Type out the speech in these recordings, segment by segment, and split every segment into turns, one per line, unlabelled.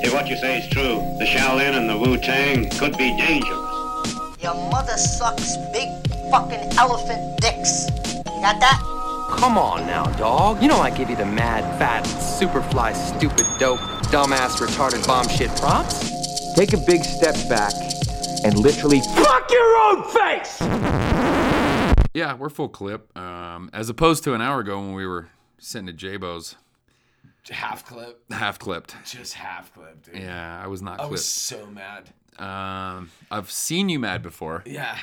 If what you say is true, the Shaolin and the Wu Tang could be dangerous.
Your mother sucks big fucking elephant dicks. You got that?
Come on now, dog. You know I give you the mad, fat, superfly, stupid, dope, dumbass, retarded, bomb shit props. Take a big step back and literally fuck your own face.
Yeah, we're full clip. Um, as opposed to an hour ago when we were sitting at Jabo's
half clip,
half clipped.
just half clip, dude.
Yeah, I was not
I
clipped.
was so mad.
Um, I've seen you mad before,
Yeah,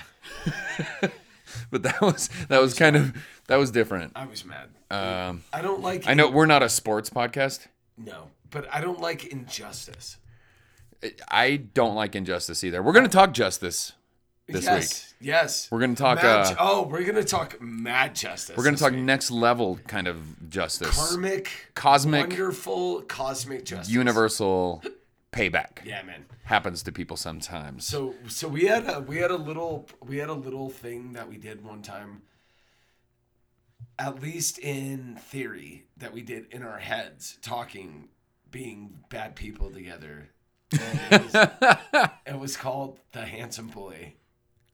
but that was that was kind of that was different.
I was mad. Um, I don't like.
I know we're not a sports podcast.
No, but I don't like injustice.
I don't like injustice either. We're gonna talk justice this week.
yes, yes.
We're gonna talk,
Mad,
uh,
ju- oh, we're gonna talk mad justice.
We're gonna
this
talk
week.
next level kind of justice,
karmic,
cosmic-
wonderful cosmic justice.
universal payback.
Yeah, man.
happens to people sometimes.
So so we had a we had a little we had a little thing that we did one time. At least in theory, that we did in our heads, talking, being bad people together. And it, was, it was called the handsome boy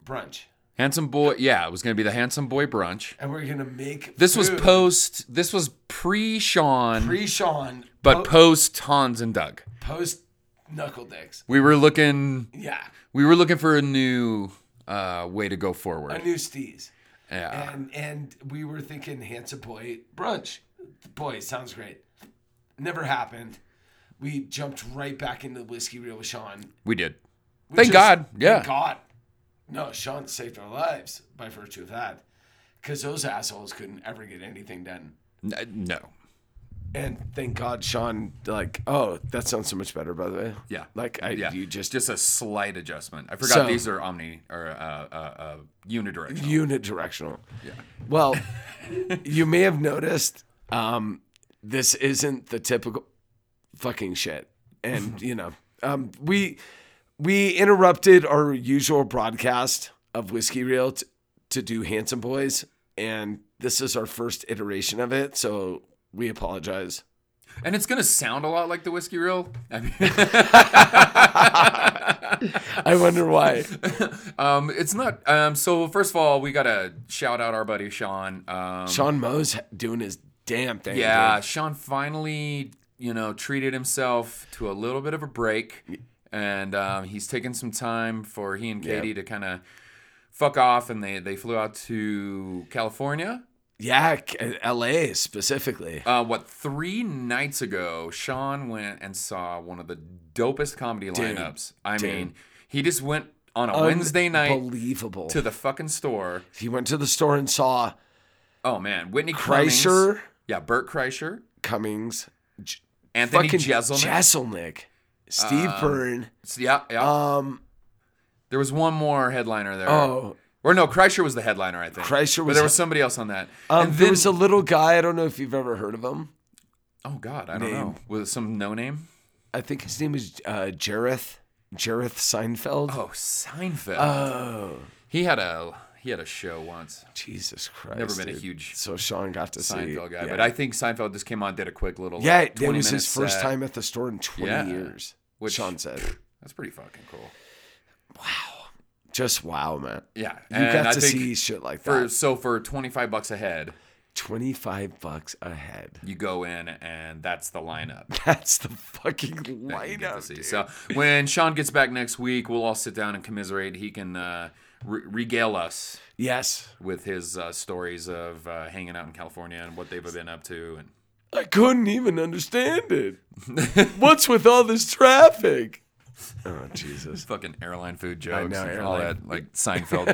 brunch,
handsome boy. Yeah, it was gonna be the handsome boy brunch.
and we're gonna make
This was
food.
post. This was pre Sean,
pre Sean,
but post Hans and Doug.
post knuckle dicks.
We were looking.
Yeah,
We were looking for a new uh, way to go forward.
a new steez.
yeah.
and and we were thinking handsome boy brunch. Boy, sounds great. Never happened. We jumped right back into the whiskey reel with Sean.
we did.
which
Thank
is-
God, yeah.
Thank God. No, Sean saved our lives by virtue of that. Because those assholes couldn't ever get anything done.
N- no.
And thank God Sean like, oh, that sounds so much better by the way.
Yeah.
Like I
yeah.
you just
just a slight adjustment. I forgot
So-
these are omni or uh, uh, uh, unidirectional.
unidirectional. Yeah. Well, you may have noticed um, this isn't the typical fucking shit, and you know um, we we interrupted our usual broadcast of whiskey reel t- to do handsome boys, and this is our first iteration of it, so we apologize.
and it's gonna sound a lot like the whiskey reel. I mean,
I wonder why.
um, it's not. Um, so first of all, we gotta shout out our buddy Sean. Um,
Sean Moe's doing his damn thing.
Yeah,
dude.
Sean finally, you know, treated himself to a little bit of a break, and um, he's taken some time for he and Katie to kind of fuck off, and they they flew out to California.
yeah, K- L.A. specifically.
Uh, what three nights ago, Sean went and saw one of the dopest comedy lineups. I
dude.
mean, he just went on a Wednesday night
Unbelievable.
to the fucking store.
He went to the store and saw
Oh man, Whitney Cummings.
Kreischer,
yeah, Burt Kreischer,
Cummings, J-
Anthony
fucking
Jeselnik. Um,
Jeselnik, Steve Byrne.
yeah, yeah.
Um,
There was one more headliner there.
Oh.
Or no, Kreischer was the headliner, I think.
Kreischer
But
was-
there was somebody else on that.
um,
and
there
then,
was a little guy. I don't know if you've ever heard of him.
oh God, I don't
name.
know. Was it some no name?
I think his name is uh, Jareth Jareth Seinfeld.
Oh, Seinfeld.
Oh,
he had a he had a show once.
Jesus Christ!
Never been a
dude.
huge
So Sean got to
Seinfeld
see.
guy,
yeah.
but I think Seinfeld just came on, did a quick little.
yeah,
like,
it
20
was his
minute
first
set.
time at the store in 20
Yeah.
years.
Which-
Sean said,
That's pretty fucking cool.
"Just wow, man!
Yeah,
You
and
got
I
to
think
see shit like
for
that.
so for twenty five bucks a head,
25 bucks a head.
you go in and that's the lineup.
That's the fucking
that you
lineup.
get to see.
dude.
So when Sean gets back next week, we'll all sit down and commiserate. He can uh, re- regale us
Yes.
with his uh, stories of uh, hanging out in California and what they've been up to. And
I couldn't even understand it. What's with all this traffic? Oh, Jesus.
fucking airline food
I
jokes
know,
and all
airline.
that like Seinfeld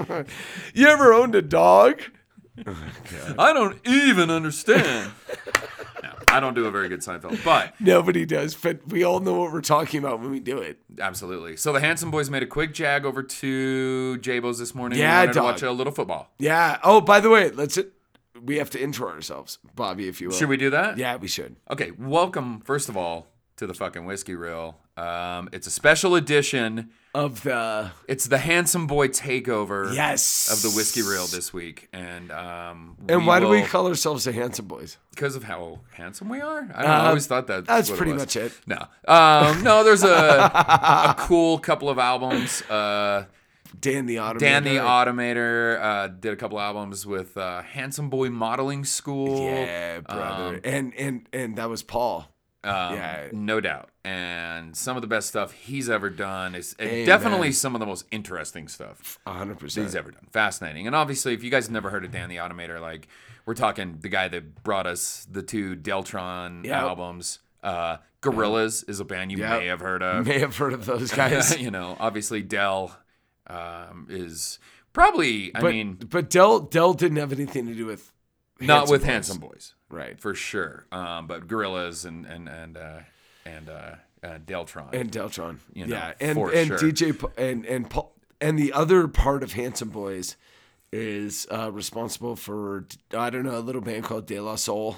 business.
You ever owned a dog?
I don't even understand. no. I don't do a very good Seinfeld, but
Nobody does, but we all know what we're talking about when we do it.
absolutely. So the Handsome Boys made a quick jag over to Jabo's this morning. We
Yeah,
wanted to
dog.
watch a little football.
Yeah. Oh, by the way, let's. We have to intro ourselves, Bobby, if you will.
Should we do that?
Yeah, we should.
Okay, welcome first of all to the fucking whiskey reel. Um, it's a special edition.
Of the
It's the handsome boy takeover.
yes
Of the whiskey reel this week, and um,
And why do we
will-
call ourselves the Handsome Boys?
because of how handsome we are. I don't know, I
Uh,
always thought that.
that's
what
pretty
was.
much it.
No, um, no. There's a, a cool couple of albums. Uh,
Dan the Automator.
Dan the Automator uh, did a couple albums with uh, Handsome Boy Modeling School.
Yeah, brother. and and and that was Paul.
Um,
Yeah.
no doubt. And some of the best stuff he's ever done is and
Amen.
definitely some of the most interesting stuff
A hundred
that he's
percent.
ever done. Fascinating. And obviously, if you guys have never heard of Dan the Automator, like we're talking the guy that brought us the two Deltron
Yep.
albums. Uh, Gorillas is a band you
Yep.
may have heard of.
May have heard of those guys.
you know, obviously Dell um, is probably. I
but,
mean,
but Dell Dell didn't have anything to do with
not with
Boys.
handsome boys
right
for sure. Um, but gorillas and and and uh, and uh, uh, Deltron.
and Deltron.
You know,
yeah, and
for
and
sure.
DJ Pa- and and Paul and the other part of Handsome Boys is uh, responsible for I don't know a little band called De La Soul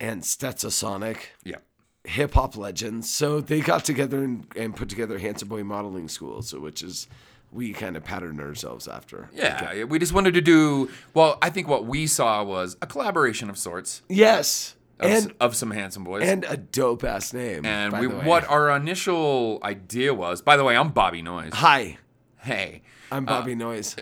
and Stetsasonic.
yeah,
hip hop legends. So they got together and, and put together Handsome Boy Modeling School, so which is we kind of patterned ourselves after.
yeah. We just wanted to do. Well, I think what we saw was a collaboration of sorts
Yes.
of, s-
and
of some handsome boys.
and a dope ass name.
And
by
we
the way.
what our initial idea was. By the way, I'm Bobby Noyes.
Hi,
Hey,
I'm
Uh,
Bobby Noyes.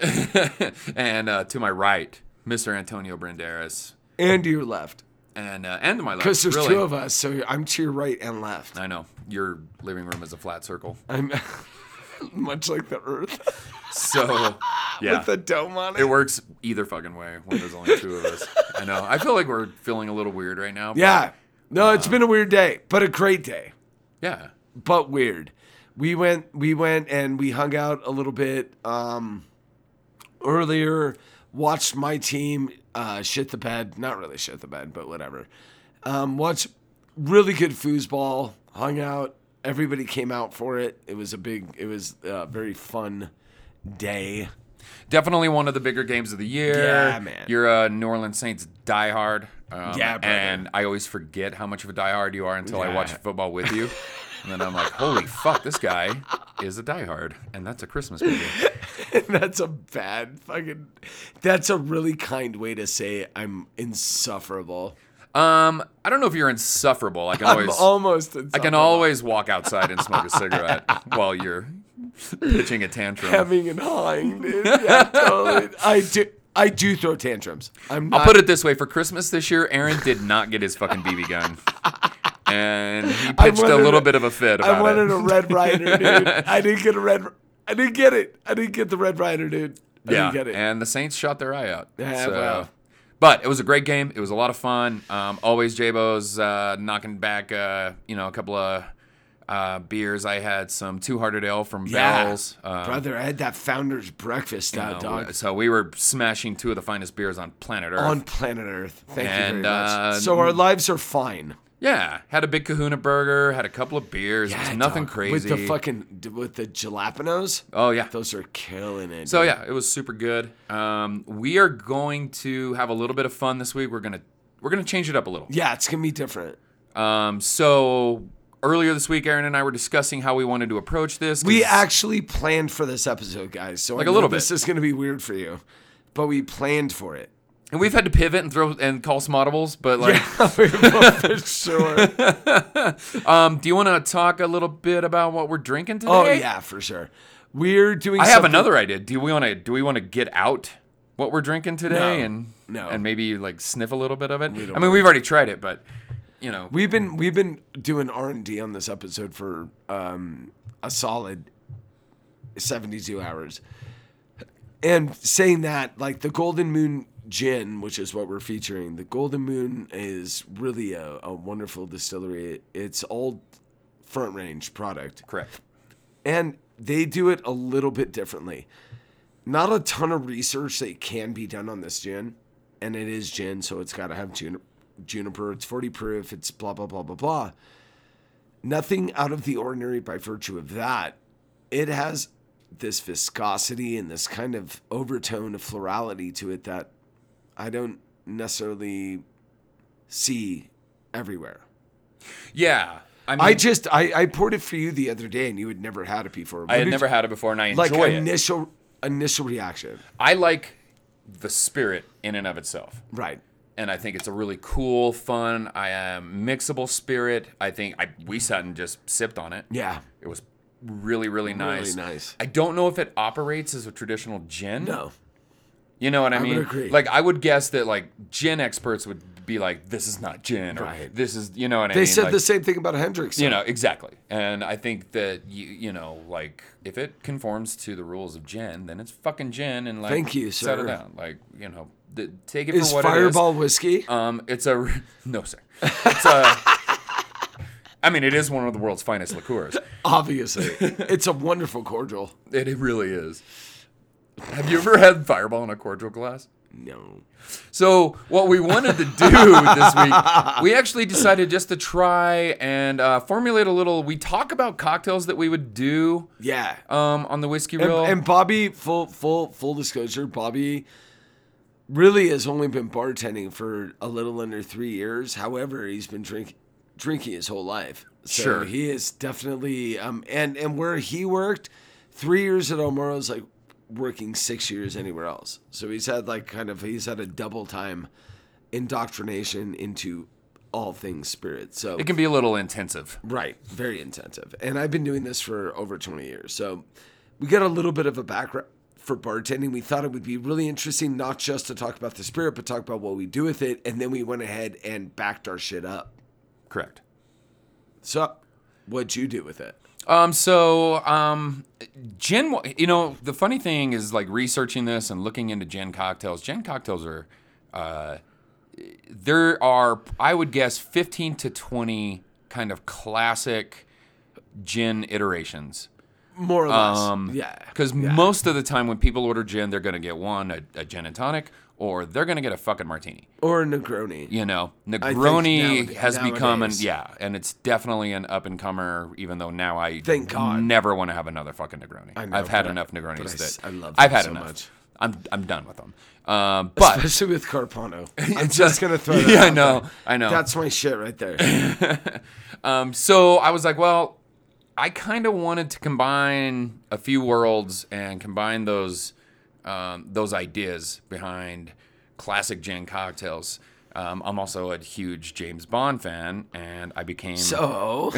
and uh, to my right, Mr. Antonio Banderas,
and to your left.
and uh, and to my left,
Because there's
really.
two of us, so I'm to your right and left.
I know your living room is a flat circle.
I'm much like the earth
So yeah,
with a dome on it.
It works either fucking way when there's only two of us. I know. I feel like we're feeling a little weird right now. but-
yeah. No, it's been a weird day, but a great day.
Yeah.
but weird. We went we went and we hung out a little bit um earlier, watched my team uh shit the bed, not really shit the bed, but whatever. Um watched really good foosball, hung out, everybody came out for it. It was a big it was a very fun day.
Definitely one of the bigger games of the year.
Yeah, man.
You're a New Orleans Saints diehard. Um,
Yeah, brother.
And I always forget how much of a diehard you are until I watch
Yeah.
football with you. And then I'm like, holy fuck, this guy is a diehard. And that's a Christmas movie.
that's a bad fucking that's a really kind way to say I'm insufferable.
Um, I don't know if you're insufferable. I can always.
I'm almost insufferable.
I can always walk outside and smoke a cigarette while you're pitching a tantrum.
hemming and hawing, dude. Yeah, totally. I do. I do throw tantrums. I'm not,
I'll put it this way: for Christmas this year, Aaron did not get his fucking BB gun, and he
I
pitched a
wanted
little bit of a fit about
I wanted
it.
a Red Rider, dude. I didn't get a Red. I didn't get it. I didn't get the Red Rider, dude. I
yeah,
didn't get it.
and the Saints shot their eye out.
Yeah,
so-
well.
But it was a great game. It was a lot of fun. Um, always Jabo's uh, knocking back, uh, you know, a couple of uh, beers. I had some Two Hearted Ale from
Yeah.
Barrels. Um,
brother, I had that Founder's breakfast
you
out,
know,
dog.
uh, So we were smashing two of the finest beers on planet Earth.
On planet Earth. Thank you
And,
very much.
uh,
so our lives are fine.
yeah, had a big Kahuna burger, had a couple of beers. it was nothing
dog.
crazy.
With the fucking with the jalapenos.
oh yeah,
Those are killing it.
So
dude.
yeah, it was super good. Um, we are going to have a little bit of fun this week. We're gonna we're gonna change it up a little.
yeah, it's gonna be different.
Um, so earlier this week, Aaron and I were discussing how we wanted to approach this. 'cause-
We actually planned for this episode, guys. So
Like a
I know
little
This
bit.
is going to be weird for you, but we planned for it.
and we've had to pivot and throw and call some audibles, but like,
We were for sure.
um, do you want to talk a little bit about what we're drinking today?
Oh yeah, for sure. We're doing.
I have
something-
another idea. Do we want to do we want to get out what we're drinking today
No,
and
no.
and maybe like sniff a little bit of it?
don't
I mean,
want
we've already tried it, but you know,
We've been we've been doing R and D on this episode for um, a solid seventy two hours, and saying that like the Golden Moon Gin, which is what we're featuring, the Golden Moon is really a, a wonderful distillery. It's all front range product.
correct.
And they do it a little bit differently. Not a ton of research that can be done on this gin, and it is gin, so it's got to have jun- juniper, it's 40 proof, it's blah, blah, blah, blah, blah. Nothing out of the ordinary by virtue of that. It has this viscosity and this kind of overtone of florality to it that I don't necessarily see everywhere.
Yeah. I mean,
I
I,
just I, I poured it for you the other day and you had never had it before. What
had
did-
never had it before, and I
like
enjoy it.
initial initial reaction.
I like the spirit in and of itself.
Right.
and I think it's a really cool, fun, I um, mixable spirit. I think I we sat and just sipped on it.
Yeah.
it was really, really nice.
nice.
I don't know if it operates as a traditional gin.
No.
you know what I,
would
mean.
agree.
Like I would guess that like gin experts would be like, "This is not gin," or
Right.
"This is," you know what I
They
mean.
said
Like,
the same thing about Hendrix.
You know exactly, and I think that you you know like if it conforms to the rules of gin, then it's fucking gin, and like
Thank you,
settle
sir.
down, like you know, th- take it
is
for what it is.
Fireball whiskey?
Um, it's a no, sir. It's a. I mean, it is one of the world's finest liqueurs.
Obviously, it's a wonderful cordial.
It, it really is. Have you ever had Fireball in a cordial glass?
No.
So what we wanted to do this week, we actually decided just to try and uh, formulate a little. We talk about cocktails that we would do
Yeah.
um, on the whiskey
and,
reel.
and Bobby, full full full disclosure, Bobby really has only been bartending for a little under three years. However, he's been drink, drinking his whole life. So
Sure.
he is definitely um and and where he worked, three years at Omaro is like working six years anywhere else. So he's had like kind of he's had a double time indoctrination into all things spirit. So
it can be a little intensive.
Right. Very intensive. And I've been doing this for over 20 years. So we got a little bit of a background for bartending. We thought it would be really interesting not just to talk about the spirit, but talk about what we do with it. And then we went ahead and backed our shit up.
Correct.
So what'd you do with it?
Um, so, um, gin, you know, the funny thing is like researching this and looking into gin cocktails. Gin cocktails are, uh, there are, I would guess, 15 to 20 kind of classic gin iterations.
More or less.
Um,
yeah.
Because most of the time when people order gin, they're going to get one, a, a gin and tonic, or they're going to get a fucking martini.
Or Negroni.
You know,
think
Negroni
nowad-
has become an
nowadays-
yeah, and it's definitely an up and comer. Even though now I
Thank God.
never want to have another fucking Negroni. I
know,
have had
but I-
enough
but I
Negronis
s-
that
I love
I've
them
had
so
enough.
much.
I'm I'm done with them. Um, but
Especially with Carpano. I'm
It's
just
a-
going to throw that
Yeah, I
out
know,
there.
I know.
That's my shit right there.
um, so I was like, well, I kind of wanted to combine a few worlds and combine those um, those ideas behind classic gin cocktails. Um, I'm also a huge James Bond fan, and I became
so,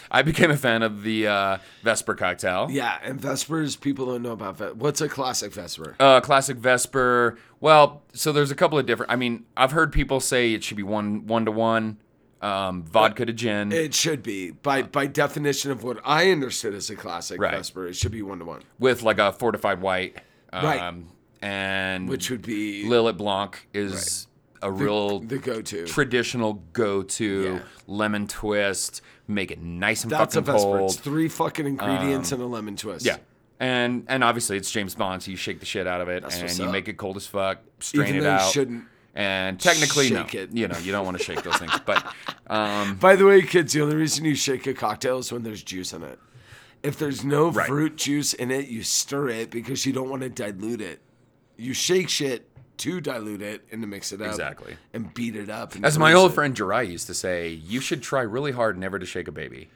I became a fan of the uh, Vesper cocktail.
yeah. And Vespers, people don't know about Vesper. What's a classic Vesper?
Uh, classic Vesper. Well, so there's a couple of different. I mean, I've heard people say it should be one one to one, um, vodka to gin.
It should be by by definition of what I understood as a classic
Uh. Right.
Vesper. It should be one to one,
with like a fortified white. Um,
Right.
And
which would be
Lillet Blanc is a real
the go-to.
traditional go-to
Yeah.
lemon twist. Make it nice and
That's a
fucking
Vesper.
cold. Um,
It's three fucking ingredients and a lemon twist.
yeah. And and obviously it's James Bond, so you shake the shit out of it and
what's
you
up.
make it cold as fuck. Strain
Even
it
though you
out.
shouldn't
And technically, no.
shake it.
You know, you don't want to shake those things, but um,
Mm-hmm. By the way, kids, the only reason you shake a cocktail is when there's juice in it. If there's no
Right.
fruit juice in it, you stir it because you don't want to dilute it. You shake shit to dilute it and to mix it up.
Exactly.
And beat it up. and
as my
bruise
old
it.
friend Jirai used to say, you should try really hard never to shake a baby,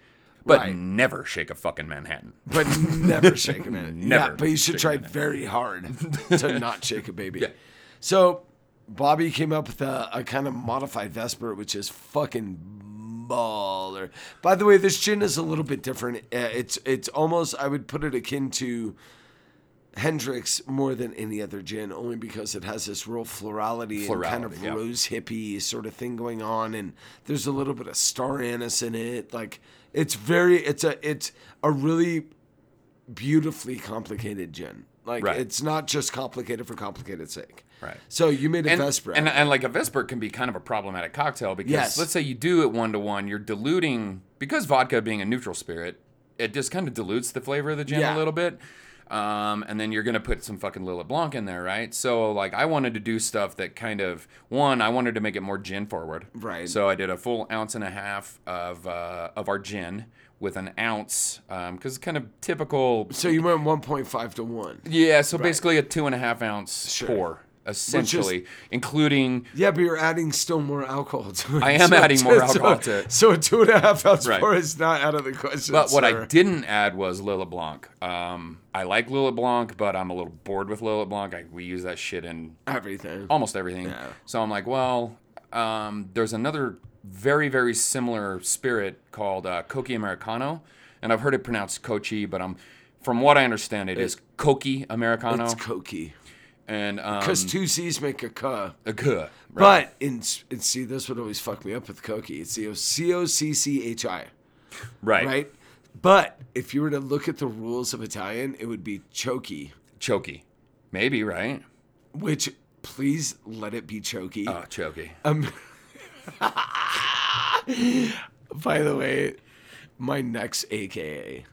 but
Right.
never shake a fucking Manhattan.
but never shake a minute.
Never
Yeah, but you should
shake
try
a minute.
very hard to not shake a baby. So Bobby came up with a, a kind of modified Vesper, which is fucking baller. By the way, this gin is a little bit different. Uh, It's it's almost I would put it akin to Hendrix more than any other gin, only because it has this real florality, and kind of
Florality, yeah.
rose hippie sort of thing going on, and there's a little bit of star anise in it. Like it's very, it's a, it's a really beautifully complicated gin. Like
Right.
it's not just complicated for complicated sake.
Right.
So you made a
and,
Vesper.
And,
out of
and like a Vesper can be kind of a problematic cocktail because
Yes.
let's say you do it one to one, you're diluting because vodka being a neutral spirit, it just kind of dilutes the flavor of the gin
Yeah.
a little bit. Um, and then you're gonna put some fucking Lila Blanc in there, right? So like, I wanted to do stuff that kind of one, I wanted to make it more gin forward,
Right.
So I did a full ounce and a half of uh, of our gin with an ounce, because it's kind of typical.
So you went 1.5 to 1.
Yeah, so basically a two and a half ounce
Sure.
pour, essentially, including
Yeah, but you're adding still more alcohol to it.
I am adding more alcohol to it.
So a two and a half ounce
Right.
pour is not out of the question.
But what
sir.
I didn't add was Lila Blanc. Um, I like Lila Blanc, but I'm a little bored with Lila Blanc. I, we use that shit in
Everything.
almost everything. So I'm like, well, um, there's another very, very similar spirit called uh, Cochi Americano, and I've heard it pronounced Cochi, but I'm, from what I understand, it is Cochi Americano,
It's cokey.
and um, uh,
Because two C's make a cuh.
a good.
But, in, and see, this would always fuck me up with cokey. It's the C O C C H I,
right,
right? But if you were to look at the rules of Italian, it would be chokey,
Choki, maybe right?
which please let it be chokey.
Oh, Choki.
Um, by the way, my next AKA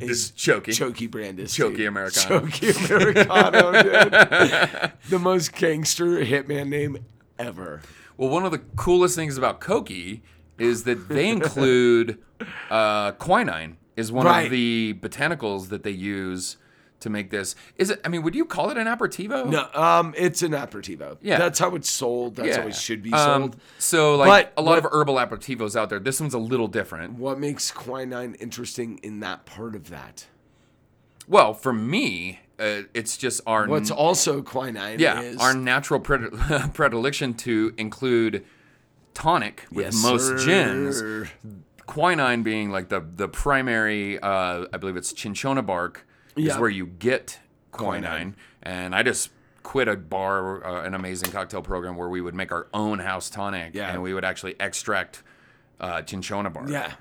It's Choki.
Chokey Brandis.
Chokey
dude.
Americano.
Chokey Americano, dude. the most gangster hitman name ever.
Well, one of the coolest things about Koki is that they include uh, quinine is one
Right.
of the botanicals that they use to make this. Is it? I mean, would you call it an aperitivo?
No, um, it's an aperitivo.
Yeah.
that's how it's sold. That's
Yeah.
how it should be
Um,
sold.
so, like
But
a lot
what-
of herbal aperitivos out there, this one's a little different.
What makes quinine interesting in that part of that?
Well, for me, uh, it's just our
What's also quinine
Mm. yeah
is
our natural pred- predilection to include tonic with
Yes,
most gins.
sir.
quinine being like the the primary uh, I believe it's cinchona bark is
Yeah.
where you get quinine, and I just quit a bar uh, an amazing cocktail program where we would make our own house tonic
Yeah.
and we would actually extract uh, cinchona bark
Yeah.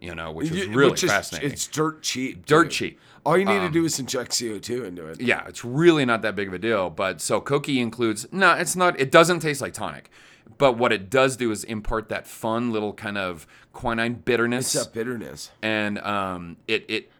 you know which was
You-
really
which is-
fascinating
It's dirt cheap.
dirt
dude.
cheap Um,
All you need to do is inject CO two into it.
yeah, it's really not that big of a deal. But so Koki includes no, it's not. It doesn't taste like tonic, but what it does do is impart that fun little kind of quinine bitterness,
It's that bitterness.
and um, it it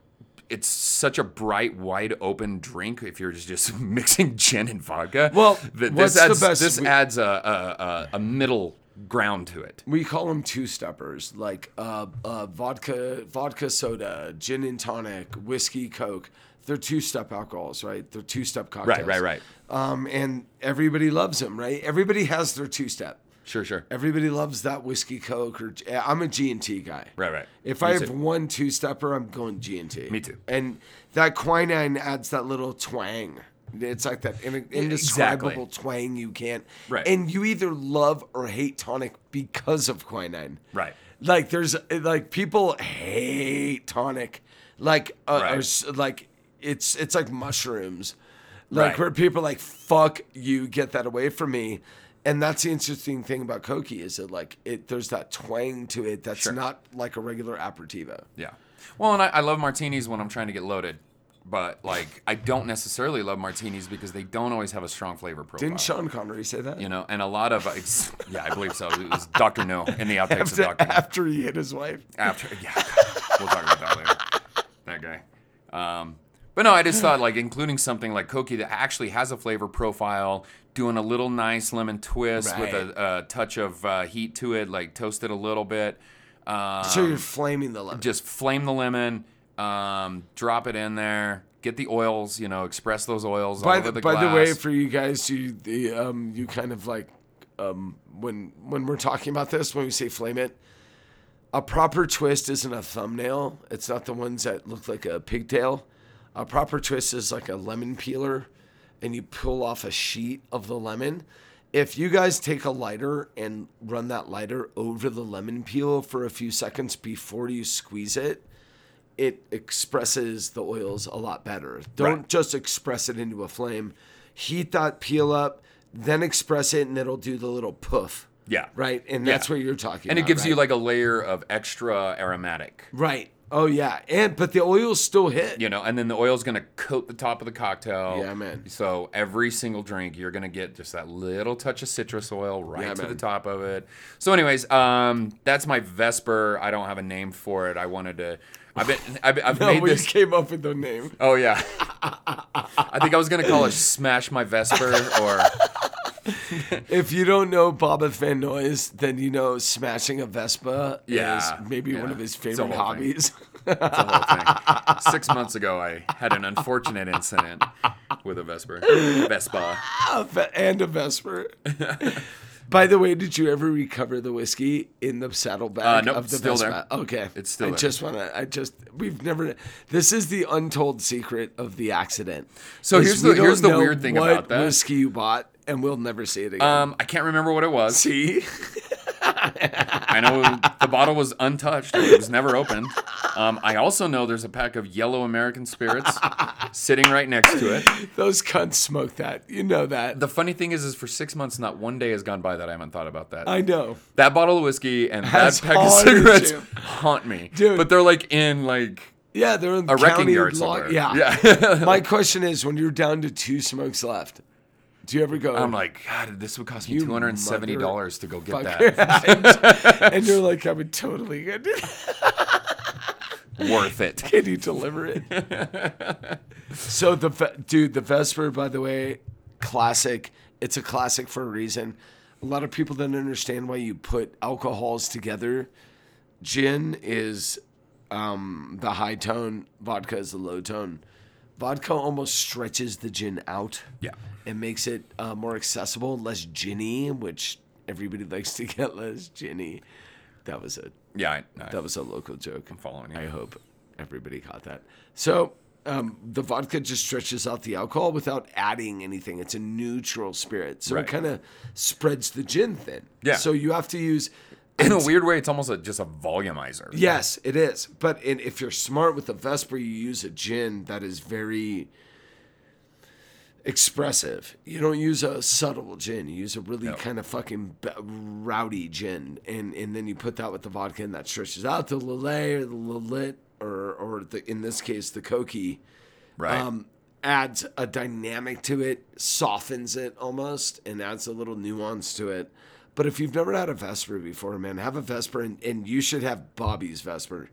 it's such a bright, wide open drink if you're just, just mixing gin and vodka.
Well,
that this
what's the
adds
best
this
we-
adds a a, a a middle ground to it.
We call them two steppers, like uh, uh, vodka, vodka soda, gin and tonic, whiskey, coke. They're two step alcohols, right? They're two step cocktails.
right, right.
Um, and everybody loves them, right? Everybody has their two step.
Sure, sure.
Everybody loves that whiskey, coke, or I'm a G and T guy.
Right, right.
If
Me
I have
too.
one two stepper, I'm going G and T.
Me too.
And that quinine adds that little twang. It's like that in- indescribable twang you can't.
Right.
And you either love or hate tonic because of quinine.
Right.
Like there's like people hate tonic, like uh,
Right.
or s- like it's it's like mushrooms, like
Right.
where people are like fuck you get that away from me. And that's the interesting thing about Koki is that like it there's that twang to it that's not like a regular aperitivo.
Yeah. Well, and I, I love martinis when I'm trying to get loaded, but like I don't necessarily love martinis because they don't always have a strong flavor profile.
Didn't Sean Connery say that?
you know, and a lot of it's, yeah, I believe so. It was Doctor No in the outtakes
after,
of Doctor No.
after he hit his wife.
After, yeah, we'll talk about that later. That guy. Um, but no, I just thought like including something like Koki that actually has a flavor profile, doing a little nice lemon twist with a, a touch of uh, heat to it, like toasted a little bit. Um,
So you're flaming the lemon.
just flame the lemon, um, drop it in there, get the oils, you know, express those oils all
by
over
the,
the
by
glass.
the way, for you guys, you the, um you kind of like um when when we're talking about this, when we say flame it, a proper twist isn't a thumbnail. It's not the ones that look like a pigtail. A proper twist is like a lemon peeler, and you pull off a sheet of the lemon. If you guys take a lighter and run that lighter over the lemon peel for a few seconds before you squeeze it, it expresses the oils a lot better. Don't just express it into a flame. Heat that peel up, then express it, and it'll do the little poof.
Yeah.
Right. And
Yeah.
that's what you're talking
and
about.
it gives you
right?
like a layer of extra aromatic,
Right. Oh yeah. And but the oils still hit.
you know, and then the oil's gonna coat the top of the cocktail.
Yeah, man.
So every single drink, you're gonna get just that little touch of citrus oil right
Yeah,
to the
man.
top of it. So, anyways, um, that's my Vesper. I don't have a name for it. I wanted to. I've been, I've, I've
No,
made
we
this.
came up with the name.
Oh yeah. I think I was gonna call it "Smash My Vesper" or
If you don't know Boba Van Noyes, then you know smashing a Vespa
Yeah,
is maybe one
yeah.
of his
It's a
favorite
whole thing.
hobbies.
the whole thing. Six months ago, I had an unfortunate incident with a Vesper. Vespa.
A ve- and a Vesper. By the way, did you ever recover the whiskey in the saddlebag
Uh, nope,
of the
still there.
Vespa? Okay,
It's still
I
there.
just want to. I just we've never. This is the untold secret of the accident.
So
is
here's
we
the- here's
don't
the
know
weird thing
what
about that.
whiskey you bought, and we'll never see it again.
Um, I can't remember what it was.
see,
I know the bottle was untouched. It was never opened. Um, I also know there's a pack of yellow American spirits sitting right next to it.
those cunts smoke that. You know that.
The funny thing is, is for six months, not one day has gone by that I haven't thought about that.
I know.
that bottle of whiskey and
Has
that pack of
haunted
cigarettes
you.
haunt me.
Dude.
But they're like in like
Yeah, they're in
a wrecking
county
yard
law-
somewhere.
Yeah.
yeah.
My question is, when you're down to two smokes left, do you ever go?
I'm like, God, this would cost me
You
two hundred and seventy dollars to go get
motherfucker.
that.
and you're like, I would totally get it.
Worth it.
Can you deliver it? so the ve- dude, the Vesper, by the way, classic. It's a classic for a reason. A lot of people don't understand why you put alcohols together. Gin is um, the high tone. Vodka is the low tone. Vodka almost stretches the gin out.
Yeah.
It makes it uh, more accessible, less ginny, which everybody likes to get less ginny. That was a
Yeah, I, no,
that was a local joke. I'm
following you.
I hope everybody caught that. So um, the vodka just stretches out the alcohol without adding anything. It's a neutral spirit, so
Right.
it kind of spreads the gin thin.
Yeah.
So you have to use.
in a weird way, it's almost a, just a volumizer.
Yes, it is. But in, if you're smart with the Vesper, you use a gin that is very expressive. You don't use a subtle gin. You use a really kind of fucking b- rowdy gin, and and then you put that with the vodka, and that stretches out the Lillet or the Lilit or or the, in this case the Cokie
right.
um, adds a dynamic to it, softens it almost, and adds a little nuance to it. But if you've never had a Vesper before, man, have a Vesper, and, and you should have Bobby's Vesper.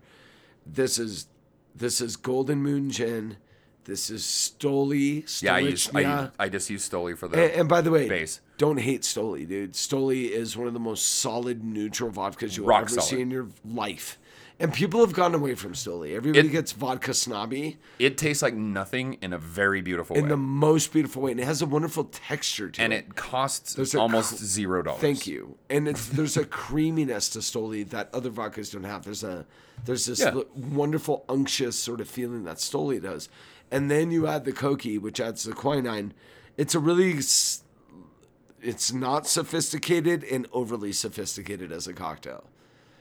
This is this is Golden Moon Gin. This is Stoli.
yeah, I, use, I,
Stolichna.
use- I just use Stoli for
And,
the.
and by the way,
Base.
don't hate Stoli, dude. Stoli is one of the most solid neutral vodkas you'll
Rock
ever
solid.
see in your life. And people have gotten away from Stoli. Everybody
It-
gets vodka snobby
it tastes like nothing in a very beautiful
in
way.
the most beautiful way, and it has a wonderful texture to
and
it.
it costs
There's a
almost
cl-
zero dollars.
Thank you. And it's there's a creaminess to Stoli that other vodkas don't have. There's a there's this
Yeah.
l- wonderful unctuous sort of feeling that Stoli does, and then you add the Koki, which adds the quinine. It's a really s- it's not sophisticated and overly sophisticated as a cocktail.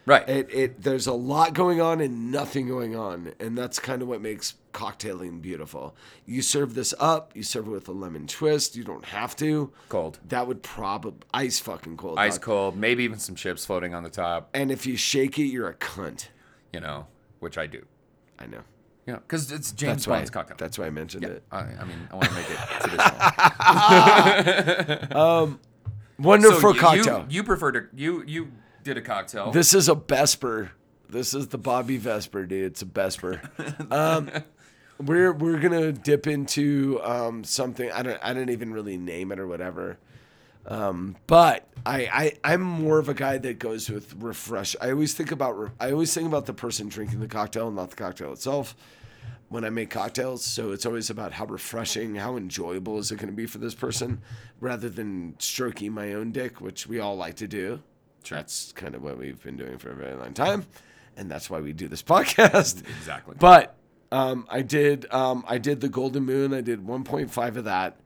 Right.
It, it there's a lot going on and nothing going on, and that's kind of what makes cocktailing beautiful. You serve this up, you serve it with a lemon twist. You don't have to
Cold.
That would probably ice fucking cold.
Ice
dog.
cold, maybe even some chips floating on the top,
And if you shake it, you're a cunt.
you know, which I do.
I know.
Yeah, because it's James
That's why.
Bond's cocktail.
That's why I mentioned it.
I, I mean, I want to make it traditional.
Wonderful
you- you-
cocktail.
You, prefer to you you did a cocktail.
this is a Vesper. This is the Bobby Vesper, dude. It's a Vesper. um, we're we're gonna dip into um, something. I don't I didn't even really name it or whatever. Um, but I, I I'm more of a guy that goes with refresh. I always think about re- I always think about the person drinking the cocktail and not the cocktail itself. When I make cocktails, so it's always about how refreshing, how enjoyable is it going to be for this person, rather than stroking my own dick, which we all like to do. That's kind of what we've been doing for a very long time, and that's why we do this podcast.
Exactly.
But um, I did um, I did the Golden Moon. I did 1.5 of that,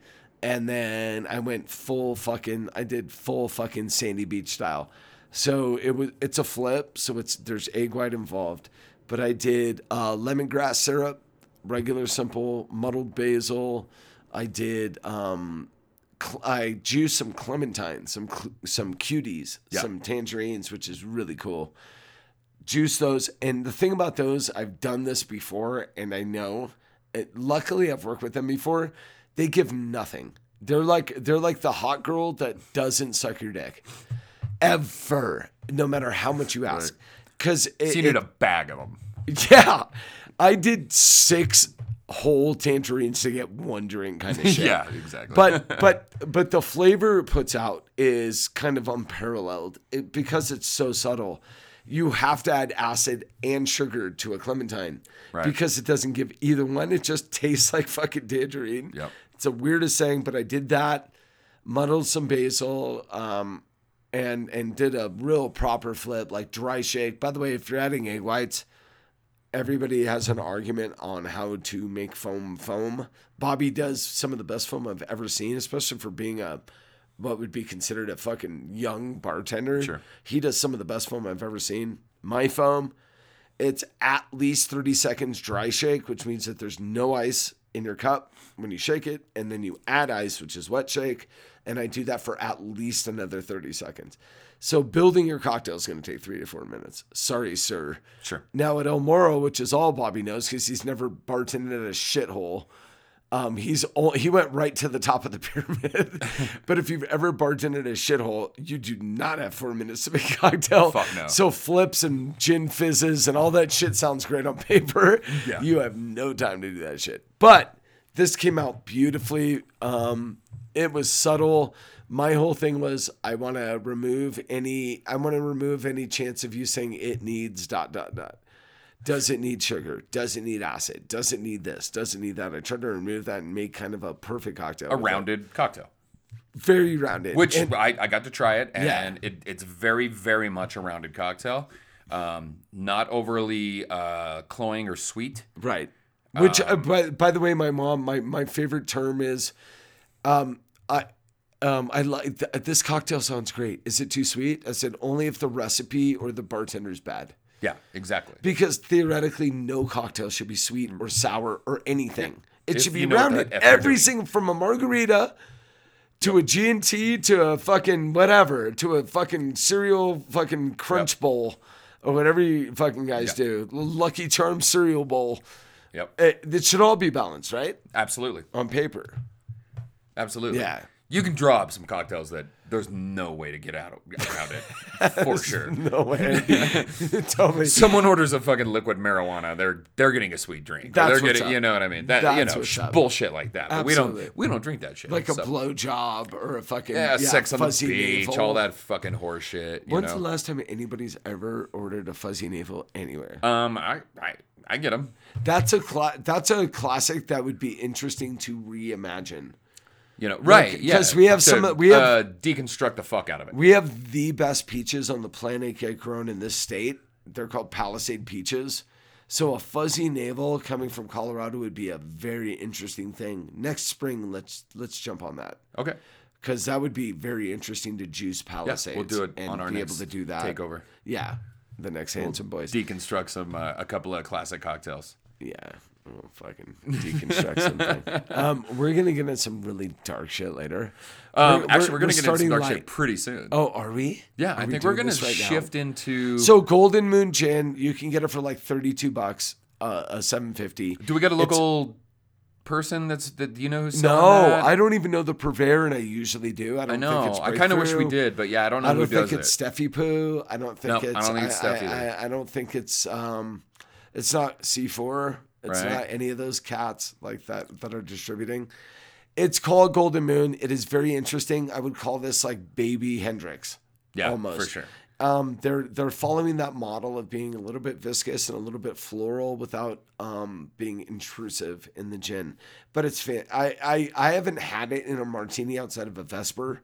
and then I went full fucking. I did full fucking Sandy Beach style. So it was it's a flip. So it's there's egg white involved, but I did uh, lemongrass syrup, regular simple muddled basil. I did um, cl- I juiced some clementines, some cl- some cuties, some tangerines, which is really cool. Juice those, and the thing about those, I've done this before, and I know. It, luckily, I've worked with them before. They give nothing. They're like they're like the hot girl that doesn't suck your dick, ever, no matter how much you ask. Because
so you need a bag of them.
Yeah, I did six whole tangerines to get one drink kind of shit.
Yeah, exactly.
But but but the flavor it puts out is kind of unparalleled It- because it's so subtle. You have to add acid and sugar to a clementine
Right.
because it doesn't give either one. It just tastes like fucking tangerine.
Yep.
It's the weirdest thing, but I did that, muddled some basil, um, and and did a real proper flip, like dry shake. By the way, if you're adding egg whites, everybody has an argument on how to make foam foam. Bobby does some of the best foam I've ever seen, especially for being a what would be considered a fucking young bartender.
Sure.
He does some of the best foam I've ever seen. My foam, it's at least 30 seconds dry shake, which means that there's no ice in your cup when you shake it, and then you add ice, which is wet shake. And I do that for at least another 30 seconds. So building your cocktail is going to take three to four minutes. Sorry, sir.
Sure.
Now at El Moro, which is all Bobby knows because he's never bartended at a shithole. Um, he's all, he went right to the top of the pyramid. but if you've ever bartended at a shithole, you do not have four minutes to make a cocktail.
Fuck no.
So flips and gin fizzes and all that shit sounds great on paper.
Yeah.
You have no time to do that shit. But this came out beautifully. Um, it was subtle. My whole thing was I want to remove any I want to remove any chance of you saying it needs dot dot dot. Does it need sugar? Does it need acid? Does it need this? Does it need that? I tried to remove that and make kind of a perfect cocktail.
a
with it.
rounded cocktail,
very rounded.
which
And-
I, I got to try it, and
Yeah.
it, it's very, very much a rounded cocktail. Um, not overly uh, cloying or sweet.
Right. Which, uh, by, by the way, my mom, my, my favorite term is, um, I, um, I like th- this cocktail sounds great. Is it too sweet? I said only if the recipe or the bartender's bad.
Yeah, exactly.
Because theoretically, no cocktail should be sweet or sour or anything. It
If
should be
you know what
rounded.
the F they're
Every
doing.
single from a margarita to a G and T to a fucking whatever to a fucking cereal fucking crunch bowl or whatever you fucking guys
Yeah.
do. Lucky Charm cereal bowl.
Yep,
It, it should all be balanced, right?
absolutely,
On paper.
absolutely.
Yeah.
you can draw up some cocktails that there's no way to get out around it for sure.
No way. totally.
someone orders a fucking liquid marijuana, they're they're getting a sweet drink.
That's
they're
what's
getting,
up.
you know what I mean? That you
That's
know
what's
sh-
up.
bullshit like that. But we
Absolutely.
don't we don't drink that shit.
like a
So-
blowjob or a fucking
yeah, sex on the
fuzzy
beach,
navel.
all that fucking horse shit. You
When's
know?
the last time anybody's ever ordered a fuzzy navel anywhere?
um, I I I get them.
that's a cla- that's a classic that would be interesting to reimagine.
You know, right? yeah,
'cause we have
to,
some- we have-
uh, deconstruct the fuck out of it.
We have the best peaches on the planet get grown in this state. They're called Palisade peaches. So a fuzzy navel coming from Colorado would be a very interesting thing. Next spring, let's let's jump on that.
okay,
because that would be very interesting to juice Palisades.
yes, we'll do it
and
on our
be
next
able to do that.
takeover.
Yeah, the next handsome boys.
Deconstruct some uh, a couple of classic cocktails.
yeah, we'll fucking deconstruct something. Um, we're gonna get into some really dark shit later.
Um, actually, we're gonna get into
starting
some dark
light.
shit pretty soon.
Oh, are we?
yeah,
Are
I
we
think we're
doing
gonna
this right now?
shift into.
So Golden Moon Gin, you can get it for like thirty-two bucks, uh, a seven fifty.
do we got a local person that's that you know who's
No,
selling that?
I don't even know the purveyor, and I usually do. I don't
I know.
think it's
I kind of wish we
Breakthrough.
did, but yeah, I don't know
I
who
don't
does it.
think it's Steffi Poo. I don't think
No, I
it's.
don't think it's Steffi
I,
either.
I, I don't think it's. Um, it's not C four. It's
Right.
not any of those cats like that that are distributing. It's called Golden Moon. It is very interesting. I would call this like baby Hendrix.
yeah,
almost.
for sure.
Um, they're they're following that model of being a little bit viscous and a little bit floral without um, being intrusive in the gin. But it's fan- I, I I haven't had it in a martini outside of a Vesper.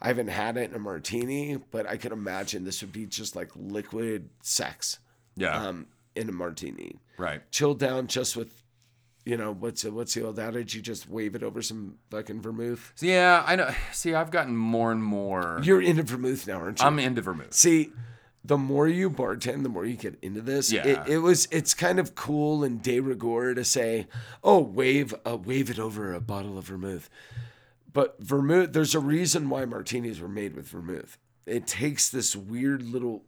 I haven't had it in a martini, but I could imagine this would be just like liquid sex
Yeah,
um, in a martini.
right.
Chilled down just with, you know, what's what's the old adage? You just wave it over some fucking vermouth.
So, yeah, I know. See, I've gotten more and more.
You're into vermouth now, aren't you?
I'm into vermouth.
See, the more you bartend, the more you get into this.
Yeah.
It, it was it's kind of cool and de rigueur to say, oh, wave uh, wave it over a bottle of vermouth. But vermouth, there's a reason why martinis were made with vermouth. It takes this weird little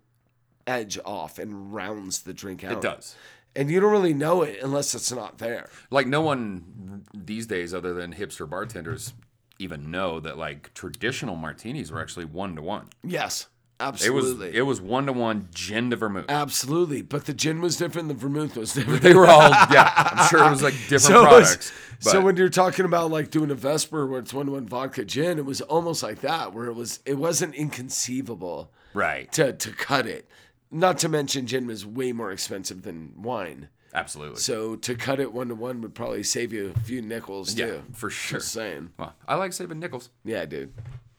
edge off and rounds the drink out.
It does.
And you don't really know it unless it's not there.
Like no one these days, other than hipster bartenders, even know that like traditional martinis were actually one to one.
Yes.
It was
Absolutely.
it was one to one gin to vermouth.
Absolutely. But the gin was different, the vermouth was different.
They were all yeah. I'm sure it was like different
it's-
products. But
so when you're talking about like doing a Vesper where it's one to one vodka gin, it was almost like that where it was it wasn't inconceivable
right,
to to cut it. Not to mention gin was way more expensive than wine.
absolutely.
So to cut it one to one would probably save you a few nickels
yeah,
too.
for sure.
Just saying.
Well, I like saving nickels.
Yeah, dude.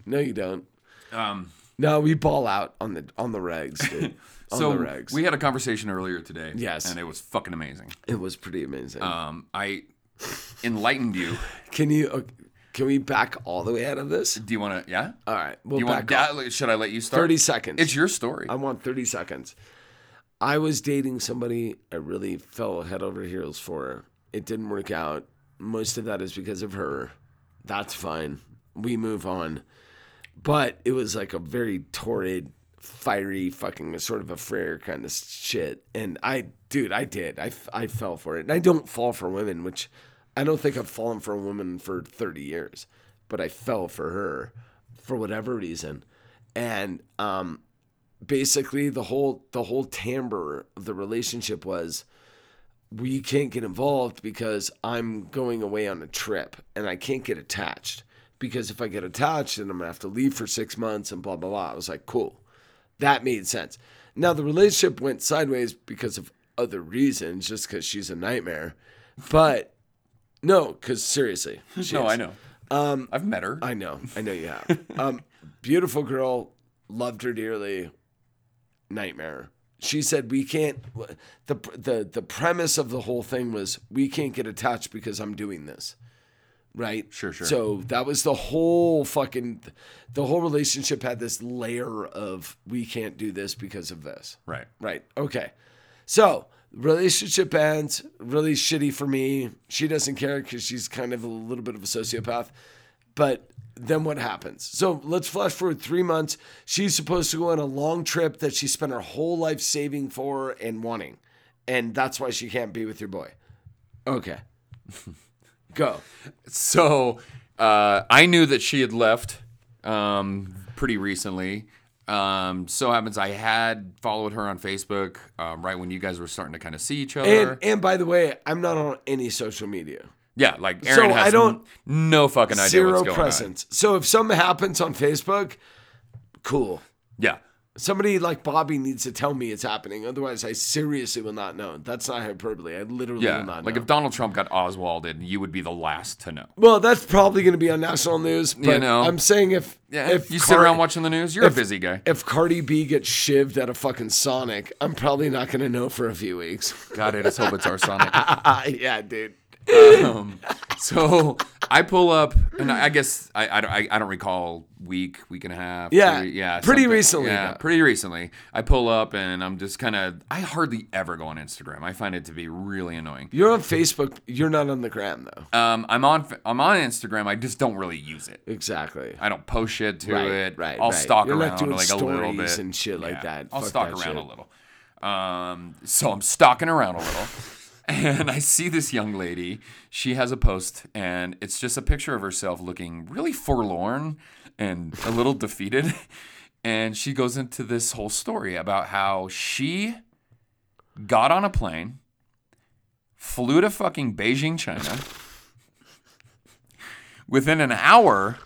No, you don't.
Um,
No, we ball out on the on the regs, dude. on the
so
regs.
we had a conversation earlier today.
Yes.
and it was fucking amazing.
it was pretty amazing.
Um, I enlightened you.
can you okay, can we back all the way out of this?
Do you want to? Yeah.
All right, we'll
you
back
want?
up.
that? should I let you start?
30 seconds.
It's your story.
I want 30 seconds. I was dating somebody I really fell head over heels for. It didn't work out. Most of that is because of her. That's fine. We move on. But it was like a very torrid, fiery, fucking sort of a frere kind of shit. And I, dude, I did. I, f- I fell for it. And I don't fall for women, which I don't think I've fallen for a woman for 30 years. But I fell for her for whatever reason. And um, basically the whole the whole timbre of the relationship was we can't get involved because I'm going away on a trip and I can't get attached because if I get attached then I'm gonna have to leave for six months and blah blah blah. I was like, cool, that made sense. Now the relationship went sideways because of other reasons, just because she's a nightmare. But no, because seriously, she
no,
is.
I know. Um, I've met her.
I know. I know you have. um, beautiful girl, loved her dearly. Nightmare. She said we can't. The the the premise of the whole thing was we can't get attached because I'm doing this, right?
Sure, sure.
So that was the whole fucking, the whole relationship had this layer of we can't do this because of this.
right.
Right. Okay. So relationship ends. Really shitty for me. She doesn't care because she's kind of a little bit of a sociopath. But then what happens? So let's flash forward three months. She's supposed to go on a long trip that she spent her whole life saving for and wanting, and that's why she can't be with your boy. Okay. go.
So uh, I knew that she had left um, pretty recently. Um, so happens I had followed her on Facebook um, right when you guys were starting to kind of see each other.
And and by the way, I'm not on any social media.
yeah, like Aaron
So
has
I don't-
n- no fucking idea
Zero
what's going on.
presence. So if something happens on Facebook, cool.
Yeah,
Somebody like Bobby needs to tell me it's happening. Otherwise, I seriously will not know. That's not hyperbole. I literally
yeah.
will not
Like
know.
if Donald Trump got Oswalded, you would be the last to know.
well, that's probably going to be on national news. But
know.
I'm saying if
Yeah,
if
if you sit
Car-
around watching the news, you're
if-
a busy guy.
If Cardi B gets shivved at a fucking Sonic, I'm probably not going to know for a few weeks.
God, I just hope it's our Sonic.
yeah, dude.
Um, so I pull up, and I I guess I, I, don't- I, I don't recall week, week and a half.
Yeah,
three- yeah,
pretty
something-
recently,
Yeah,
though.
pretty recently. I pull up, and I'm just kind of. I hardly ever go on Instagram. I find it to be really annoying.
You're on Facebook. You're not on the gram though.
Um, I'm on, I'm on Instagram. I just don't really use it.
exactly.
I don't post shit to
Right,
it.
right,
I'll
right.
stalk
You're not
around
doing
like a little
stories
bit
and shit like that.
I'll
Fuck
stalk
that
around
shit.
a little. Um, so I'm stalking around a little, and I see this young lady. She has a post, and it's just a picture of herself looking really forlorn and a little defeated. And she goes into this whole story about how she got on a plane, flew to fucking Beijing, China. Within an hour,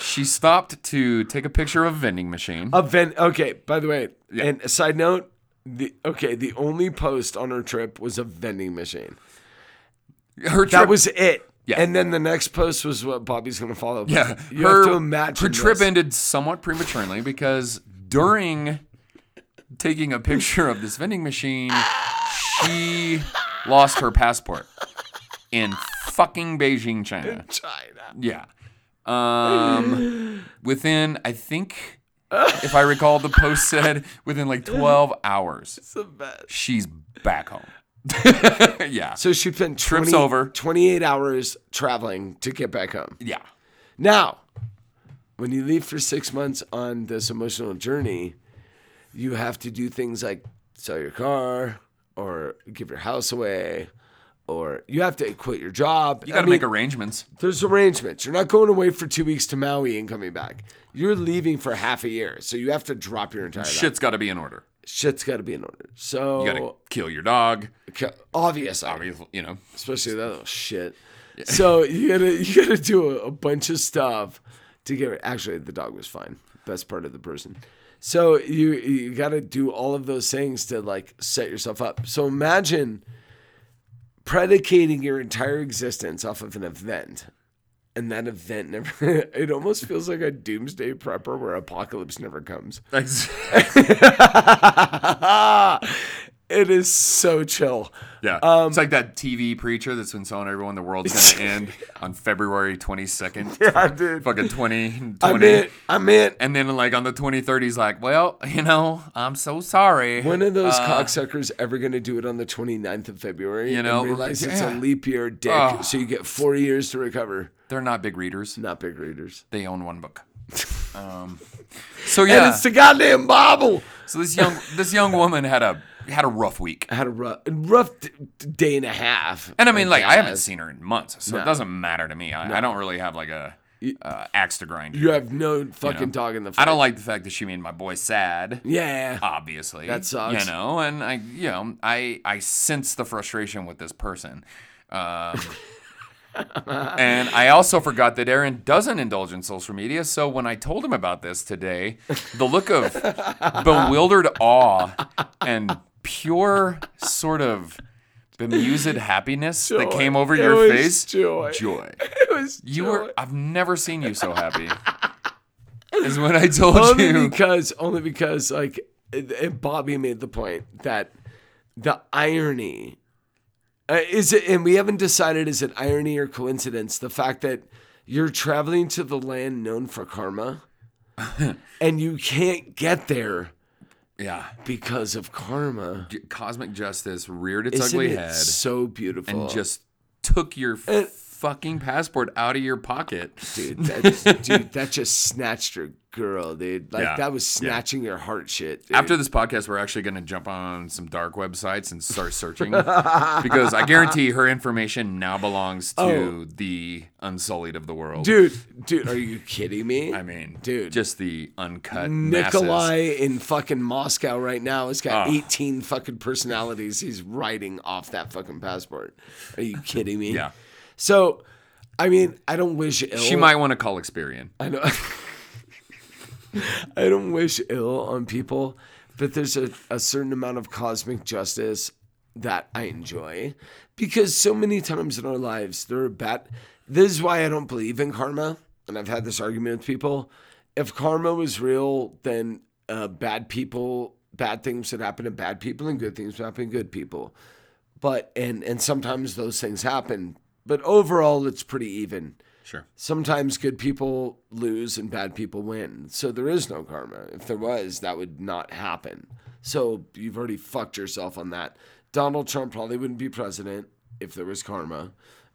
she stopped to take a picture of a vending machine.
A ven- okay, by the way, and a side note, the okay, the only post on her trip was a vending machine.
Her
That
trip-
was it.
Yeah.
And then the next post was what Bobby's gonna follow.
Yeah,
You have to imagine
her trip
this.
ended somewhat prematurely because during taking a picture of this vending machine, she lost her passport in fucking Beijing, China.
China.
Yeah. Um, within, I think, if I recall, the post said within like 12 hours,
The best.
she's back home. yeah.
So she spent 20,
Trip's over.
Twenty-eight hours traveling to get back home.
Yeah.
Now, when you leave for six months on this emotional journey, you have to do things like sell your car or give your house away or you have to quit your job.
You got to make arrangements.
There's arrangements. You're not going away for two weeks to Maui and coming back. You're leaving for half a year, so you have to drop your entire
Shit's got to be in order.
Shit's got to be in order.
You got to
So
kill your dog.
ca- obviously,
Obviously, you know.
especially that little shit. So you gotta you gotta do a, a bunch of stuff to get. Actually, the dog was fine. Best part of the person. So you you gotta do all of those things to like set yourself up. So imagine predicating your entire existence off of an event. And that event never, it almost feels like a doomsday prepper where apocalypse never comes. it is so chill.
yeah.
Um,
it's like that TV preacher that's been telling everyone the world's going to end on February 22nd.
I did.
Fucking 2020.
I'm it. I'm it.
And then, like, on the 2030s, like, well, you know, I'm so sorry.
When are those cocksuckers ever going to do it on the 29th of February?
uh, You
and
know,
realize
like,
it's a
yeah. Ah.
leap year, dick.
Ugh.
So you get four years to recover.
Uh, They're not big readers.
Not big readers.
They own one book. Um, so
And
yeah,
it's the goddamn Bible.
so this young this young woman had a had a rough week,
I had a rough, rough d- d- day and a half.
and I mean, like, I haven't
guess.
seen her in months, so
No.
it doesn't matter to me. I, I don't really have like a uh, axe to grind.
You
here,
have no
you
fucking
know?
dog in the.
I don't
fight.
like the fact that she made my boy sad.
Yeah.
obviously.
That sucks.
You know, and I, you know, I, I sense the frustration with this person. Um, and I also forgot that Aaron doesn't indulge in social media. So when I told him about this today, the look of bewildered awe and pure sort of bemused happiness that
Joy.
came over
It
your
was
face.
joy.
Joy.
It was
You
joy.
were, I've never seen you so happy. Is when I told you.
only because only because like it- it- Bobby made the point that the irony uh, is it, and we haven't decided is it irony or coincidence the fact that you're traveling to the land known for karma and you can't get there
yeah.
because of karma.
J- cosmic justice reared its
Isn't
ugly
it
head
so beautiful?
and just took your fucking passport out of your pocket.
dude, that, dude, that just snatched your girl, dude. Like
Yeah,
that was
yeah.
snatching your heart, shit. dude.
After this podcast, we're actually going to jump on some dark websites and start searching because I guarantee her information now belongs to
Oh.
the unsullied of the world.
dude, dude, are you kidding me?
I mean,
dude,
just the uncut
Nikolai
masses.
in fucking Moscow right now has got
Ah.
18 fucking personalities he's writing off that fucking passport. Are you kidding me?
Yeah.
So, I mean, I don't wish ill.
She might want to call Experian.
I know. I don't wish ill on people, but there's a, a certain amount of cosmic justice that I enjoy because so many times in our lives there are bad. This is why I don't believe in karma, and I've had this argument with people. If karma was real, then uh, bad people, bad things would happen to bad people, and good things would happen to good people. But and and sometimes those things happen, but overall it's pretty even
Sure.
sometimes good people lose and bad people win. So there is no karma. If there was, that would not happen. So you've already fucked yourself on that. Donald Trump probably wouldn't be president if there was karma.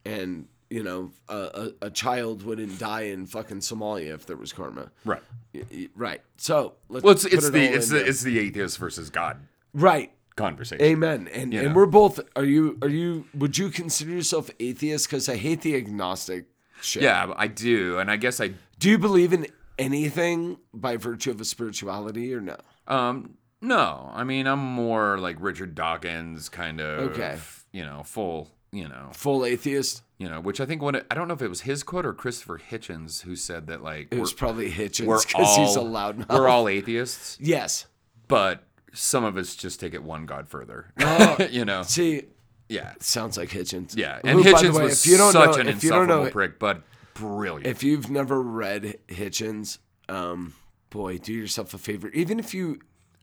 And, you know, a, a, a child wouldn't die in fucking Somalia if there was karma.
Right.
Y- y- Right. So let's
Well, it's,
put
it's
it
the
all
it's
in
the
there.
it's the atheist versus God
right.
conversation.
Amen. And
You
and
know.
we're both. Are you are you? Would you consider yourself atheist? Because I hate the agnostic shit.
Yeah, I do, and I guess I
Do you believe in anything by virtue of a spirituality or no?
Um, no, I mean I'm more like Richard Dawkins kind of,
Okay.
you know, full, you know,
Full atheist?
you know, which I think when it, I don't know if it was his quote or Christopher Hitchens who said that like
It was
we're,
probably Hitchens
we're
because
all
he's a loudmouth.
we're all atheists,
yes.
but some of us just take it one god further, you know,
See,
yeah,
sounds like Hitchens.
yeah.
Who,
And
by the
Hitchens
way,
was
if you don't
such
know,
an
if you don't
insufferable
know,
prick, but brilliant.
if you've never read Hitchens, um, boy, do yourself a favor. Even if you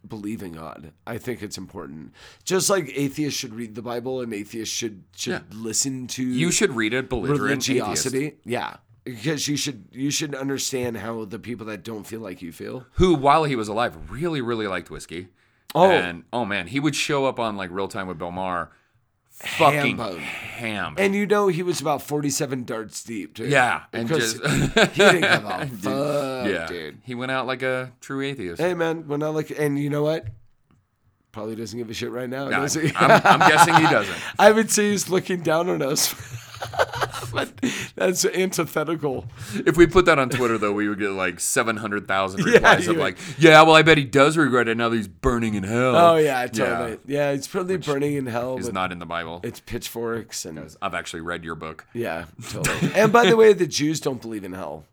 believe in God, I think it's important. Just like atheists should read the Bible, and atheists should should
Yeah.
listen to
you should read a belligerent atheist
religiosity. Yeah, because you should you should understand how the people that don't feel like you feel.
who, while he was alive, really really liked whiskey.
Oh.
and oh man, he would show up on like real time with Bill Maher, fucking
Ham-boned.
ham.
And you know he was about 47 darts deep, dude.
yeah, and
Because
just
he didn't give a fuck,
yeah,
uh, dude.
he went out like a true atheist.
Hey, man, when I look, and you know what? Probably doesn't give a shit right now,
No,
does he?
I'm, I'm guessing he doesn't.
I would say he's looking down on us. but that's antithetical.
If we put that on Twitter, though, we would get like 700,000
Yeah,
replies of
you-
like, yeah, well, I bet he does regret it now that he's burning in hell.
Oh yeah, totally. Yeah, it's probably burning in hell.
Is
With,
not in the Bible.
it's pitchforks and
I've actually read your book.
yeah, totally. and by the way, the Jews don't believe in hell.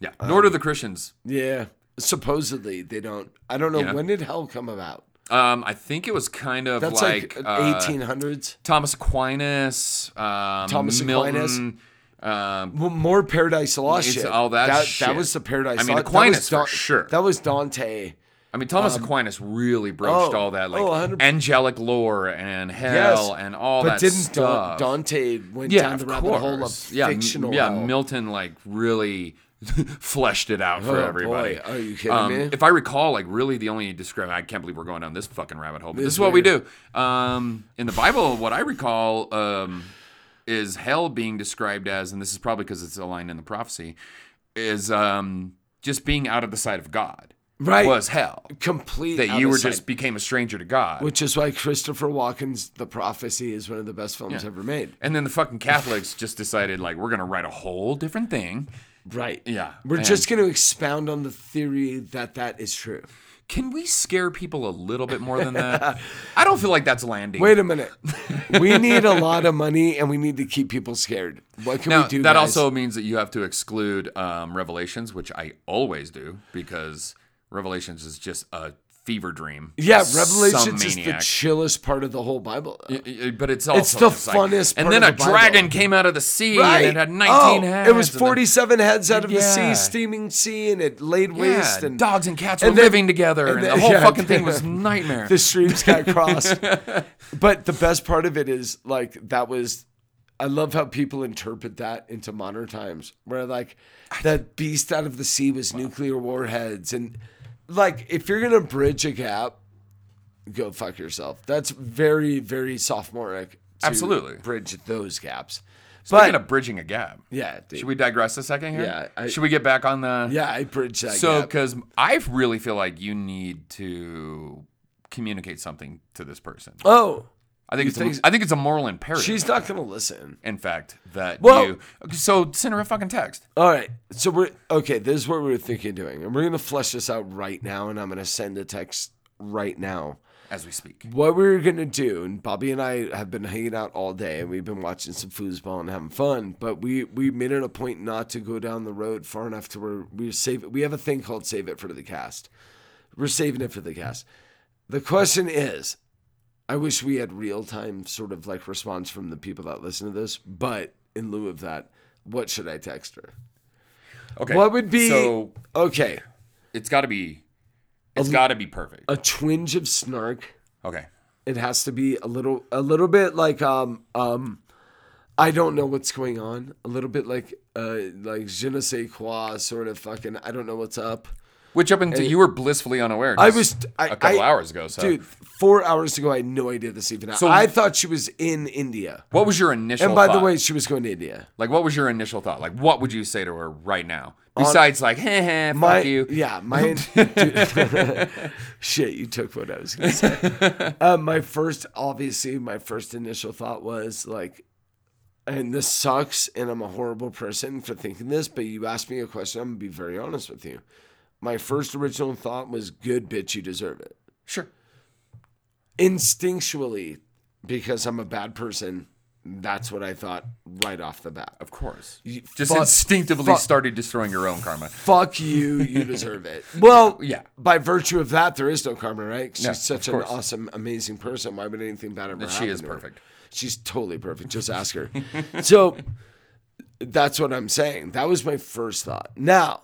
Yeah.
Um,
Nor do the Christians.
Yeah, supposedly they don't. I don't know
Yeah.
when did hell come about.
Um, I think it was kind of
That's
like,
like
uh,
eighteen hundreds.
Thomas Aquinas, um,
Thomas Aquinas.
Milton, Um,
Well, more Paradise Lost
It's
shit.
all that
that,
shit.
was the Paradise.
I mean,
Lost.
Aquinas
that was
for sure.
That was Dante.
I mean, Thomas Aquinas really broached
Um, oh,
all that like
oh, 100
angelic lore and hell
Yes,
and all
but
that
didn't
stuff.
Dan- Dante went
yeah,
down
of
the rabbit hole of
course. yeah, m-
fictional?
Yeah,
hell?
Milton like really fleshed it out
Oh,
for
boy.
everybody.
Are you kidding
Um,
me?
If I recall, like really the only description, I can't believe we're going down this fucking rabbit hole, but this,
This
is what we
weird.
do. Um, in the Bible, what I recall um, is hell being described as, and this is probably because it's aligned in the prophecy, is um, just being out of the sight of God.
Right.
Was hell.
complete
That
out
you
of
were
sight.
just became a stranger to God.
Which is why Christopher Walken's The Prophecy is one of the best films ever made.
and then the fucking Catholics just decided like we're gonna write a whole different thing.
Right.
Yeah,
We're
and-
just going to expound on the theory that that is true.
Can we scare people a little bit more than that? I don't feel like that's landing.
Wait a minute. we need a lot of money and we need to keep people scared. What can
now,
we do?
that
guys?
also means that you have to exclude um, Revelations, which I always do because Revelations is just a fever dream.
Yeah,
Some
Revelations is the
maniac.
chillest part of the whole Bible.
Y- y- but it's also
the
just like-
funnest
And
part
then
of
a
the Bible.
dragon came out of the sea and it had 19
oh,
heads.
It was
and then-
47 heads out of the
Yeah.
sea, steaming sea, and it laid
Yeah,
waste. And
dogs and cats were
then-
living together, and,
then-
the whole
yeah.
fucking thing was nightmare.
the streams got crossed. but the best part of it is like that was I love how people interpret that into modern times where like that beast out of the sea was nuclear warheads and like if you're going to bridge a gap go fuck yourself. That's very very sophomoric. to
Absolutely.
Bridge those gaps.
Speaking
but-
of bridging a gap,
Yeah. dude.
should we digress a second here?
Yeah, I-
should we get back on the?
Yeah, I bridge that
So,
gap.
because I really feel like you need to communicate something to this person.
Oh,
I think it's
think-
a, I think it's a moral imperative.
she's not going to listen.
in fact that
Well-
you. So send her a fucking text.
All right. So we're okay. This is what we were thinking of doing, and we're gonna flesh this out right now. And I'm gonna send a text right now.
As we speak,
What we were gonna do, and Bobby and I have been hanging out all day, and we've been watching some foosball and having fun. But we we made it a point not to go down the road far enough to where we save. We have a thing called save it for the cast. We're saving it for the cast. The question is, I wish we had real time sort of like response from the people that listen to this. But in lieu of that, what should I text her?
okay.
What would be
So
okay?
it's got to be.
Um,
It's got to be perfect.
A twinge of snark.
Okay.
It has to be a little, a little bit like um um, I don't know what's going on. A little bit like uh like je ne sais quoi sort of fucking. I don't know what's up.
Which up until you were blissfully unaware.
I
just
was I,
a couple
I-
hours ago. So,
dude, four hours ago, I had no idea this even.
So-
So, I thought she was in India.
what was your initial?
And by the
thought?
way, she was going to India.
Like, what was your initial thought? Like, what would you say to her right now? Besides, like, heh heh, fuck
my,
you.
Yeah, my dude, shit. You took what I was gonna say. Uh, my first, obviously, my first initial thought was like, and this sucks, and I'm a horrible person for thinking this, but you asked me a question. I'm gonna be very honest with you. My first original thought was, "Good bitch, you deserve it."
Sure.
Instinctually, because I'm a bad person, that's what I thought right off the bat.
Of course.
You-
Just
fuck-
instinctively
fuck-
started destroying your own karma.
fuck you, you deserve it. Well,
Yeah.
By virtue of that, there is no karma, right? 'Cause She's
No,
such
of
an
course.
awesome, amazing person. Why would anything bad ever
That
happen?
she is
to her?
perfect.
She's totally perfect. Just ask her. so that's what I'm saying. That was my first thought. Now,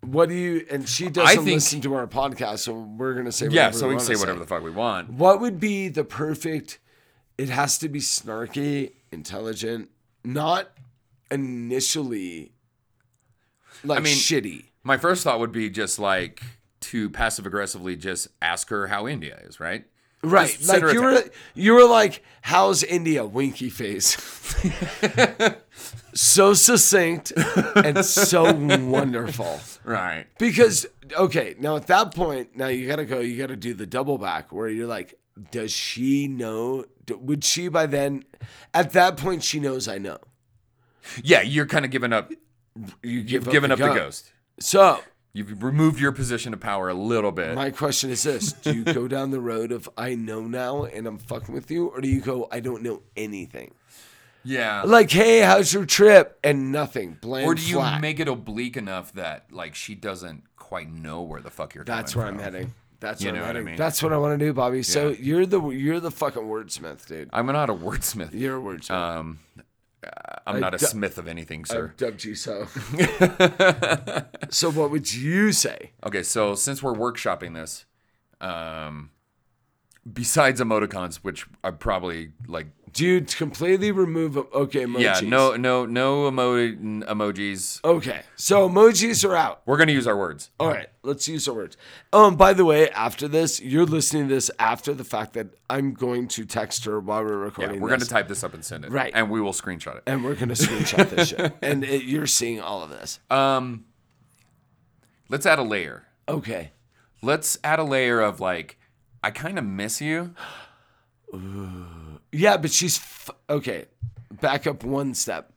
what do you? And she doesn't
think-
listen to our podcast, so we're gonna say
Yeah,
whatever
so we can
wanna
say whatever the fuck we want.
what would be the perfect? It has to be snarky, intelligent, not initially like
mean-
shitty.
My first thought would be just like to passive aggressively just ask her how India is, right?
Right.
Just
Like
center
you were
attack.
you were like, how's India? Winky face. so succinct and so wonderful.
Right.
Because okay, now at that point, now you gotta go, you gotta do the double back where you're like, does she know d- would she by then at that point she knows I know.
Yeah, you're kind of giving up.
You give
You've given up the
gun.
ghost.
So
You've removed your position of power a little bit.
my question is this do you go down the road of I know now and I'm fucking with you, or do you go I don't know anything?
yeah.
Like, hey, how's your trip? And nothing. Bland
or do you
flat.
make it oblique enough that like she doesn't quite know where the fuck you're
That's where
coming
I'm
from?
heading. That's
You
where
know
I'm
what I
heading.
mean?
That's what I want to do, Bobby. So you're the you're the fucking wordsmith, dude.
I'm not a wordsmith.
You're a wordsmith.
Um, I'm not a
du-
smith of anything,
i
sir.
dubbed you so. so what would you say?
okay, so since we're workshopping this, um, besides emoticons, which I probably like,
Do you completely remove em- okay emojis?
yeah, no, no, no emo- emojis.
Okay, so emojis are out.
We're gonna use our words.
All right, let's use our words. Um, by the way, after this, you're listening to this after the fact that I'm going to text her while we're
Yeah,
recording.
we're
this.
gonna type this up and send it.
Right.
and we will screenshot it.
and we're gonna screenshot this shit, and it, you're seeing all of this.
Um, let's add a layer.
Okay.
Let's add a layer of like, I kind of miss you.
Yeah, but she's f- okay. Back up one step.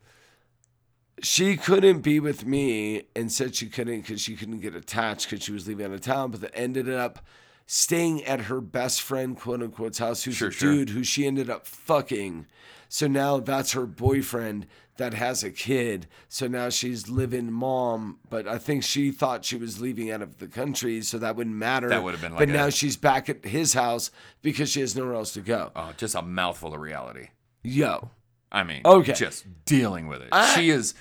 She couldn't be with me and said she couldn't because she couldn't get attached because she was leaving out of town, but then ended up staying at her best friend, quote unquote's house, who's
Sure,
a
sure.
dude who she ended up fucking. So now that's her boyfriend that has a kid. So now she's living mom, but I think she thought she was leaving out of the country, so that wouldn't matter.
That would've been like
But
a-
now she's back at his house because she has nowhere else to go.
Oh, just a mouthful of reality.
Yo.
I mean,
Okay.
just dealing with it.
I-
she is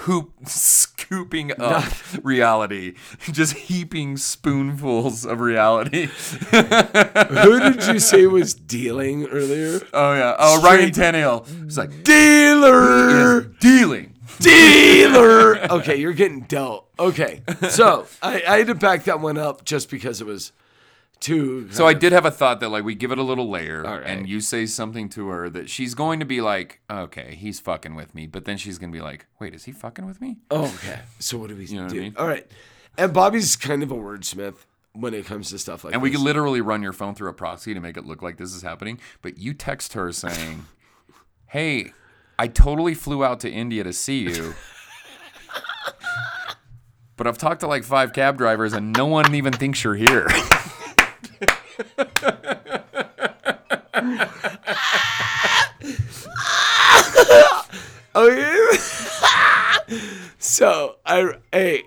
hoop scooping up reality, just heaping spoonfuls of reality.
Who did you say was dealing earlier?
Oh yeah. Oh, Ryan
Straight-
Tannehill. He's like
Dealer,
is dealing.
dealer. Okay, you're getting dealt. Okay, so I, I had to back that one up just because it was too.
So I did have a thought that like we give it a little layer,
All right.
and you say something to her that she's going to be like, okay, he's fucking with me, but then she's gonna be like, wait, is he fucking with me?
Oh, okay. So what do we
know what I
do?
mean?
All right, and Bobby's kind of a wordsmith when it comes to stuff like.
And we
this.
can literally run your phone through a proxy to make it look like this is happening. But you text her saying, Hey, I totally flew out to India to see you. But I've talked to like five cab drivers and no one even thinks you're here.
Oh yeah. so I hey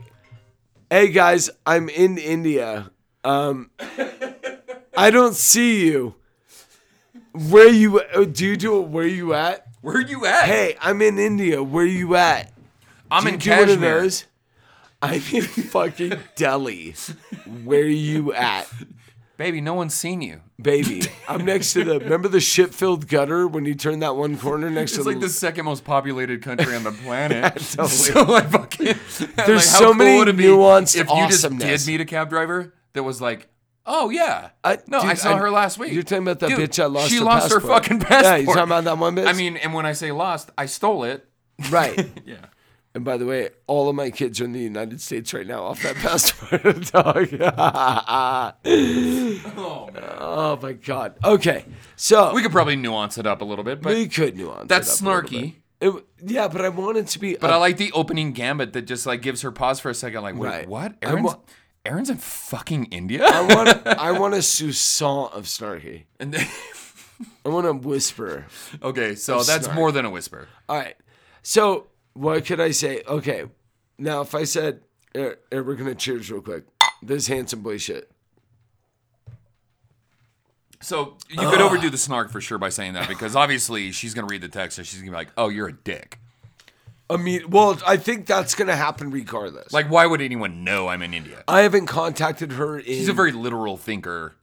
hey guys, I'm in India. Um, I don't see you. Where you oh, do you do it? Where you at?
Where are you at?
Hey, I'm in India. Where you at?
I'm
Do
in
you do one of
Kashmir.
those? I'm in fucking Delhi. Where you at,
Baby, no one's seen you.
baby? I'm next to the. Remember the shit-filled gutter when you turn that one corner next to
It's like
the
the second most populated country on the planet.
totally.
So I fucking there's
so many nuanced
If you just
awesomeness.
did meet a cab driver that was like, oh yeah,
I-
no,
dude,
I saw
I-
her last week.
you're talking about that
Dude,
bitch I lost
She
her
lost her
passport.
fucking
Yeah,
passport.
you're talking about that one bitch?
I mean, and when I say lost, I stole it.
right?
Yeah.
And by the way, all of my kids are in the United States right now off that passport dog.
Oh man.
oh my god. Okay. So
We could probably nuance it up a little bit, but
we could nuance.
that's
it up a little
snarky.
bit. It w- yeah, but I want it to be
But I
up-
like the opening gambit that just like gives her pause for a second, like, wait,
Right.
what?
I
Aaron's,
wa-
Aaron's in fucking India.
I want I want a Susan of snarky.
and then,
I want a whisper.
okay, so that's
snark.
more than a whisper.
All right. So what could I say? Okay. Now if I said eh, eh, we're gonna cheers real quick. This handsome boy shit.
So you could overdo the snark for sure by saying that because obviously she's gonna read the text and she's gonna be like, "Oh, you're a dick."
I mean, well, I think that's gonna happen regardless.
Like, why would anyone know I'm in India?
I haven't contacted her in.
She's a very literal thinker.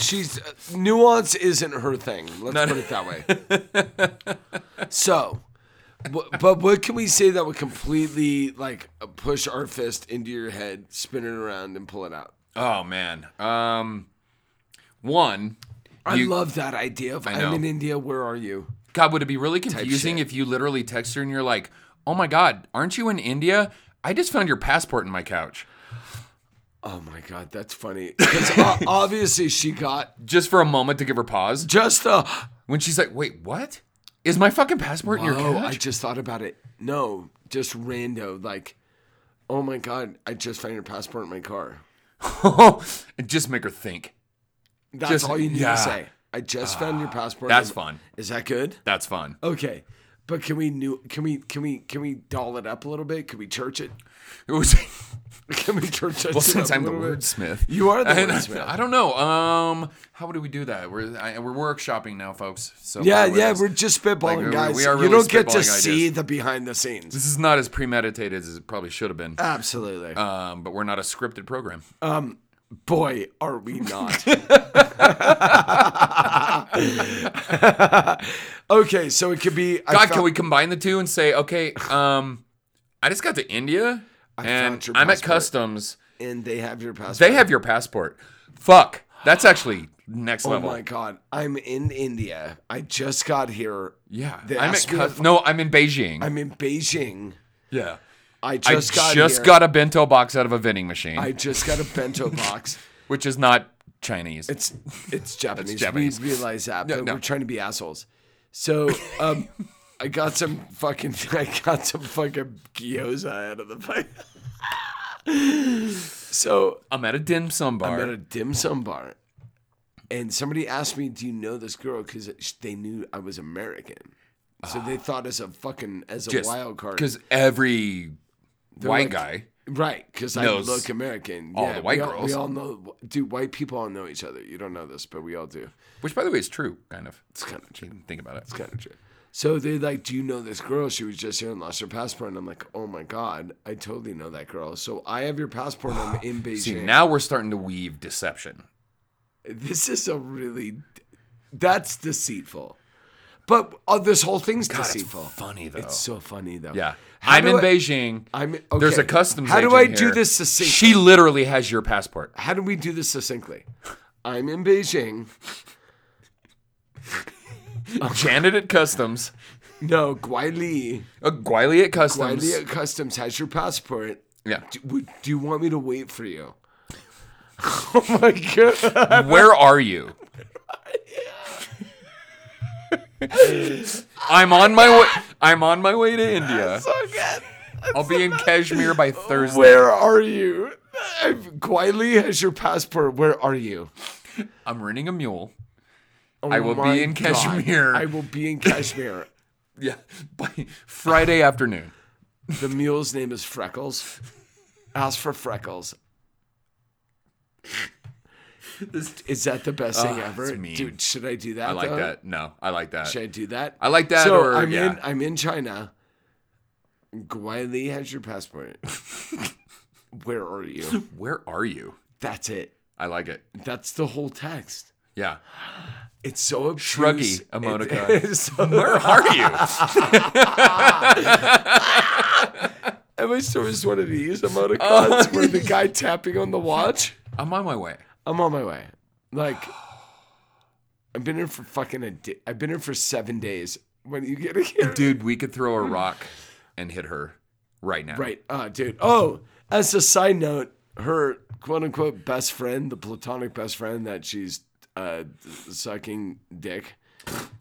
She's uh, nuance isn't her thing. Let's
No, no.
put it that way. so, wh- but what can we say that would completely like uh, push our fist into your head, spin it around, and pull it out?
Oh man. Oh, Um, One,
I
you-
love that idea of I'm
know.
in India, where are you?
God, would it be really confusing
shit.
if you literally text her and you're like, "Oh my God, aren't you in India? I just found your passport in my couch."
Oh my god, that's funny. 'Cause o- obviously she got
Just for a moment to give her pause
just a
when she's like, "Wait, what? Is my fucking passport in your
Oh, I
couch?"
just thought about it. No, just rando like oh my god, I just found your passport in my car.
And just make her think.
That's
Just-
all you need
yeah. Ah,
to say. I just found your passport.
that's
in-
fun.
Is that good?
That's fun.
Okay. But can we new can we can we can we doll it up a little bit? Can we church it?
It was
Can we church it?
well
up
since
a
I'm the
little bit?
wordsmith.
You are the
And I-
wordsmith.
I don't know. Um, how do we do that? We're I, we're workshopping now, folks. So
Yeah,
bear with
yeah,
us.
we're just spitballing,
Like, we-
guys.
we are really
you don't get to
spitballing
see
ideas.
the behind the scenes.
This is not as premeditated as it probably should have been.
Absolutely.
Um, but we're not a scripted program.
Boy, are we not. okay, so it could be. I
God, can
found-
we combine the two and say, okay, um, I just got to India and
found your
I'm at
passport.
customs.
And they have your passport.
They have your passport. Fuck, that's actually next
Oh
level.
my God. I'm in India. I just got here.
Yeah,
They
I'm at
asked me
cus-
if-
no, I'm in Beijing.
I'm in Beijing.
yeah,
I
I
just got
just
here.
got a bento box out of a vending machine,
I just got a bento box.
which is not Chinese.
It's it's Japanese.
Japanese.
We realize that,
No,
but
no.
we're trying to be assholes. So um, I got some fucking I got some fucking gyoza out of the place. so
I'm at a dim sum bar.
I'm at a dim sum bar, and somebody asked me, "Do you know this girl?" Because they knew I was American, so they
Ah.
thought as a fucking as a wild card.
because every white
like-
guy.
Right, because I
knows
look American.
all
yeah,
the white
we all,
girls.
We all know, dude. White people all know each other. You don't know this, but we all do.
Which, by the way, is true, kind of.
It's kind of true.
Think about it.
It's kind of true. So they're like, Do you know this girl? She was just here and lost her passport. And I'm like, Oh my God, I totally know that girl. So I have your passport. I'm in Beijing.
See, now we're starting to weave deception.
this is a really, that's deceitful. But uh, this whole thing's
God, it's
deceitful.
funny though.
It's so funny though.
yeah,
How
I'm
do
in
I-
Beijing.
I'm okay.
There's a customs.
How do I
agent
do
here.
this succinctly?
She literally has your passport.
how do we do this succinctly? I'm in Beijing.
Janet at customs.
No, Guiley.
Uh, Guiley at customs.
Guiley at Customs has your passport.
yeah.
Do, would- do you want me to wait for you? oh my god!
Where are you? I'm on my way. I'm on my way to India. I'll be in Kashmir
Oh.
by Thursday.
Where are you? Guiley has your passport. Where are you?
I'm renting a mule.
Oh
I will be
my
in
God.
Kashmir.
I will be in Kashmir.
Yeah, by Friday afternoon.
the mule's name is Freckles. Ask for Freckles. Is that the best thing
Ah,
ever,
it's mean.
dude? Should I do that?
I like
though?
that. No, I like that.
Should I do that?
I like that,
So
or-
I'm
yeah.
in. I'm in China. Guiley has your passport. Where are you?
Where are you?
That's it.
I like it.
That's the whole text.
Yeah.
It's so obtuse.
Shruggy
It-
emoticon.
it's so,
Where are you?
I wish there was one of these emoticons where the guy tapping on the watch.
I'm on my way.
I'm on my way. Like, I've been here for fucking a. Di- I've been here for seven days. When you get here,
Dude, we could throw a rock and hit her right now.
Right. Uh, dude. Oh, as a side note, her quote unquote best friend, the platonic best friend that she's uh, sucking dick,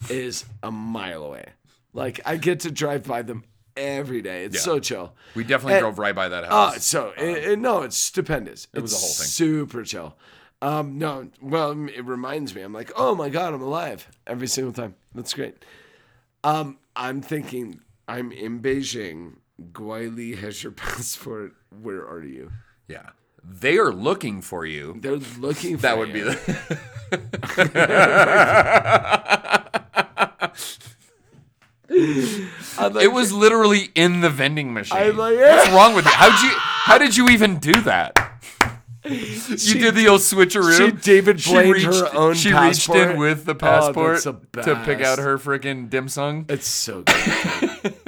is a mile away. Like, I get to drive by them every day. It's
Yeah.
so chill.
We definitely
And-
drove right by that
Oh,
house.
so it, it- no, it's stupendous. It
Um, was a whole thing.
Super chill. Um, no, well, it reminds me. I'm like, oh my god, I'm alive every single time. That's great. Um, I'm thinking, I'm in Beijing. Guiley has your passport. Where are you?
yeah. They are looking for you.
They're looking. for
That would be
you.
the.
I'd like
It was literally in the vending machine.
I like-
What's wrong with you? How'd you? How did you even do that? You did the old switcheroo.
she David
She
Blaine
reached-
her own
She reached
passport.
in with the
Oh, that's
passport
the
to pick out
best.
her freaking dim sum.
It's so good.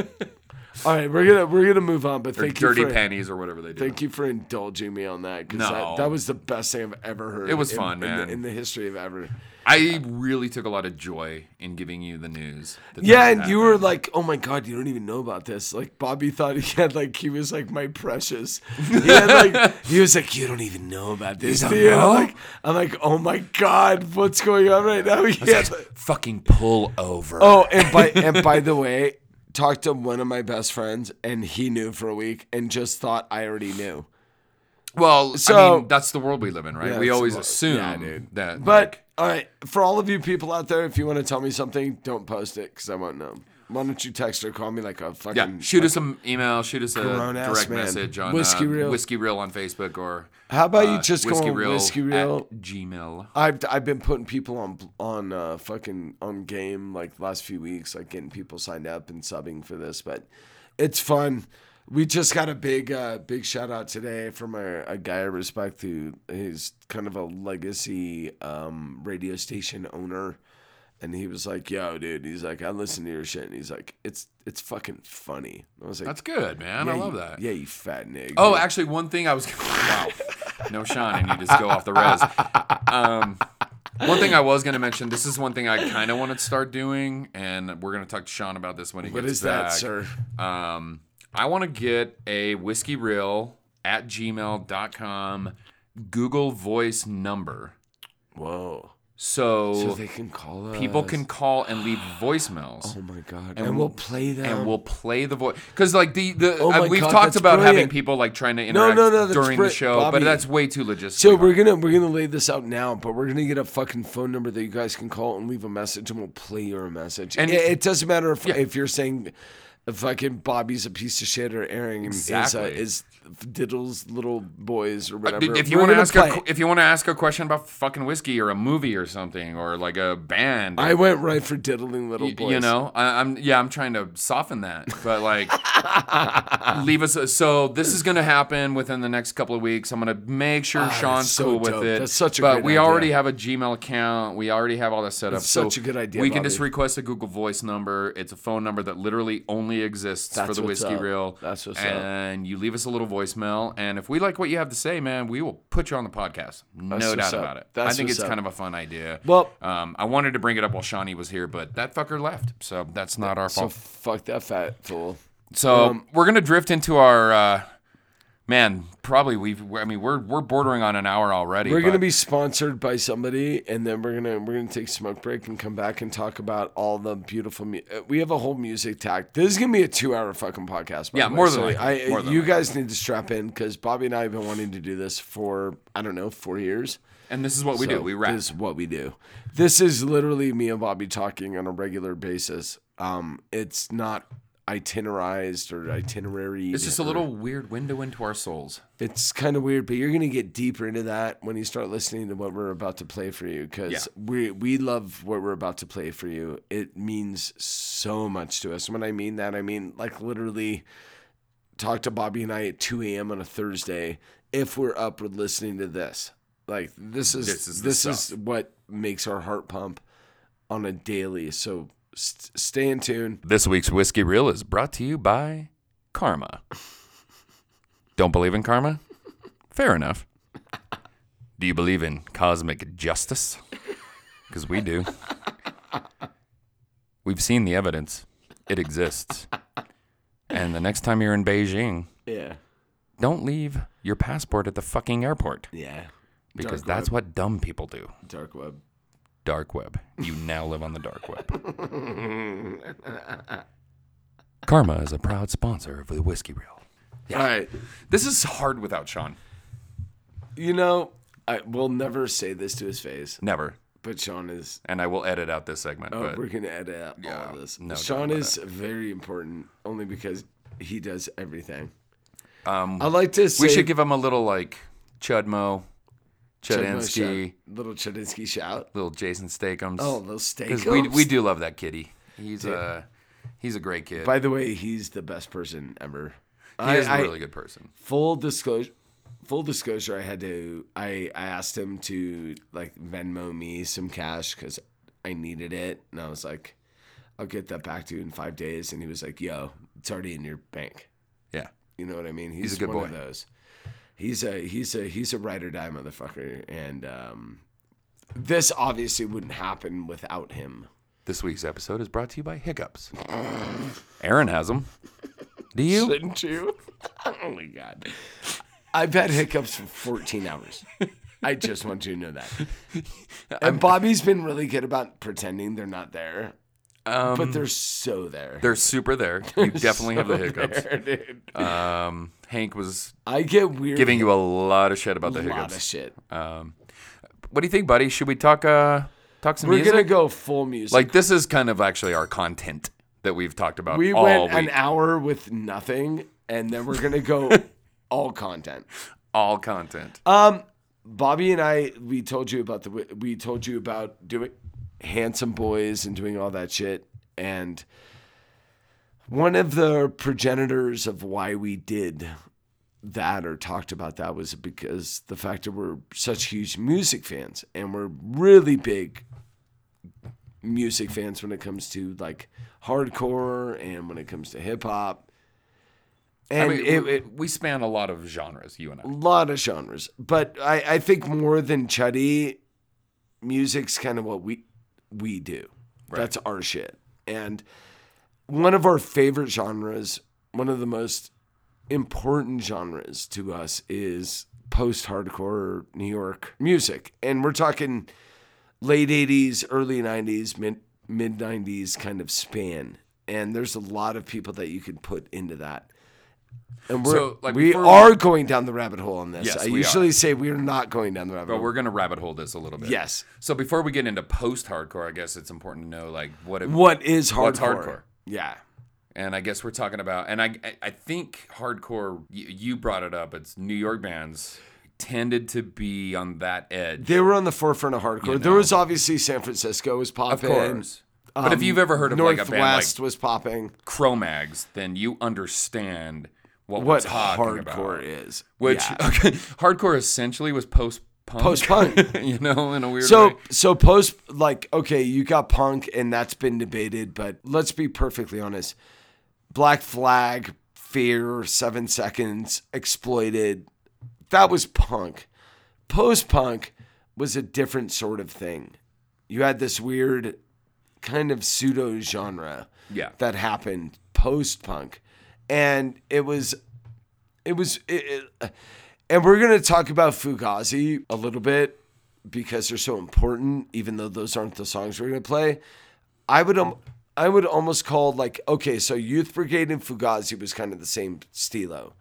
All right, we're gonna we're gonna move on, but
Or
thank
dirty
you for
panties or whatever they do.
thank you for indulging me on that because
No.
that, that was the best thing I've ever heard.
It was
in-
fun,
in the-
man.
in the history of ever.
I really took a lot of joy in giving you the news. that
Yeah,
this
and you were
happened.
like, "Oh my god, you don't even know about this." Like Bobby thought he had like he was like my precious. He had like he was like, "You don't even know about this."
don't
do you?" And I'm
know?
like, I'm like, "Oh my god, what's going on right now?" Yeah.
fucking pull over.
Oh, and by and by the way, talked to one of my best friends, and he knew for a week, and just thought I already knew.
well, I
so-
mean, that's the world we live in, right?
Yeah,
we
it's
always
a lot-
assume
yeah, dude.
that.
But
like,
all right, for all of you people out there, if you want to tell me something, don't post it because I won't know. Why don't you text or call me like a fucking
yeah, shoot us an email, shoot us a
Grown-ass
direct
man.
message on
Whiskey
uh,
Reel.
Whiskey Reel on Facebook or.
How about you
uh,
just go
Whiskey
on
Reel
Whiskey Reel?
at Gmail.
I've I've been putting people on on uh, fucking on game like last few weeks, like getting people signed up and subbing for this, but it's fun. We just got a big uh, big shout out today from a, a guy I respect who he's kind of a legacy um, radio station owner, and he was like, "Yo, dude," he's like, "I listen to your shit," and he's like, "It's it's fucking funny." I was like,
That's good, man. I
"Yeah,
love
you-
that.
Yeah, you fat nigga.
Oh, actually, one thing I was wow, no shine, and you just go off the res. Um, one thing I was going to mention. This is one thing I kind of want to start doing, and we're going to talk to Sean about this when he
what
gets
is that,
back.
sir?
Um, I want to get a whiskey reel at gmail.com Google Voice number
Whoa.
so,
So they can call us.
people can call and leave voicemails.
Oh my god! And, we'll play that.
and we'll play the voice because like the the
Oh
I-
my
we've
God,
talked
that's
about having
brilliant.
people like trying to
No,
interact
no, no, that's
during
bri-
the show,
Bobby.
but that's way too logistical.
So we're gonna we're gonna lay this out now, but we're gonna get a fucking phone number that you guys can call and leave a message, and we'll play your message.
And-
And it, it doesn't matter if
Yeah.
if you're saying fucking Bobby's a piece of shit or Aaron
Exactly.
is, uh, is Diddle's little boys or
Dude,
whatever.
Uh, if you
we're
want to
gonna
ask a,
play
qu-
it.
if you want to ask a question about fucking whiskey or a movie or something or like a band,
I went right for diddling little
y-
boys.
you know, I, I'm yeah, I'm trying to soften that, but like leave us. a- So this is gonna happen within the next couple of weeks. I'm gonna make sure
Ah, that's
Sean's
so
cool with
dope.
it.
That's such a
but
great
we
idea.
already have a Gmail account. We already have all that set up.
That's
So
such a good idea,
We can just
Bobby.
request a Google Voice number. It's a phone number that literally only exists for
That's
the
what's
whiskey
up.
reel.
That's what's up.
and you leave us a little voicemail, and if we like what you have to say, man, we will put you on the podcast. No
That's what's
doubt
up.
about it. I
That's
think
what's
it's
up.
kind of a fun idea.
Well-
um, I wanted to bring it up while Shawnee was here, but that fucker left, so that's not our
So um,
fault.
fuck that fat fool.
So we're gonna drift into our uh, man. Probably we've. I mean, we're we're bordering on an hour already.
We're
but
gonna be sponsored by somebody, and then we're gonna we're gonna take a smoke break and come back and talk about all the beautiful. Mu- uh, we have a whole music tag. This is gonna be a two-hour fucking podcast. by
Yeah,
the way.
more than
So
likely.
I,
More than
you
likely.
guys need to strap in because Bobby and I have been wanting to do this for I don't know four years.
and this is what we do.
So
We rap.
This is what we do. This is literally me and Bobby talking on a regular basis. Um, it's not itinerized or itinerary.
It's just a little weird window into our souls.
It's kind of weird, but you're gonna get deeper into that when you start listening to what we're about to play for you, because
Yeah.
we we love what we're about to play for you. It means so much to us. When I mean that, I mean like literally talk to Bobby and I at 2 a.m. on a Thursday if we're up with listening to this. Like this is
This
this
is
is,
the stuff.
what makes our heart pump on a daily. So st- stay in tune.
This week's whiskey reel is brought to you by Karma. Don't believe in karma? Fair enough. Do you believe in cosmic justice? Because we do. We've seen the evidence, it exists. And the next time you're in Beijing,
Yeah.
don't leave your passport at the fucking airport
Yeah.
because
Dark
that's what dumb people do.
Dark web.
Dark web. You now live on the dark web. Karma is a proud sponsor of the Whiskey Reel.
All right.
This is hard without Sean.
You know, I will never say this to his face,
Never.
but Sean is.
And I will edit out this segment.
Oh,
but
we're gonna edit out
yeah,
all of this.
no doubt
Sean
about
is very important only because he does everything.
um,
I like to say
we should give him a little like Chudmo,
Chudmo
Chudinsky,
shout- little Chudinsky shout.
little Jason Stakeums.
Oh, little steak.
because we, we do love that kitty. He's a he's a great kid.
By the way, he's the best person ever.
he is a really good person.
Full disclosure. Full disclosure, I had to. I, I asked him to like Venmo me some cash because I needed it, and I was like, I'll get that back to you in five days. And he was like, yo, it's already in your bank.
Yeah.
You know what I mean? He's,
a good
one of
boy.
those. He's a he's a he's a ride or die motherfucker, and um, this obviously wouldn't happen without him.
This week's episode is brought to you by hiccups. Aaron has them. Do you?
Shouldn't you? oh my god! I've had hiccups for 14 hours. I just want you to know that. And Bobby's been really good about pretending they're not there,
Um,
but they're so there.
They're super there. You definitely have the hiccups.
There, dude.
Um, Hank was
I get weird.
giving you a lot of shit about the
a lot of
hiccups.
shit.
What do you think, buddy? Should we talk uh talk some
We're
music?
gonna go full music.
Like this is kind of actually our content that we've talked about
We
all
went an
week.
hour with nothing, and then we're gonna go all content.
all content.
Uh, Um, Bobby and I, we told you about the we told you about doing handsome boys and doing all that shit, and one of the progenitors of why we did that or talked about that was because the fact that we're such huge music fans and we're really big music fans when it comes to like hardcore and when it comes to hip hop.
I
And
mean,
it,
we-
it
we span a lot of genres, you and I.
lot of genres, but I, I think more than chuddy, music's kind of what we we do. That's our shit. And one of our favorite genres, one of the most important genres to us is post-hardcore New York music, and we're talking late 80s, early 90s, mid mid 90s kind of span. And there's a lot of people that you could put into that. And we're,
So, like,
we
before we-
are going down the rabbit hole on this.
Yes,
I
we are.
usually say we're not going down the rabbit
But
hole.
we're gonna rabbit hole this a little bit.
Yes.
So before we get into post-hardcore, I guess it's important to know like what it,
What is hardcore?
What's hardcore?
Yeah.
and I guess we're talking about, and I I- I think hardcore. y- You brought it up. It's New York bands tended to be on that edge,
They were on the forefront of hardcore. There was obviously San Francisco was
of
popping.
course. but if
Um,
you've ever heard of like a band like
Northwest was popping.
Cro-Mags, then you understand what,
What
we're talking
hardcore
about.
is.
Which Oh
Yeah.
okay, hardcore essentially was post punk.
Post-punk.
you know, in a weird
So
way.
so post like okay, you got punk and that's been debated, but let's be perfectly honest. Black Flag, Fear, 7 Seconds, Exploited, that was punk. Post punk was a different sort of thing. You had this weird kind of pseudo genre
Yeah.
that happened post punk and it was it was it, it- and we're going to talk about fugazi a little bit because they're so important even though those aren't the songs we're going to play i would um, i would almost call like okay so youth brigade and fugazi was kind of the same stilo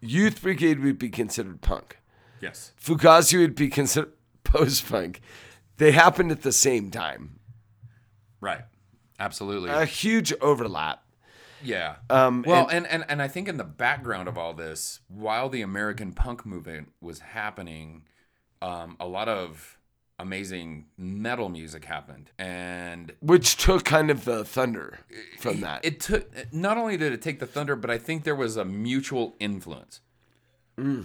youth brigade would be considered punk
Yes.
fugazi would be considered post punk they happened at the same time
Right. Absolutely.
a huge overlap
Yeah. Um, well, and, and, and I think in the background of all this, while the American punk movement was happening, um, a lot of amazing metal music happened. And
which took kind of the thunder from that.
it took, not only did it take the thunder, but I think there was a mutual influence.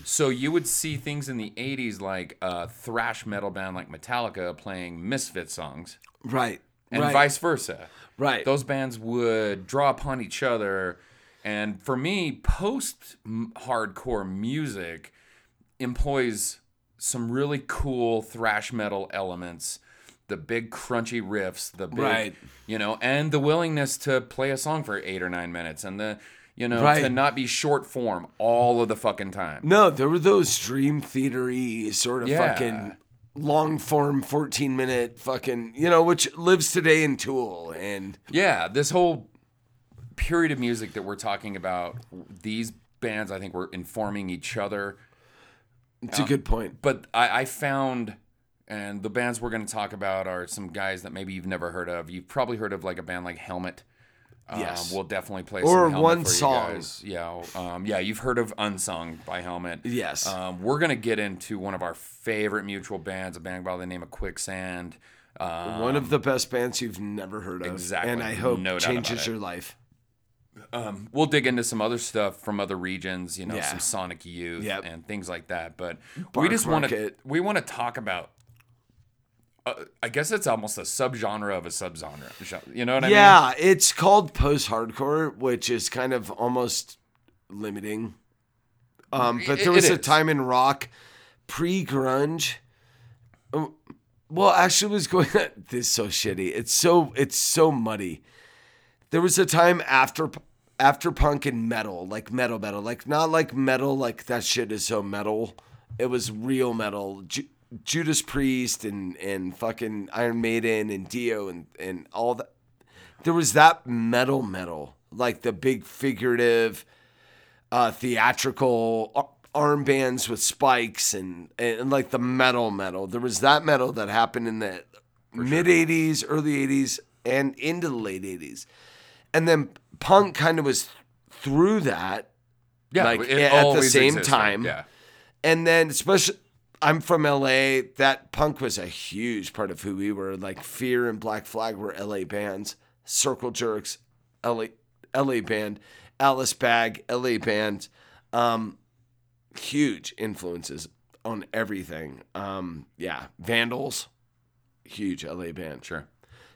So you would see things in the 80s like a thrash metal band like Metallica playing Misfit songs
right.
and
right.
vice versa.
Right.
Those bands would draw upon each other. And for me, post m- hardcore music employs some really cool thrash metal elements, the big crunchy riffs, the big,
Right.
you know, and the willingness to play a song for eight or nine minutes and the, you know, to
Right.
not be short form all of the fucking time.
no, there were those dream theatery sort of
Yeah.
fucking long form 14 minute fucking, you know, which lives today in Tool and
Yeah, this whole period of music that we're talking about, these bands, I think, were informing each other.
it's a good point.
but I, I found, and the bands we're going to talk about are some guys that maybe you've never heard of. You've probably heard of like a band like Helmet. Um,
Yes.
we'll definitely play
Or
some Helmet
One
for you
Song.
guys. Yeah, um, yeah, you've heard of Unsung by Helmet.
Yes.
um, we're gonna get into one of our favorite mutual bands, a band by the name of Quicksand. Um,
One of the best bands you've never heard of.
exactly.
And I hope
No doubt about
changes
it.
your life.
we'll dig into some other stuff from other regions, you know,
Yeah.
some Sonic Youth
Yep.
and things like that. But we
Bark
just want to
Market.
we want to talk about uh, I guess it's almost a subgenre of a subgenre. You know what I mean?
yeah, it's called post-hardcore, which is kind of almost limiting. Um, but
It-
there was
it
a
is.
time in rock, pre-grunge. oh, Well, actually, it was going. this is so shitty. It's so it's so muddy. There was a time after after punk and metal, like metal metal, like not like metal, like that shit is so metal. It was real metal. Ju- Judas Priest and and fucking Iron Maiden and Dio and and all that there was that metal metal like the big figurative uh theatrical ar- armbands with spikes and, and like the metal metal there was that metal that happened in the mid 80s early 80s and into the late 80s and then punk kind of was through that
Yeah,
like,
it
at the
always
same
existed,
time.
Yeah.
and then especially I'm from LA. That punk was a huge part of who we were. Like Fear and Black Flag were LA bands. Circle Jerks, LA LA band. Alice Bag, LA band. Um, huge influences on everything. Um, yeah, Vandals, huge LA band.
Sure.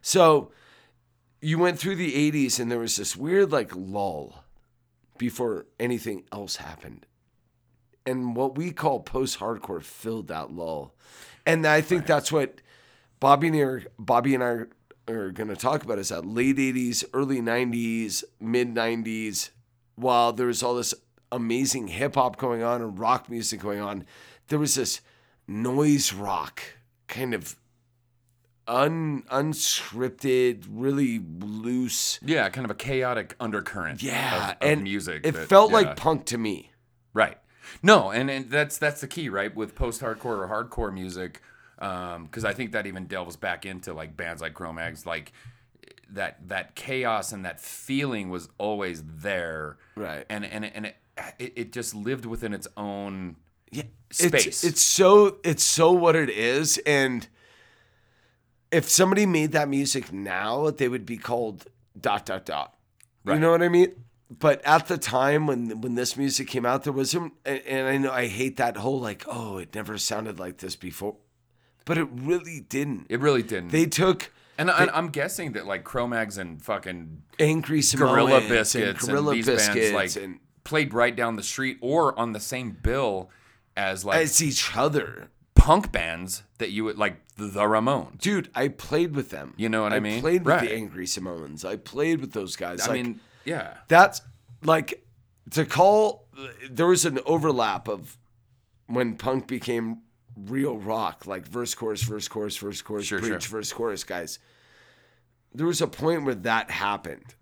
So you went through the 80s and there was this weird like lull before anything else happened. And what we call post hardcore filled that lull. And I think that's what Bobby and, I are, Bobby and I are, are going to talk about is that late 80s, early 90s, mid 90s, while there was all this amazing hip hop going on and rock music going on, there was this noise rock kind of un unscripted, really loose.
Yeah, kind of a chaotic undercurrent. of,
Yeah,
of
and
music.
It
that-
felt
yeah.
like punk to me.
Right. No, and, and that's that's the key, right? With post-hardcore or hardcore music, because I think that even delves back into like bands like Chromags, like that that chaos and that feeling was always there,
Right.
And and and it it, it just lived within its own.
Yeah,
space.
It's, it's so it's so what it is, and if somebody made that music now, they would be called dot dot dot. You
Right.
know what I mean? But at the time when when this music came out, there wasn't, and and I know I hate that whole like, oh, it never sounded like this before, but it really didn't.
It really didn't.
they took
and I, I'm guessing that like Chromags and fucking
angry Samoans
Gorilla
and
Biscuits and,
Gorilla
these
Biscuits
bands like
and
played right down the street or on the same bill as like
as each other.
punk bands that you would like the Ramones.
Dude, I played with them.
You know what I mean?
played with
Right.
the Angry Samoans. I played with those guys.
I
like,
mean, yeah,
that's like to call there was an overlap of when punk became real rock like verse chorus verse chorus verse chorus
Sure,
preach
sure.
verse chorus guys there was a point where that happened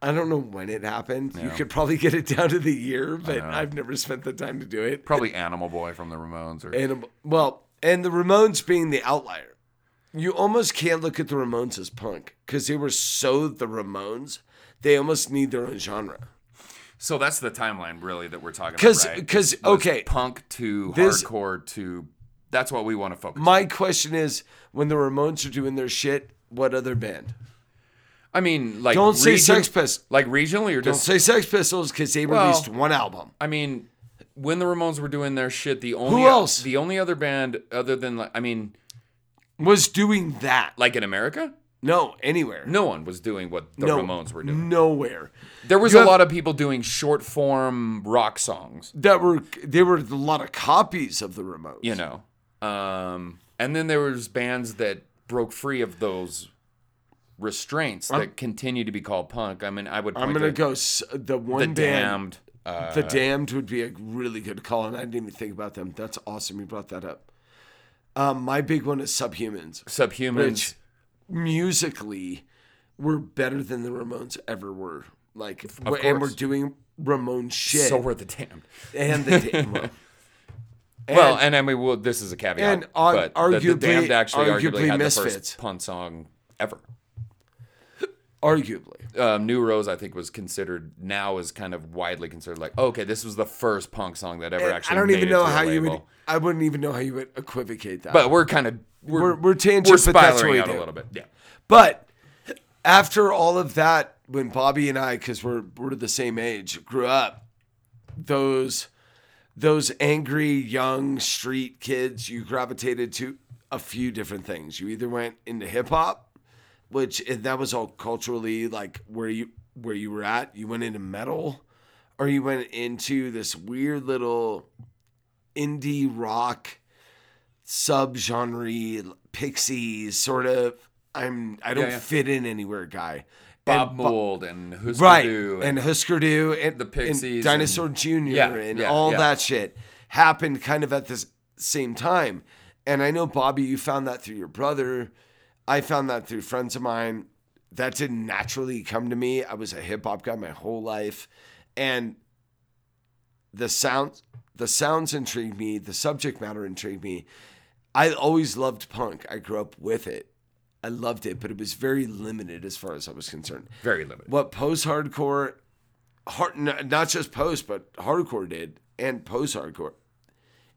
i don't know when it happened you could probably get it down to the year but i've never spent the time to do it
probably Animal Boy from the Ramones or
and well and the ramones being the outlier you almost can't look at the ramones as punk because they were so the ramones they almost need their own genre
so that's the timeline really that we're talking about.
'Cause-
right?
'cause,
Was
okay,
punk to
this-
hardcore to that's what we want to focus.
My question is, when the Ramones are doing their shit, what other band?
I mean, like
Don't say Sex Pistols.
like regionally or
Don't
just
say Sex Pistols because they
Well-
released one album.
I mean, when the Ramones were doing their shit, the only
else?
the only other band other than like I mean,
Was doing that
like in America,
no anywhere?
no one was doing what the
no,
Ramones were doing.
nowhere.
There was
You
a
have-
lot of people doing short form rock songs.
That were there were a lot of copies of the Ramones.
you know um and then there was bands that broke free of those restraints that continue to be called punk i mean i would point
I'm gonna
to
go s- the one
the
band.
damned uh,
the Damned would be a really good call, and I didn't even think about them. That's awesome. You brought that up. Um, my big one is Subhumans.
subhumans
which musically were better than the Ramones ever were. Like, we're- and we're
course.
doing Ramon shit.
so were the damned
and they did well.
well and i mean well this is a caveat
and on-
but the- the,
arguably-
damned actually arguably,
arguably
had the
Misfits.
first punk song ever
arguably.
um, new rose i think was considered now is kind of widely considered like okay this was the first punk song that ever
And
actually
I don't
made
even
it
know
to a
how you would.
label.
I wouldn't even know how you would equivocate that.
but we're kind of
We're-
we're
we're tangent,
we're
but that's what
spiraling
we
out a
do.
little bit yeah
But after all of that, when Bobby and I, because we're we're the same age, grew up, those those angry young street kids you gravitated to a few different things. You either went into hip hop, which eh, that was all culturally like where you where you were at. You went into metal, or you went into this weird little indie rock subgenre pixie sort of. I'm I don't
yeah.
fit in anywhere, guy.
Bob
And Bo-
Mould and Husker
right
Du
and, Husker Du and
the Pixies
and
and-
Dinosaur Jr.
Yeah,
and
yeah,
all
yeah.
that shit happened kind of at the s- same time. And I know Bobby, you found that through your brother. I found that through friends of mine. That didn't naturally come to me. I was a hip hop guy my whole life, and the sounds the sounds intrigued me. The subject matter intrigued me. I always loved punk. I grew up with it. I loved it, but it was very limited as far as I was concerned
very limited.
what post hardcore, hard n- not just post but hardcore did and post hardcore,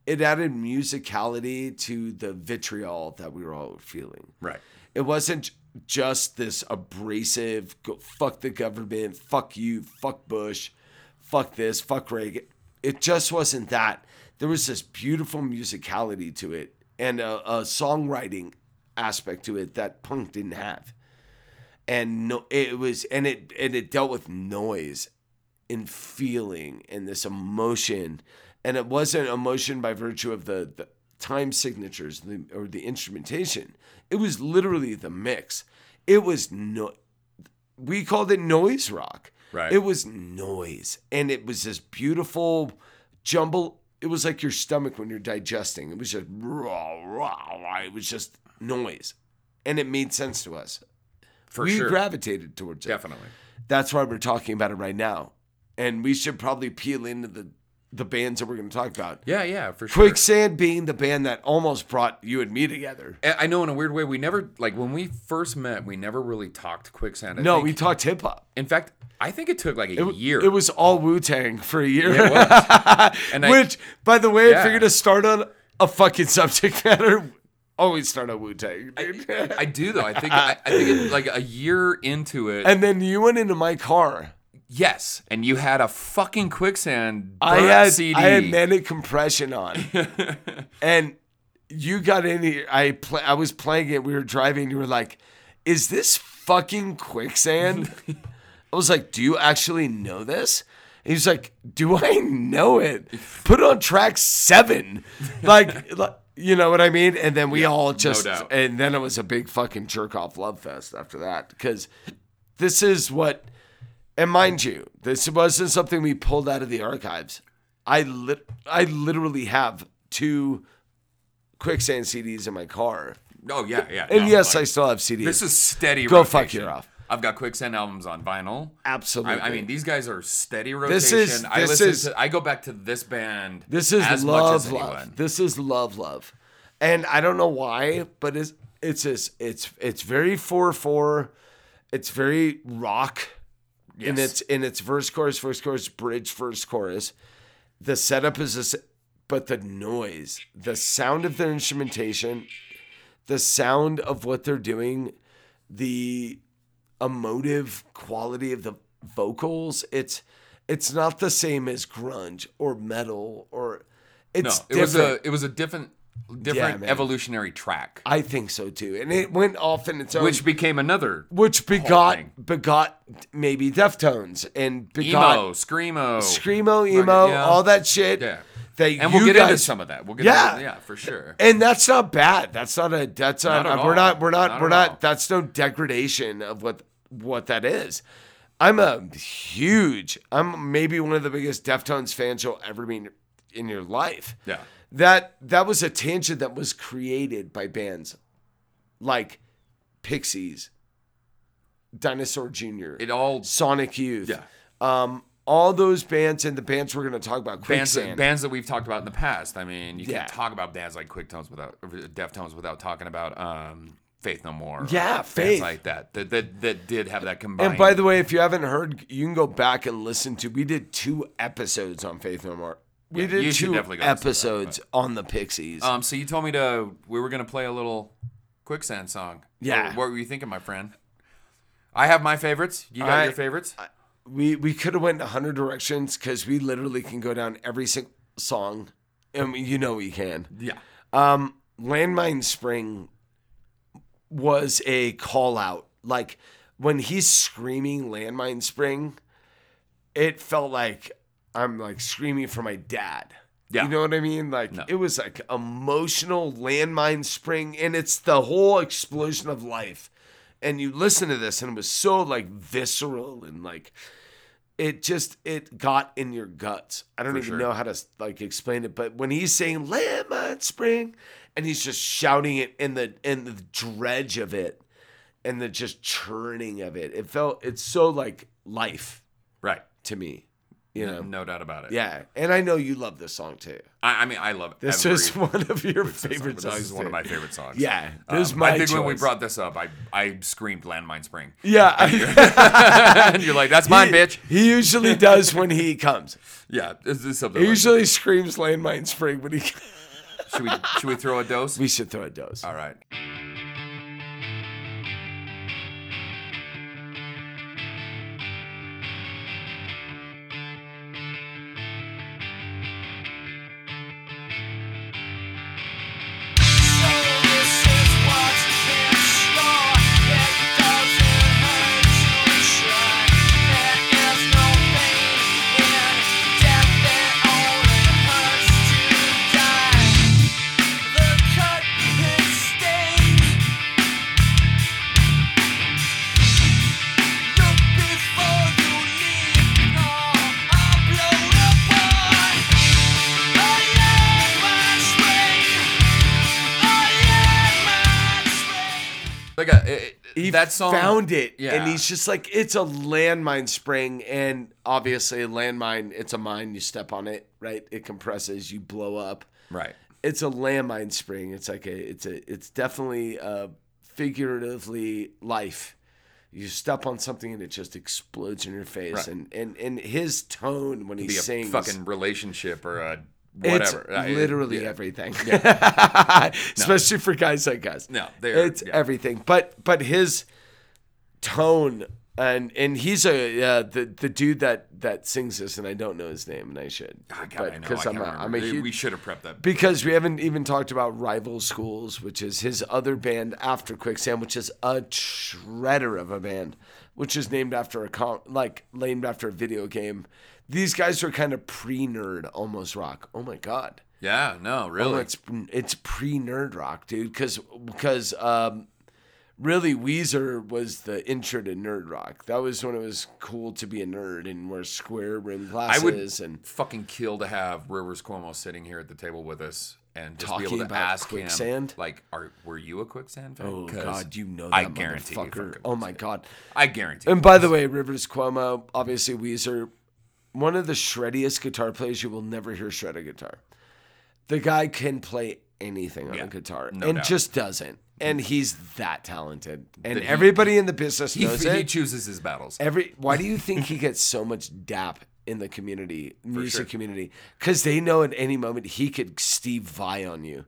it added musicality to the vitriol that we were all feeling.
Right.
It wasn't j- just this abrasive go, fuck the government, fuck you, fuck Bush, fuck this, fuck Reagan. It just wasn't that. There was this beautiful musicality to it and a, a songwriting aspect to it that punk didn't have. And no, it was and it and it dealt with noise and feeling and this emotion and it wasn't emotion by virtue of the, the time signatures the, or the instrumentation it was literally the mix it was no we called it noise rock
Right.
it was noise and it was this beautiful jumble it was like your stomach when you're digesting it was just rah, rah, rah. it was just noise and it made sense to us
For
we
sure.
gravitated towards it
Definitely.
that's why we're talking about it right now. And we should probably peel into the, the bands that we're going to talk about.
Yeah, yeah, for sure.
Quicksand being the band that almost brought you and me together.
I I know in a weird way we never like when we first met we never really talked quicksand. I
no,
think-
we talked hip hop.
in fact I think it took like a
It, w-
year.
it was all Wu Tang for a year.
It was. And I-
Which, by the way,
Yeah.
if you're going to start on a fucking subject matter, always start on Wu Tang.
I do though. I think I, I think it, like a year into it.
And then you went into my car.
yes, and you had a fucking quicksand.
I
burnt
had
CD.
I had manic compression on, and you got in here. I play. I was playing it. We were driving. You were like, "Is this fucking quicksand?" I was like, "Do you actually know this?" And he's like, "Do I know it? Put it on track seven, like." like you know what I mean? And then we all just,
doubt.
and then it was a big fucking jerk off love fest after that. Because this is what and mind you, this wasn't something we pulled out of the archives. I lit- I literally have two quicksand CDs in my car.
Oh yeah, yeah.
And
no,
yes,
like,
I still have CDs.
This is steady.
Go
rotation.
fuck your off.
I've got quicksand albums on vinyl.
absolutely.
I, I mean, these guys are steady rotation.
This is-
I
this
listen
is-
to. I go back to this band.
this is
as
love,
much as
love.
anyone.
This is love, love. And I don't know why, but it's it's this it's it's very four four. It's very rock. in
Yes.
its in its verse chorus verse chorus bridge verse chorus the setup is this but the noise the sound of their instrumentation the sound of what they're doing the emotive quality of the vocals it's it's not the same as grunge or metal or
no,
it's
it was
different.
a it was a different different
man.
evolutionary track,
I think so too and it went off in its own
which became another
which begot
thing.
begot maybe Deftones and begot
emo, screamo,
screamo, emo,
yeah.
all that shit.
Yeah.
That
and we'll
you
get
guys,
into some of that. We'll get
Yeah.
into, yeah, for sure.
And that's not bad. That's not a. That's not.
Not at
we're
all.
not. We're not.
Not
we're
at
not.
all.
That's no degradation of what what that is. I'm a huge. I'm maybe one of the biggest Deftones fans you'll ever meet in your life.
Yeah.
That that was a tangent that was created by bands like Pixies, Dinosaur Jr.
It all
Sonic Youth.
Yeah.
Um, all those bands and the bands we're going to talk about.
bands
Quicksand.
bands that we've talked about in the past. I mean, you
Yeah.
can't talk about bands like Quicktones without or Deftones without talking about um, Faith No More.
Yeah,
bands
Faith.
like that that, that that did have that combined.
and by the way, if you haven't heard, you can go back and listen to. We did two episodes on Faith No More. We
Yeah, you
did
should
two
definitely go listen to that,
episodes on the Pixies.
um, so you told me to we were gonna play a little Quicksand song.
Yeah.
What, what were you thinking, my friend? I have my favorites. You got
I-
your favorites.
we we could have went a hundred directions because we literally can go down every single song, and we, you know we can.
yeah.
Um, Landmine Spring was a call out. Like when he's screaming Landmine Spring, it felt like I'm like screaming for my dad.
Yeah.
You know what I mean? Like it was like emotional landmine spring and it's the whole explosion of life. And you listen to this and it was so like visceral and like it just it got in your guts. I don't even
sure.
know how to like explain it, but when he's saying landmine spring and he's just shouting it in the in the dredge of it and the just churning of it. It felt it's so like life
Right.
to me. You know.
No doubt about it.
Yeah, and I know you love this song too.
I, I mean, I love
This
every
is one of your
Which is-
favorite
this
songs.
is one of
too.
my favorite songs.
Yeah, this is
Um,
my
I think when we
choice.
brought this up, I I screamed "Landmine Spring,"
Yeah,
and you're like, "That's mine,
he,
bitch."
He usually does when he comes.
Yeah, this is something.
He
Like
usually screams "Landmine Spring" when he.
that. should we should we throw a dose?
we should throw a dose.
All right.
Oh, Oh,
Like a, it,
He
that song
found it,
Yeah.
and he's just like, "It's a landmine spring," and obviously, a landmine. It's a mine. You step on it, right? It compresses. You blow up.
right.
it's a landmine spring. It's like a it's a it's definitely uh, figuratively life. You step on something and it just explodes in your face.
Right.
And and and his tone when he
Be a
sings,
fucking relationship or a
it's
whatever. I- it-
literally
yeah.
everything. Especially for guys like us.
No, they're-
it's
yeah.
everything. But but his tone. And and he's a uh, the the dude that that sings this, and I don't know his name, and I should,
God, I
but
know. I
I'm
am
a, I'm a huge
we should have prepped that.
because we haven't even talked about Rival Schools, which is his other band after Quicksand, which is a shredder of a band, which is named after a com- like named after a video game. These guys were kind of pre-nerd almost rock. Oh my god.
yeah. No.
Oh,
Really.
it's it's pre-nerd rock, dude, cuz cuz um really Weezer was the intro to nerd rock. That was when it was cool to be a nerd and wear square rim
I
glasses
would
and
fucking kill to have Rivers Cuomo sitting here at the table with us and just be
Talking
able to
about
ask
quicksand?
him, like, are were you a quicksand fan?
Oh
'Cause
God, you know that
I guarantee you
motherfucker.
fucking
Oh
was.
my God.
I guarantee.
And by the way, Rivers Cuomo, obviously Weezer, one of the shreddiest guitar players you will never hear shred a guitar. The guy can play anything on
Yeah,
a guitar
no
and
doubt.
just doesn't. And he's that talented. And
But he-
everybody in the business
he,
knows
he
it.
chooses his battles.
Every why do you think he gets so much dap in the community, music community? Because they know at any moment he could Steve Vai on you.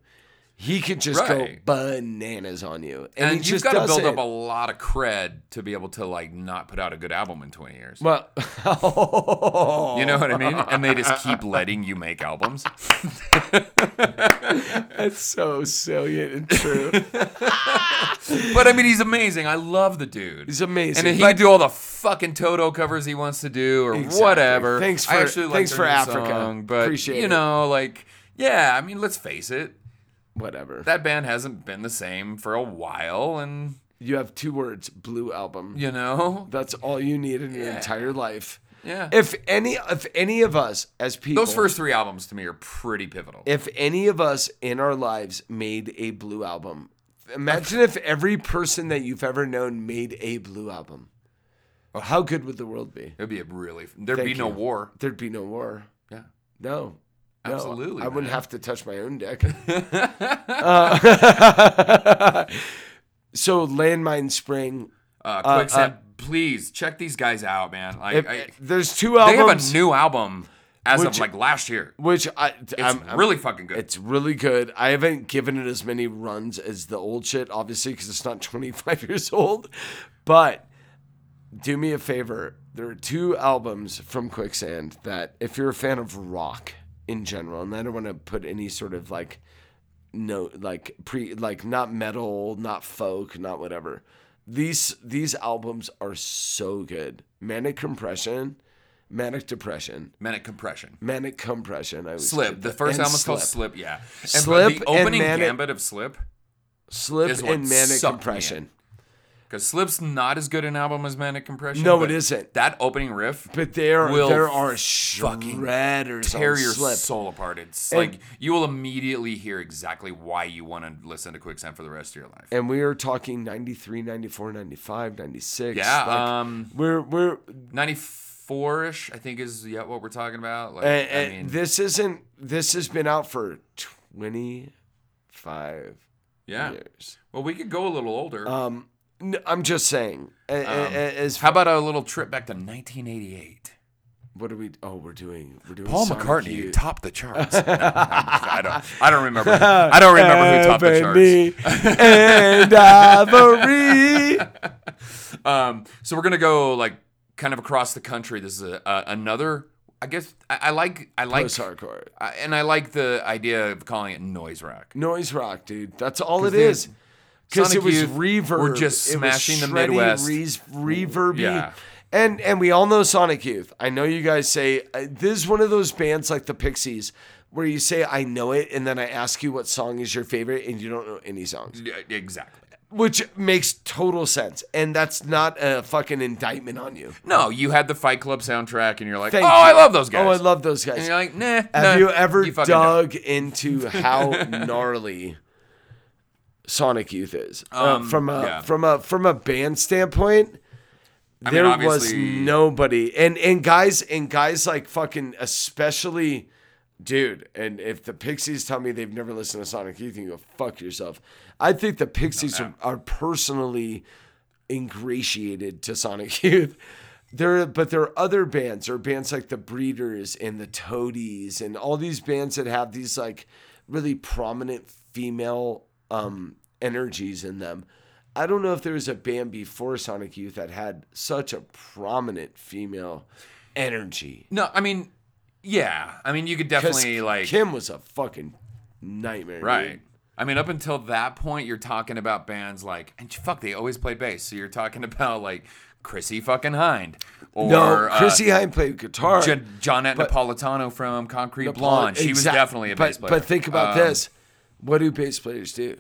He could just
Right.
go bananas on you.
and
And, he
you've
just
got to
does
build up
it.
a lot of cred to be able to like not put out a good album in 20 years.
well, Oh.
you know what I mean? And they just keep letting you make albums.
That's so salient and true.
But I mean, he's amazing. I love the dude.
He's amazing,
And he
but-
can do all the fucking Toto covers he wants to do or
Exactly.
whatever.
Thanks
I
for-
actually like
thanks
their
for
new
Africa.
song, but
Appreciate
you
it.
know, like, yeah. I mean, let's face it.
Whatever.
That band hasn't been the same for a while, and
you have two words, blue album.
you know,
That's all you need in your entire life.
yeah.
If any if any of us as people
Those first three albums to me are pretty pivotal.
if any of us in our lives made a blue album, imagine if every person that you've ever known made a blue album.
Oh.
How good would the world be?
It'd be a really there'd be
Thank
no
you.
war.
There'd be no war.
Yeah.
No. No,
Absolutely,
I wouldn't
man.
have to touch my own dick. Uh, so landmine spring.
Uh,
Uh,
Quicksand,
uh,
please check these guys out, man. Like,
If-
I,
there's two
they have
albums,
a new album as
Would
of
you-
like last year.
which I
It's really fucking good.
It's really good. I haven't given it as many runs as the old shit, obviously, because it's not 25 years old. But do me a favor. There are two albums from Quicksand that, if you're a fan of rock in general, and I don't want to put any sort of like no like pre like not metal, not folk, not whatever. These these albums are so good. Manic Compression, Manic Depression,
Manic Compression.
Manic Compression. I was
Slip. The first
and
album's called
Slip.
Slip. Yeah. And
Slip
The
and
opening
Manic-
gambit of Slip,
Slip
is what
and Manic
sucked me in.
Compression.
because Slip's not as good an album as Manic Compression.
No,
but
it isn't.
That opening riff.
But there
Will
there are
fucking
shredders
tear
on
your
Slip.
soul apart. It's
And-
like you will immediately hear exactly why you want to listen to Quicksand for the rest of your life.
and we are talking 93 94 95 96
Yeah,
like,
um,
we're we're
Ninety four ish, I think, is yeah what we're talking about. Like,
and,
I
and
mean,
this isn't this has been out for 25
yeah.
years
Well, we could go a little older.
um n- i'm just saying a- a- a- as
Um, How about a little trip back to 1988?
what are we oh we're doing we're doing
Paul
Sonic
McCartney
Youth.
topped the charts. No, I, don't, I don't remember. I don't remember who topped the charts.
Ebony and ivory
Um, so we're gonna go like kind of across the country. This is a, a, another. I guess I, I like I like
hardcore
I, and I like the idea of calling it noise rock.
noise rock dude that's all it
they-
is because
Sonic
it was
Youth
reverb
were just
It was
smashing the
shreddy,
Midwest.
res- reverby
Yeah.
and and we all know sonic youth i know you guys say uh, this is one of those bands like the pixies where you say i know it and then i ask you what song is your favorite and you don't know any songs
Yeah, exactly.
Uh, which makes total sense and that's not a fucking indictment on you
No, you had the Fight Club soundtrack, and you're like,
Thank
oh,
you.
I love those guys.
oh i love those guys
And you're like, nah. nah,
Have you ever
fucking don't.
dug into how gnarly Sonic Youth is Uh,
Um,
from a
yeah.
from a from a band standpoint?
I mean,
there was
obviously-
nobody, and and guys and guys like fucking especially, dude. And if the Pixies tell me they've never listened to Sonic Youth, you go fuck yourself. I think the Pixies are, are personally ingratiated to Sonic Youth. There, but there are other bands, or bands like the Breeders and the Toadies, and all these bands that have these like really prominent female um, energies in them. I don't know if there was a band before Sonic Youth that had such a prominent female energy.
No, I mean, yeah. I mean, you could
'Cause
definitely like
Kim was a fucking nightmare. dude.
Right. I mean, up until that point, you're talking about bands like, and fuck, they always play bass. So you're talking about like Chrissy fucking Hind or
No,
uh,
Chrissy Hine played guitar.
Jo- Jonette
but-
Napolitano from Concrete
The
Blonde.
Paul-
She was
exact-
definitely a
but,
bass player.
But think about
Um,
this: what do bass players do?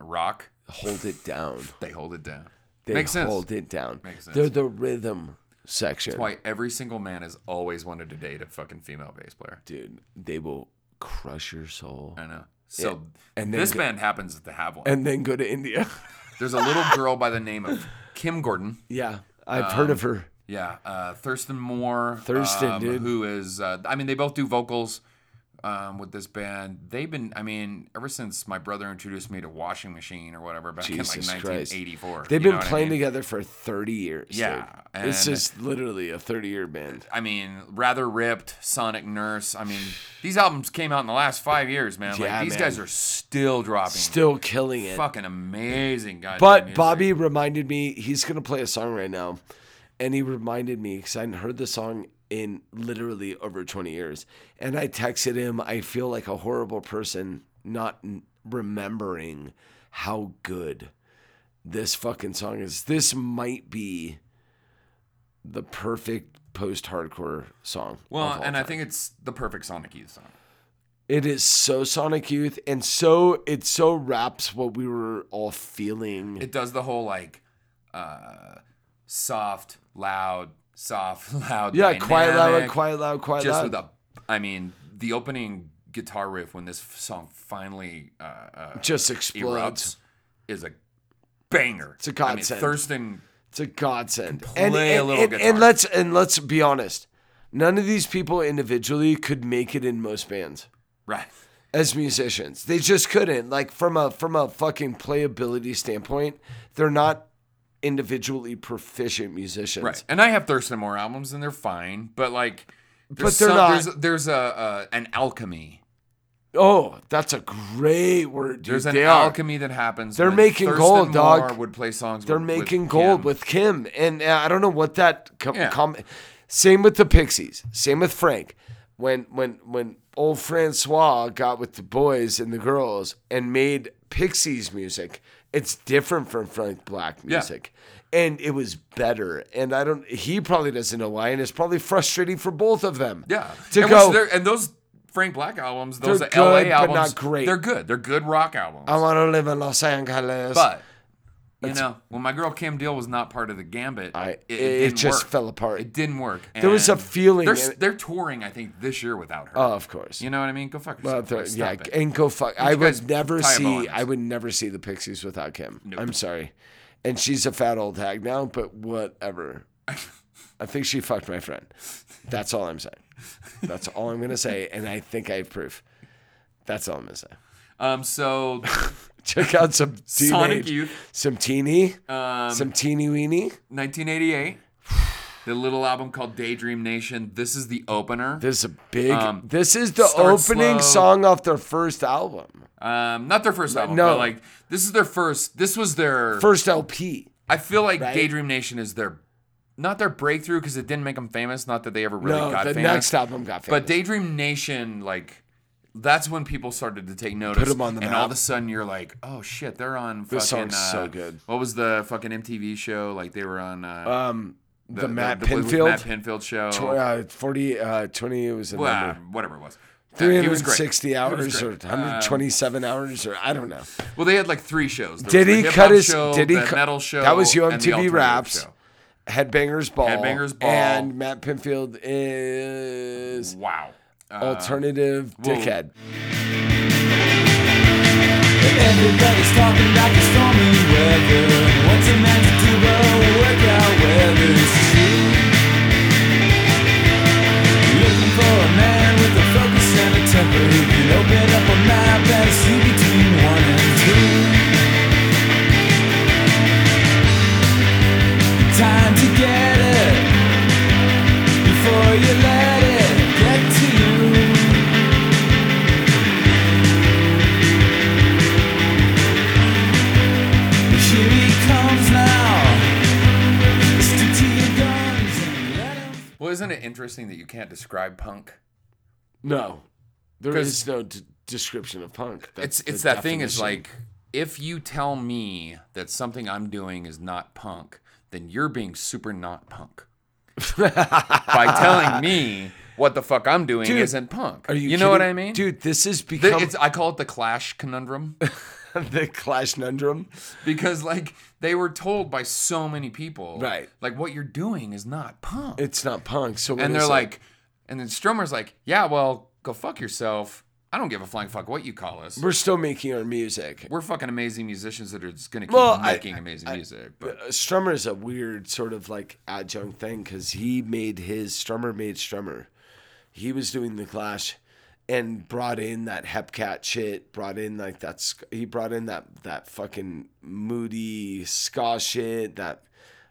Rock,
Hold it down.
they hold it down.
They
Makes sense.
hold it down.
Makes sense.
They're the rhythm section.
Why every single man has always wanted to date a fucking female bass player.
Dude, they will crush your soul.
I know. So
And then
this
go-
band happens to have one.
And then go to India.
There's a little girl by the name of Kim Gordon.
yeah, I've heard of
Um,
her.
Yeah, uh, Thurston Moore.
Thurston,
um,
dude.
Who is, uh, I mean, they both do vocals um, with this band. They've been, I mean, ever since my brother introduced me to Washing Machine or whatever back in
Jesus
like
Christ.
1984.
They've
you know
been
what I
playing
mean?
together for 30 years.
Yeah,
dude. It's
and-
just literally a 30 year band.
I mean, Rather Ripped, Sonic Nurse. I mean, these albums came out in the last five years, man. Like,
Yeah,
these
man.
guys are still dropping.
Still killing it.
Fucking amazing guys.
But Bobby reminded me he's gonna play a song right now, and he reminded me because I hadn't heard the song in literally over 20 years, and I texted him. I feel like a horrible person not n- remembering how good this fucking song is. This might be the perfect post-hardcore song.
Well,
of all
and I
time.
think it's the perfect Sonic Youth song.
it is so Sonic Youth, and so it so wraps what we were all feeling.
it does the whole like uh soft loud soft loud
yeah, quiet loud,
dynamic,
quiet loud, quiet
just
loud.
with a i mean the opening guitar riff when this f- song finally uh, uh
just explodes.
erupts is a banger
It's
I
a
mean,
godsend.
thurston
It's a godsend.
Can
And,
play a
and-
little
and- and
guitar.
let's and let's be honest. None of these people individually could make it in most bands
right
as musicians. They just couldn't. Like from a from a fucking playability standpoint, they're not individually proficient musicians.
right and i have thurston moore albums and they're fine but like there's
But they're
some-
not-
there's, there's a uh, an alchemy
Oh, that's a great word, dude.
there's an
They are.
alchemy that happens
They're
when
making
Thurston
gold, dog.
Moore would play songs
They're
with- with
making gold
Kim.
with Kim, and uh, I don't know what that com-
Yeah.
com- Same with the Pixies. Same with Frank. When when when old Francois got with the boys and the girls and made Pixies music. It's different from Frank Black music. And it was better. And I don't, he probably doesn't know why. And it's probably frustrating for both of them.
Yeah.
To
and, which
go,
they're- and those Frank Black albums, those
They're
LA
good, but
albums,
not great.
They're good. They're good rock albums.
I want to live in Los Angeles.
but you know, when my girl Kim Deal was not part of the Gambit,
I-
it, it
it
didn't
just
work.
fell apart.
It didn't work.
There was a
and
feeling
They're,
in
s-
it.
they're touring, I think, this year without her.
oh, of course.
you know what I mean? Go fuck
Well,
yourself.
they're-
Like,
yeah,
stop it.
and go fuck. I
guys
would never
tie 'em on?
see. I would never see the Pixies without Kim. I'm sorry, and she's a fat old hag now. But whatever. I think she fucked my friend. That's all I'm saying. That's all I'm gonna say, and I think I have proof. That's all I'm gonna say.
Um, so
Check out some teenage,
Sonic Youth. Um,
some teeny, some teeny weeny.
1988, the little album called Daydream Nation. This is the opener.
This is a big.
Um,
this is the
Start Slow.
opening song off their first album,
Um, not their first album,
no.
but like this is their first. This was their.
first LP.
I feel like
right?
Daydream Nation is their, not their breakthrough because it didn't make them famous. Not that they ever really
No,
got
the
famous.
next album got famous.
But Daydream Nation, like, that's when people started to take notice.
'em on the
and
map.
all of a sudden, you're like, oh shit, they're on. Fucking,
This song's
uh,
so good.
What was the fucking MTV show? Like they were on. Uh,
um, the, Matt
the- with
Pinfield.
Matt Pinfield show.
Tw- uh, 40, uh, 20, it was a
Well,
number.
whatever it was. Uh, he was great. Um,
360
He was
hours or
great.
127 hours or I don't know.
Well, they had like three shows. There was
Did
the
he
hip-hop
cut his?
Show,
did he
the
cut-
metal show?
That was
and the
UMTV
alternative
Raps.
show.
Headbangers Ball.
Headbangers Ball.
And Matt Pinfield is
Wow. Uh,
alternative
whoa.
dickhead.
Everybody's talking about the stormy weather. What's a man to do but work out weather's true? Looking for a man with a focus and a temper who can open up a map and see between one and two. Time to get it before you let it get to you. Here he comes now. Stick to your guns and let him
Well, isn't it interesting that you can't describe punk?
No, there
'Cause-
is no d- description of punk. That's
It's
the
it's that thing. It's
definition.
like if you tell me that something I'm doing is not punk, then you're being super not punk by telling me what the fuck I'm doing
Dude,
isn't punk.
Are you?
know what
kidding?
I mean?
dude? This has
Th-
become
it's, I call it the clash conundrum
the Clash Nundrum.
because like they were told by so many people,
Right.
Like what you're doing is not punk.
It's not punk. So what
and
is
they're
it?
like, and then Stromer's like, yeah, well, go fuck yourself. I don't give a flying fuck what you call us. We're,
we're still making our music.
fucking amazing musicians that are just gonna keep
Well, I-
making amazing music. But
Uh, Strummer is a weird sort of like adjunct thing because he made his Strummer made Strummer. He was doing the Clash and brought in that Hepcat shit. Brought in like that. sk- He brought in that that fucking moody ska shit. That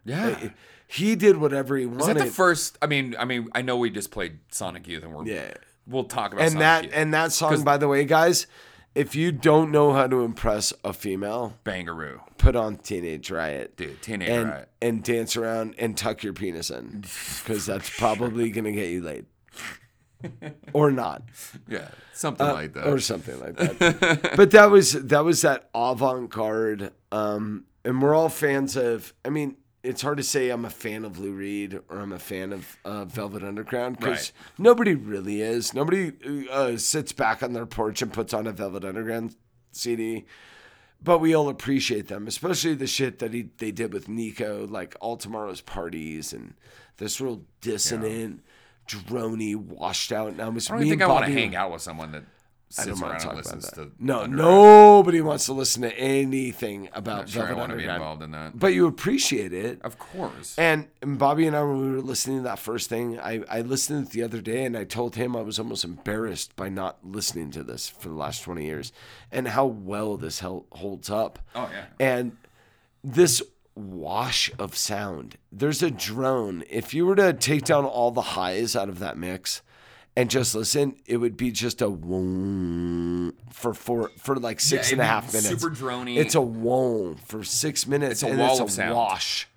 eh,
yeah,
he did whatever he
was that
wanted.
the first? I mean, I mean, I know we just played Sonic Youth, and we're
Yeah.
we'll talk about
and
Sonic
that
Youth.
and that song,
'Cause-
by the way, guys, if you don't know how to impress a female,
Bangaroo,
put on Teenage Riot,
dude, Teenage
and
Riot.
and dance around and tuck your penis in because that's probably gonna get you laid or not
yeah, something like that.
Uh, or something like that but that was that was that avant-garde um and we're all fans of i mean it's hard to say i'm a fan of lou reed or i'm a fan of uh, velvet underground because
Right.
nobody really is nobody uh, sits back on their porch and puts on a velvet underground cd but we all appreciate them, especially the shit that he they did with Nico, like all tomorrow's parties and this real dissonant, drony, washed out. And I was
I don't
me
even think I
and
want to
Bobby-
hang out with someone that
I don't
sits
wanna
around
talk
and
about
listens
that.
to.
no,
Thunder.
nobody wants to listen to anything about
sure I
Velvet
wanna be
Underground.
involved in that.
but you appreciate it.
of course.
And, and Bobby and I, when we were listening to that first thing, I, I listened to it the other day and I told him I was almost embarrassed by not listening to this for the last 20 years and how well this hel- holds up.
Oh, yeah.
And this wash of sound, there's a drone. If you were to take down all the highs out of that mix, and just listen, it would be just a whoom for four for like six
it'd
and a
be
half minutes.
super droney.
It's a whoom for six minutes.
It's a
and
wall
it's
of sound.
wash.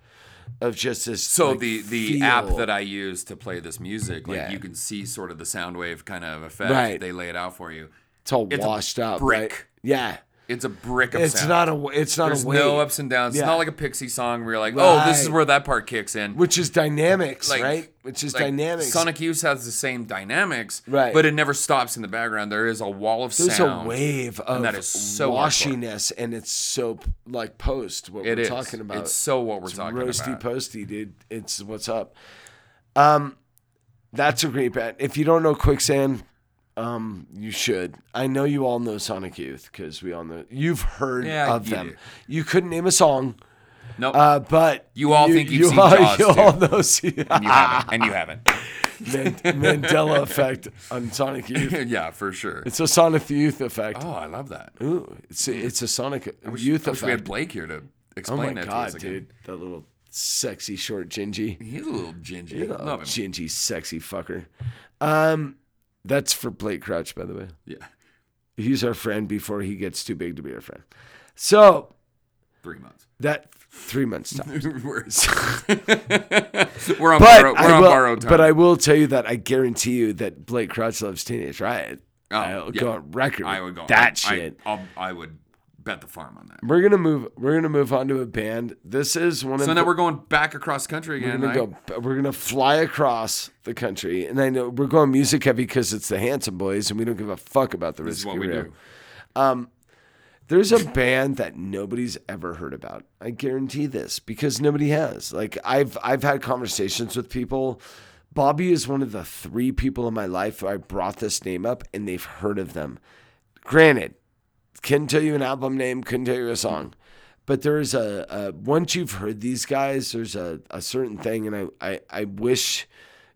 of just this.
So
like,
the the app
feel.
that I use to play this music, like
Yeah.
you can see sort of the sound wave kind of effect.
Right.
They lay it out for you.
it's all
it's a
washed up, right?
brick.
Yeah,
It's a brick of
it's
sound.
not a it's not
There's
a wave,
no ups and downs. It's
Yeah.
not like a Pixie song where you're like, oh, this is
Right.
where that part kicks in.
which is dynamics,
Like-
right? Which is
Like,
dynamics.
Sonic Youth has the same dynamics,
Right.
But it never stops in the background. There is a wall of
There's
sound.
a wave of
that is so
washiness, and it's so like post what
It
we're
is.
talking about.
It's so what we're talking
roasty
about.
posty, dude. It's what's up. Um, that's a great band. If you don't know Quicksand, um, you should. I know you all know Sonic Youth because we all know you've heard
Yeah,
of
you
them.
do.
You couldn't name a song,
No,
uh, but
You all think you've seen
all,
Jaws,
you
too.
all know see,
and you
Ah.
haven't. And you haven't.
Man- Mandela effect on Sonic Youth.
yeah, for sure.
It's a Sonic Youth effect.
oh, I love that.
Ooh, it's a, it's a Sonic
I wish,
Youth
I wish
effect.
we had Blake here to
oh
explain
my
that
god,
to us again.
dude, that little sexy short gingy.
He's a little gingy.
You know,
Love him.
Gingy, sexy fucker. Um, that's for Blake Crouch, by the way.
yeah,
He's our friend before he gets too big to be our friend. So
three months.
that three months time.
we're, we're on
But
borrowed, we're
I
on
will,
borrowed time.
but I will tell you that I guarantee you that Blake Crouch loves Teenage Riot.
Oh,
I'll
yeah.
go on record.
I
with
would go
that
I,
shit.
I, I'll- I would bet the farm on that.
we're gonna move. We're gonna move on to a band. This is one of
So
the,
now we're going back across country
We're
again.
gonna
right?
go. We're gonna fly across the country, and I know we're going music heavy because it's the Handsome Boys, and we don't give a fuck about the
This is
risky
what we
Rio.
do.
There's a band that nobody's ever heard about. I guarantee this because nobody has. Like I've I've had conversations with people. Bobby is one of the three people in my life who I brought this name up, and they've heard of them. Granted, couldn't tell you an album name, couldn't tell you a song. But there is a, a once you've heard these guys, there's a, a certain thing, and I, I, I wish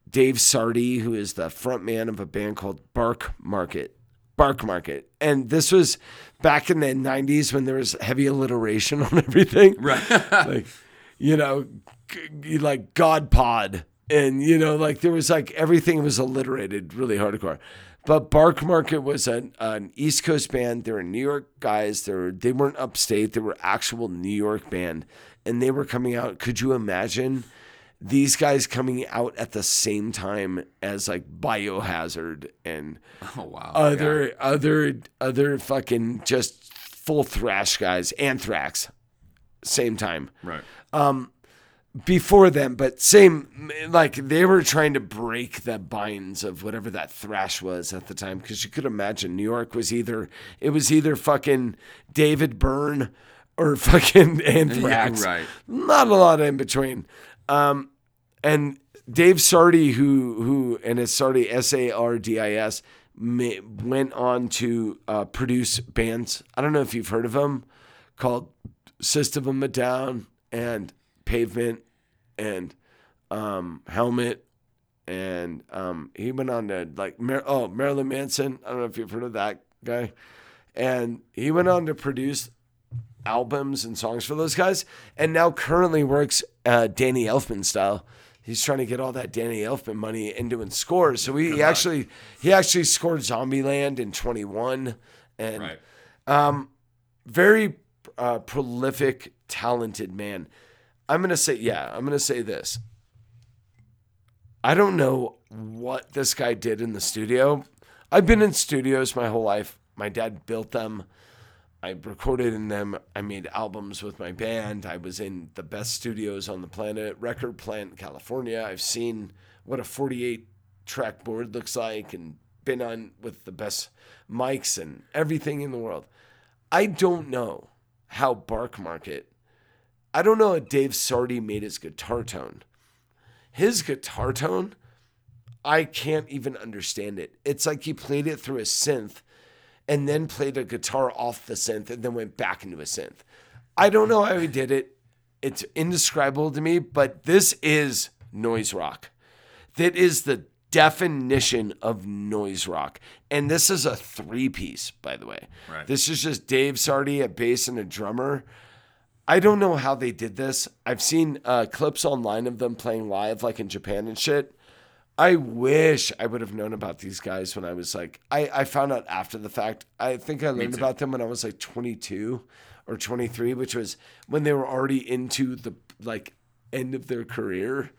Dave Sardi, who is the front man of a band called Bark Market, Bark Market, and this was back in the '90s when there was heavy alliteration on everything,
Right.
like you know, g- g- like God Pod, and you know, like there was like everything was alliterated really hardcore. But Bark Market was an, an East Coast band. They were New York guys. They were they weren't upstate. They were actual New York band, and they were coming out. Could you imagine? These guys coming out at the same time as like Biohazard and
oh wow.
other other other fucking just full thrash guys, Anthrax, same time
Yeah. Right.
before them, but same like they were trying to break the binds of whatever that thrash was at the time because you could imagine New York was either it was either fucking David Byrne or fucking Anthrax,
right.
Not a lot in between. Um, and Dave Sardi, who who and it's Sardi S A R D I S, ma- went on to uh, produce bands. I don't know if you've heard of them, called System of a Down and Pavement and um, Helmet. And um, he went on to like Mar- oh Marilyn Manson. I don't know if you've heard of that guy. And he went on to produce albums and songs for those guys, and now currently works uh, Danny Elfman style. He's trying to get all that Danny Elfman money and doing scores. So he, he actually he actually scored Zombieland in 21, and
Right.
Um, very uh, prolific, talented man. I'm gonna say yeah. I'm gonna say this. I don't know what this guy did in the studio. I've been in studios my whole life. My dad built them. I recorded in them. I made albums with my band. I was in the best studios on the planet, Record Plant, California. I've seen what a 48 track board looks like and been on with the best mics and everything in the world. I don't know how Bark Market, I don't know how Dave Sardi made his guitar tone. His guitar tone, I can't even understand it. It's like he played it through a synth and then played a guitar off the synth and then went back into a synth. I don't know how he did it. It's indescribable to me, but this is noise rock. That is the definition of noise rock. And this is a three piece, by the way.
Right.
This is just Dave Sardi, a bass, and a drummer. I don't know how they did this. I've seen uh, clips online of them playing live, like in Japan and shit. I wish I would have known about these guys when I was like, I, I found out after the fact. I think I learned about them when I was like 22 or 23, which was when they were already into the like end of their career,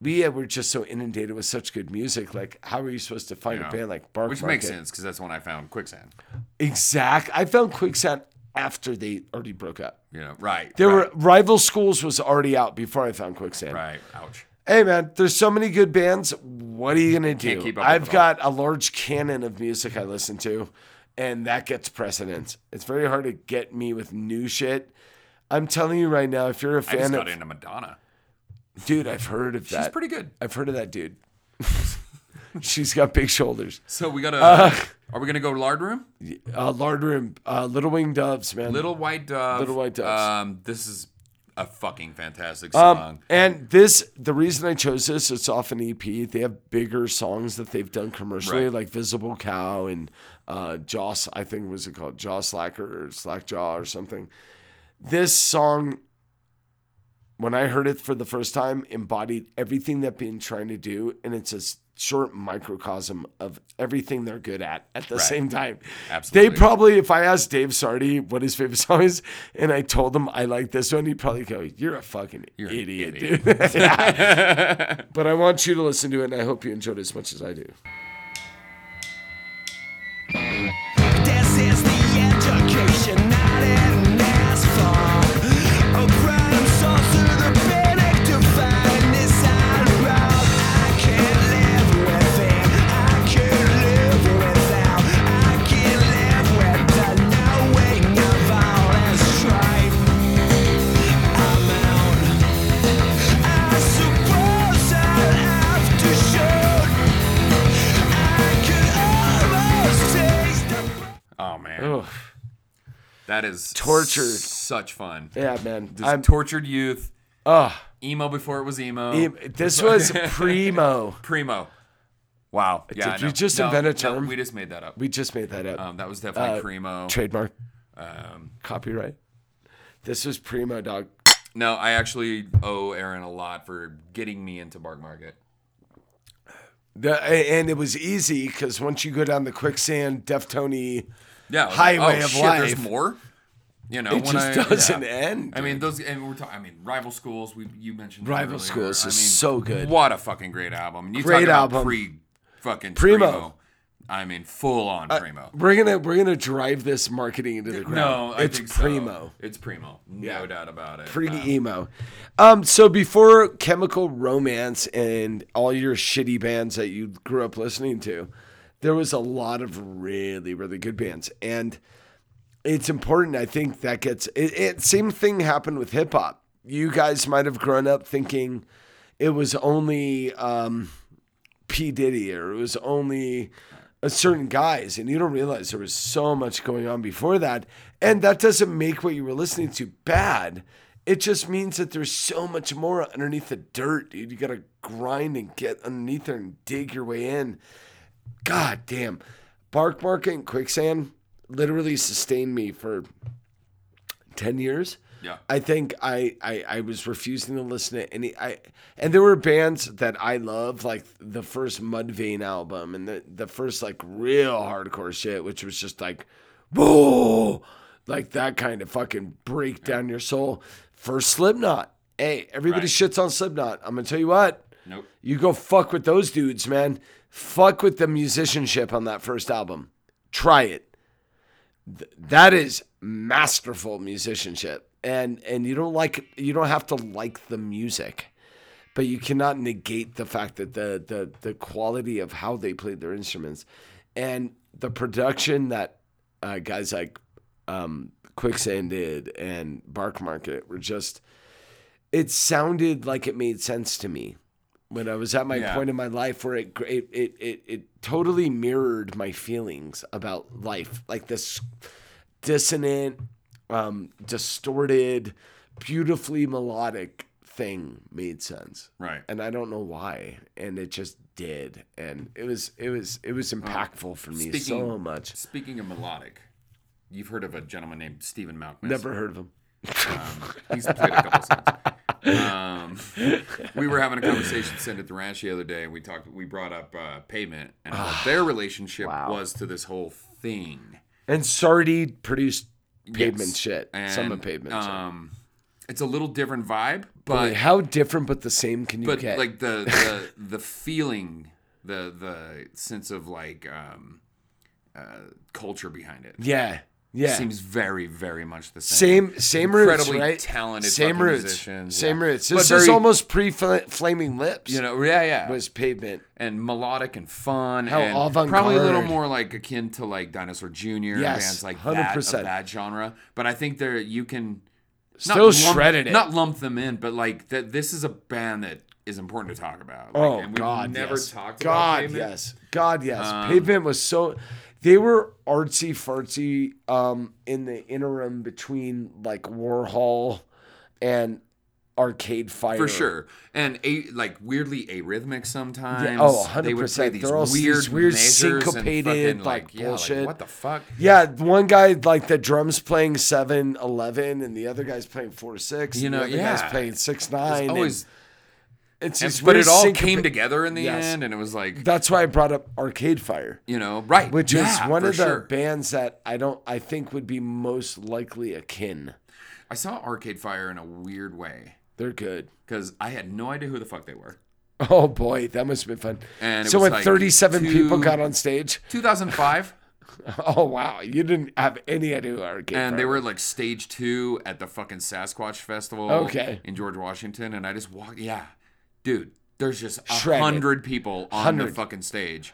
we uh, were just so inundated with such good music. Like, how are you supposed to find
Yeah.
a band like Bark
Which
Market?
makes sense because that's when I found Quicksand.
Exact. I found Quicksand after they already broke up.
Yeah, right.
There
right,
were rival schools was already out before I found Quicksand.
right. Ouch.
Hey man, there's so many good bands. What are you gonna do?
keep up with
I've
it all.
got a large canon of music I listen to, and that gets precedence. It's very hard to get me with new shit. I'm telling you right now, if you're a
I just
fan
got
of
into Madonna.
dude, I've heard of that.
She's pretty good.
I've heard of that dude. She's got big shoulders.
So we gotta. are we gonna go lard room?
Uh, Lard Room, uh, Little Wing Doves, man.
Little White Dove.
Little White Doves.
Um, this is a fucking fantastic
Um,
song.
and this, the reason I chose this, it's off an EP. They have bigger songs that they've done commercially,
Right.
like Visible Cow and uh, Joss, I think, was it called? Jaw Slacker or Slackjaw or something. This song, when I heard it for the first time, embodied everything they've been trying to do. And it's a s- short microcosm of everything they're good at at the same time. They
Absolutely.
probably, if I asked Dave Sardi what his favorite song is, and I told him I like this one, he'd probably go, "You're a fucking
an
idiot, dude." but I want you to listen to it, and I hope you enjoyed it as much as I do.
This is the education I didn't ask for. A prime source through the benedictifying design route. I can't live with it. I can't live without. I can't live with the knowing of all this strife. I'm out. I suppose I'll have to shoot. I could almost taste the.
oh man,
Ugh.
that is
Tortured.
Such fun.
Yeah, man.
This
I'm,
tortured youth.
Ugh.
Emo before it was emo.
this was primo.
Primo. Wow. Yeah.
Did you
no,
just
no,
invent a
no,
term?
we just made that up.
We just made that up.
um, that Um, was definitely
uh,
primo.
Trademark. Copyright. This was primo, dog.
no, I actually owe Aaron a lot for getting me into Bark Market.
The, a- and it was easy because once you go down the quicksand, Deftone,
Yeah. I was
Highway
oh,
of
shit, There's
life.
more. You know,
it
when
just
I- yeah.
doesn't end.
I mean, those, and we're talking. I mean, rival schools. We you mentioned them
Rival
earlier.
Schools
I
is
mean,
so good.
What a fucking great album! And you
Great
talk about
album.
Pre fucking
Primo. Uh,
primo. I mean, full on primo.
We're gonna we're gonna drive this marketing into the ground.
no, I
it's
think so.
primo,
It's primo. No
Yeah.
doubt about it. Uh,
pretty e- emo. Um, so before Chemical Romance and all your shitty bands that you grew up listening to, there was a lot of really really good bands, and it's important. I think that gets it. it same thing happened with hip hop. You guys might have grown up thinking it was only. Um, P. Diddy or it was only a certain guys, and you don't realize there was so much going on before that. And that doesn't make what you were listening to bad. It just means that there's so much more underneath the dirt, dude. You gotta grind and get underneath there and dig your way in. God damn. Bark Market and Quicksand literally sustained me for 10 years.
Yeah.
I think I, I I was refusing to listen to any I and there were bands that I love like the first Mudvayne album and the the first like real hardcore shit which was just like whoa like that kind of fucking break down your soul first Slipknot hey everybody
Right.
shits on Slipknot I'm gonna tell you what
Nope.
you go fuck with those dudes man fuck with the musicianship on that first album try it that is masterful musicianship and and you don't like you don't have to like the music but you cannot negate the fact that the the the quality of how they played their instruments and the production that uh, guys like um, Quicksand did and Bark Market were just it sounded like it made sense to me when I was at my
Yeah.
point in my life where it, gr- it it it it totally mirrored my feelings about life like this dissonant um distorted beautifully melodic thing made sense
Right.
and I don't know why. And it just did. And it was it was it was impactful for me so much.
Speaking of melodic, you've heard of a gentleman named Stephen Malkmus. Um,
Never heard of him.
He's played a couple songs. Um, we were having a conversation sent at the ranch the other day, and we talked. We brought up uh, pavement and
Ah,
what their relationship was to this whole thing.
And Sardi produced
Yes.
pavement shit. Some of
And,
pavement shit.
Um, It's a little different vibe, but
Like, how different but the same can you
but
get?
like the the the feeling, the the sense of like um, uh, culture behind it
yeah, yeah.
seems very very much the same.
same same roots,
incredibly
right?
talented
same
fucking
roots,
musicians,
same
yeah.
roots.
But
This is
very-
almost pre flaming lips.
you know, yeah, yeah,
was pavement.
and melodic and fun.
How
and Probably a little
avant-garde.
more like akin to like Dinosaur Jr. and
Yes,
bands like that of
100%.
that genre. But I think there you can
Still
lump-
shredded it.
Not lump them in, but like that. This is a band that is important to talk about. Like,
Oh
and
God,
never
yes.
talked about Um,
God,
Pavement.
yes, God, yes. pavement was so. They were artsy fartsy um, in the interim between like Warhol and Arcade Fire.
For sure, and a, like weirdly arrhythmic sometimes.
Yeah, oh,
They would play
100%.
these
They're all
weird,
these weird
measures and
syncopated,
fucking,
like,
yeah,
bullshit.
what the fuck?
Yeah, one guy like the drums playing seven eleven, and the other guy's playing four six.
You
and
know,
the other
yeah.
guy's playing six nine.
Always,
it's
and-
these
but
weird
it all
syncopa-
came together in the
Yes.
end, and it was like
That's why I brought up Arcade Fire.
you know, right?
which
yeah,
is one
for
of the
sure.
bands that I don't I think would be most likely akin.
I saw Arcade Fire in a weird way
They're good.
because I had no idea who the fuck they were.
Oh boy, that must have been fun.
And it
so
was
when
like
37
two-
people got on stage,
2005,
oh wow, you didn't have any idea who Arcade
and
Fire
they
was.
were like stage two at the fucking Sasquatch Festival
Okay.
in George Washington. And I just walked, yeah, dude, there's just a
Shredded.
hundred people on the
100.
fucking stage.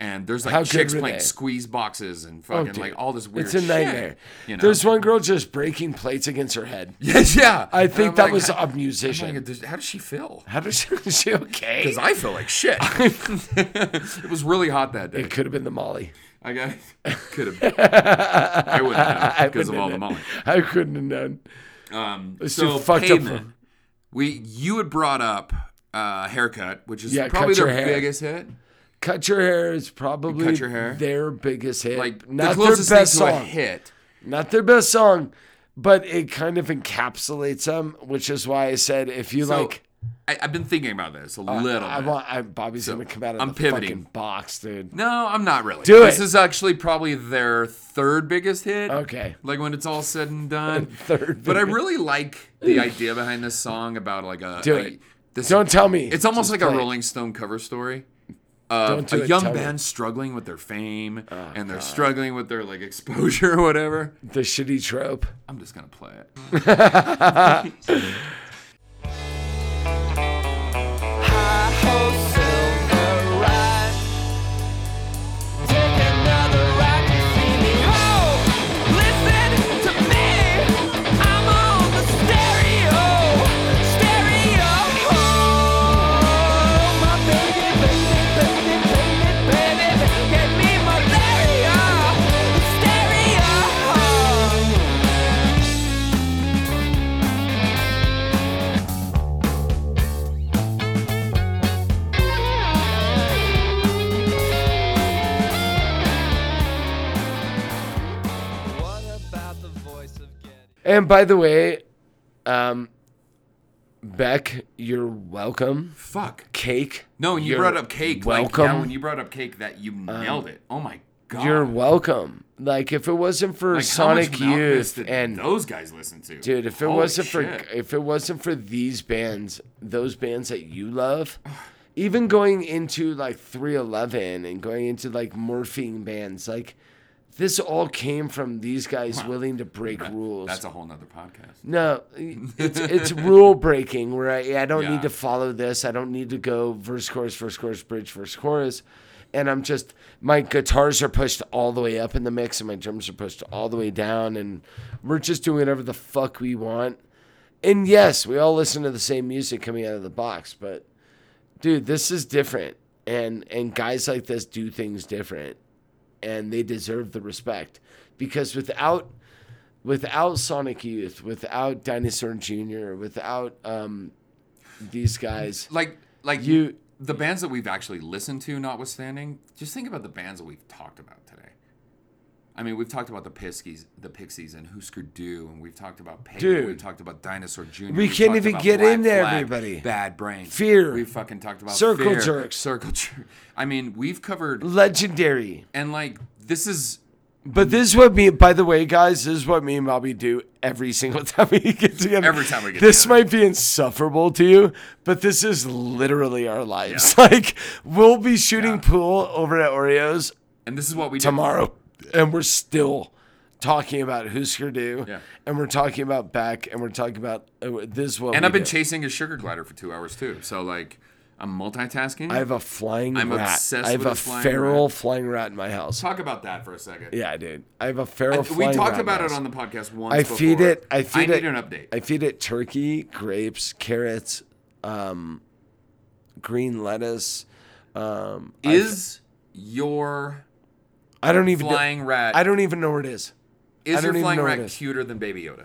And there's like
How good
chicks
were
playing
they? Oh,
squeeze boxes and fucking
dude.
like all this weird
It's a
shit,
nightmare.
You know?
There's one girl just breaking plates against her head.
yeah, yeah.
I
And
think
I'm
that
like,
was
how-
a musician.
I'm like, how does she feel?
How does she, is she okay?
Because I feel like shit. it was really hot that day.
It could have been the Molly.
I got could have. I wouldn't have because of
wouldn't
all the
have
money.
I couldn't have known.
Um,
It's
so
too fucked up for-
pavement. We you had brought up uh, haircut, which is
Yeah,
probably
cut your
their
hair.
biggest hit.
Cut your hair is probably
Cut Your Hair?
their biggest hit.
Like
not
the closest
their best
thing to
song.
a hit.
not their best song, but it kind of encapsulates them, which is why I said if you
So,
like.
I, I've been thinking about this a
Uh, I-
little.
I,
bit.
want. I, Bobby's gonna come out of
I'm
the
pivoting.
fucking box, dude.
no, I'm not really.
Do
this
it.
is actually probably their third biggest hit.
Okay.
Like when it's all said and done.
Third
But I
biggest.
really like the idea behind this song about like a
Do
a-
it.
This,
Don't tell me.
It's almost
Just
like a
play it.
Rolling Stone cover story of
Don't do
a
it,
young
tell me. Oh,
band struggling with their fame and they're struggling with their like exposure or whatever.
The shitty trope.
I'm just gonna play it.
And by the way, um, Beck, you're welcome.
Fuck.
Cake.
No, and you
you're
brought up cake. Like, yeah,
Welcome. Uh,
when you brought up cake, that you nailed it. Oh my god.
you're welcome. Like if it wasn't for
Like, how much
Sonic
Malcolmus
Youth
did
and
those guys listen to,
Dude, if it
Holy
wasn't
shit.
for if it wasn't for these bands, those bands that you love, even going into like 311 and going into like morphine bands, like this all came from these guys willing to break rules.
that's a whole nother podcast.
no, it's it's rule breaking where I, I don't
Yeah.
need to follow this. I don't need to go verse chorus verse chorus bridge verse chorus, and I'm just my guitars are pushed all the way up in the mix and my drums are pushed all the way down, and we're just doing whatever the fuck we want. And yes, we all listen to the same music coming out of the box, but dude, this is different, and and guys like this do things different, and they deserve the respect because without without Sonic Youth, without Dinosaur Jr., without um, these guys,
Like, like
You-
the bands that we've actually listened to, notwithstanding, just think about the bands that we've talked about today. I mean, we've talked about the Piskies, the Pixies, and Husker Du, and we've talked about Peyton,
Dude.
we've talked about Dinosaur Jr.
We
we've
can't
talked
even
about
get
Black
into
Flag,
everybody.
Bad Brains,
Fear.
We fucking talked about
Circle
fear,
Jerks.
circle jerks. I mean, we've covered
legendary.
and like this is
But this is what me. By the way, guys, this is what me and Bobby do every single time we get together.
Every time we get
this
together.
might be insufferable to you, but this is literally our lives. Like we'll be shooting pool over at Oreos
And this is what we do.
tomorrow, and we're still talking about who's here do,
Yeah.
and we're talking about back, and we're talking about uh, this. Is what
And
we
I've been
do.
chasing a sugar glider for two hours too. So like, I'm multitasking.
I have a flying
I'm
rat.
obsessed
I have
with
a
a flying
feral
rat.
flying rat in my house.
talk about that for a second.
Yeah, dude. I have a feral.
I- we
flying
talked
rat in my
about it
house.
on the podcast once.
I feed
before.
it. I feed
I
it.
need an update.
I feed it turkey, grapes, carrots, um, green lettuce. Um, I-
is your
I, don't even know,
flying rat?
I don't even know where it is. I
Is
don't
your
even
flying
know what it
rat
is.
cuter than Baby Yoda?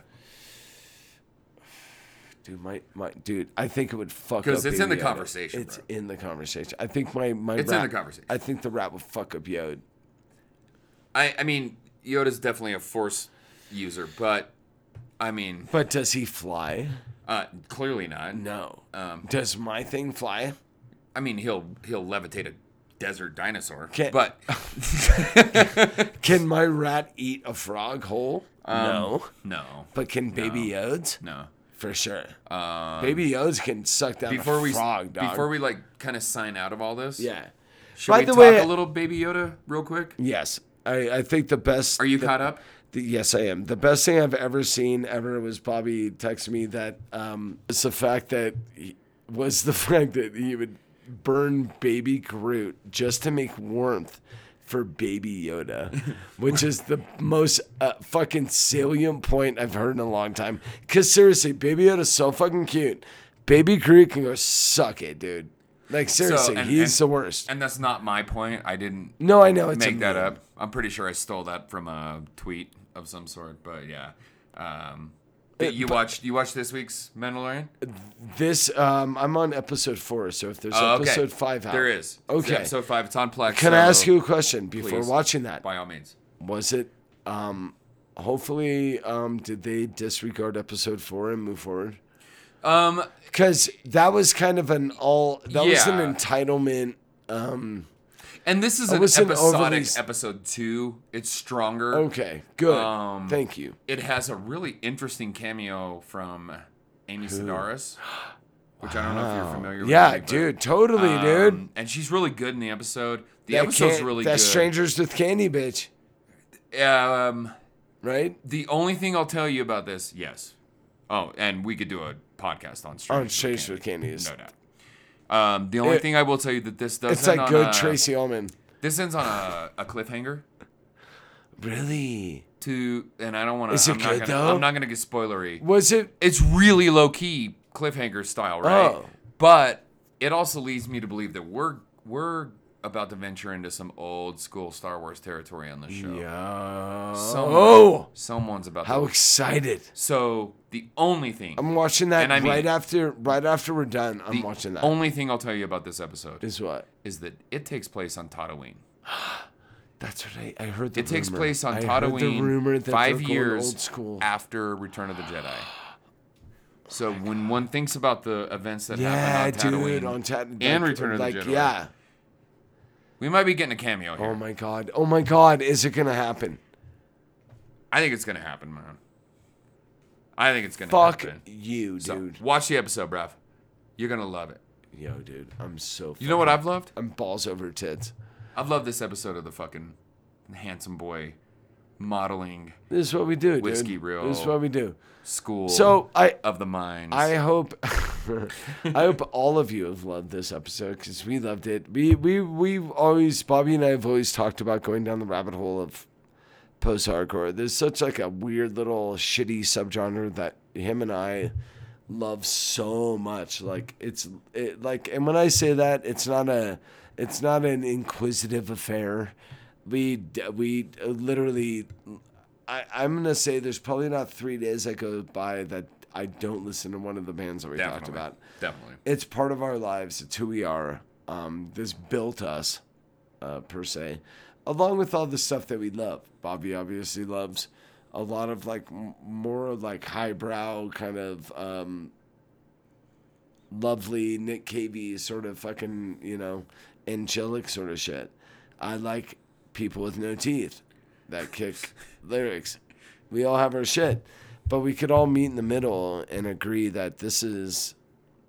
Dude, my, my dude, I think it would fuck up.
'Cause it's in the
Baby Yoda.
conversation,
It's
bro.
in the conversation. I think my my.
It's in the
rat-
conversation.
I think the rat would fuck up Yod.
I I mean, Yoda's definitely a force user, but I mean,
But does he fly?
uh, clearly not.
No. Um, does my thing fly?
I mean, he'll he'll levitate a desert dinosaur.
Can't-
But
Can my rat eat a frog whole? no.
Um, no,
But can baby Yods?
no. Um,
For sure. Baby Yods can suck down
Before
a
we
frog, dog.
before we like kind of sign out of all this,
yeah.
Should
By
we
the
talk
way-
a little Baby Yoda real quick?
Yes. I, I think the best.
Are you
the,
caught up?
the- yes, I am. The best thing I've ever seen ever was Bobby text me that um, it's the fact that he, was the fact that he would burn baby Groot just to make warmth for baby Yoda, which is the most uh, fucking salient point I've heard in a long time. Because seriously, baby Yoda's so fucking cute. Baby Groot can go suck it, dude. Like seriously,
and-
he's
and-
the worst.
And that's not my point. I didn't
no, I know Oh, it's a
make that
meme.
up. I'm pretty sure I stole that from a tweet of some sort, but yeah. Um, but you watched you watched this week's Mandalorian?
This um, I'm on episode four, so if there's
Oh, okay.
episode five out,
There is. It's
Okay.
episode five. It's on Plex.
Can I
so
ask you a question before
please.
watching that?
By all means.
Was it? Um, hopefully, um, did they disregard episode four and move forward?
Um,
Because that was kind of an all. That was
Yeah.
an entitlement. Um,
and this is
I
an
wasn't
episodic
overly s-
episode two. It's stronger.
okay, good.
Um,
Thank you.
It has a really interesting cameo from Amy Sedaris, which I don't know if you're familiar with.
Yeah,
but-
dude, totally, dude.
Um, and she's really good in the episode. The
That
episode's
can't-
really
that
good.
strangers with candy, bitch.
Um,
Right
the only thing I'll tell you about this, yes. Oh, and we could do a podcast on Strangers,
on strangers with candy is.
no doubt. Um, the only
It-
thing I will tell you that this does
it's
end
like
on uh,
good
a,
Tracy Ullman.
This ends on a, a cliffhanger.
Really?
To and I don't want to.
Is it
I'm
good,
not gonna,
though?
I'm not gonna get spoilery.
Was it
It's really low key cliffhanger style, right?
Oh.
But it also leads me to believe that we're we're about to venture into some old school Star Wars territory on this show.
Yeah.
Someone-
Oh,
Someone's about
how
to.
excited!
So the only thing
I'm watching that
And I mean-
right after right after we're done. I'm
The
watching that.
Only thing I'll tell you about this episode is,
is what?
that it takes place on Tatooine.
That's what I, I heard. The
It takes
rumor.
place on
I
Tatooine.
Heard the rumor that
five
they're going
years
old school.
after Return of the Jedi. So when one thinks about the events that
yeah,
happened on Tatooine
dude, on Tatooine
and
like-
Return of
like,
the Jedi,
Yeah.
we might be getting a cameo here.
Oh my god. Oh my god. Is it gonna happen?
I think it's gonna happen, man. I think it's gonna
Fuck
happen.
you,
So,
dude.
watch the episode, bruv. You're gonna love it.
Yo, dude, I'm so.
You know what I've loved?
I'm balls over tits.
I've loved this episode of the fucking handsome boy modeling
This is what we do, dude.
Whiskey reel.
This is what we do.
school
So, I-
of the mind.
I hope, I hope all of you have loved this episode because we loved it. We we we've always Bobby and I have always talked about going down the rabbit hole of post hardcore. There's such like a weird little shitty subgenre that him and I love so much. Like it's it, like, and when I say that, it's not a, it's not an inquisitive affair. We d- we literally I, I'm gonna say there's probably not three days that go by that I don't listen to one of the bands that we talked
Definitely.
about.
Definitely.
It's part of our lives. It's who we are. Um, this built us, uh, per se, along with all the stuff that we love. Bobby obviously loves a lot of like m- more like highbrow kind of um, lovely Nick Cavey sort of fucking you know angelic sort of shit. I like people with no teeth. that kick lyrics. We all have our shit, but we could all meet in the middle and agree that this is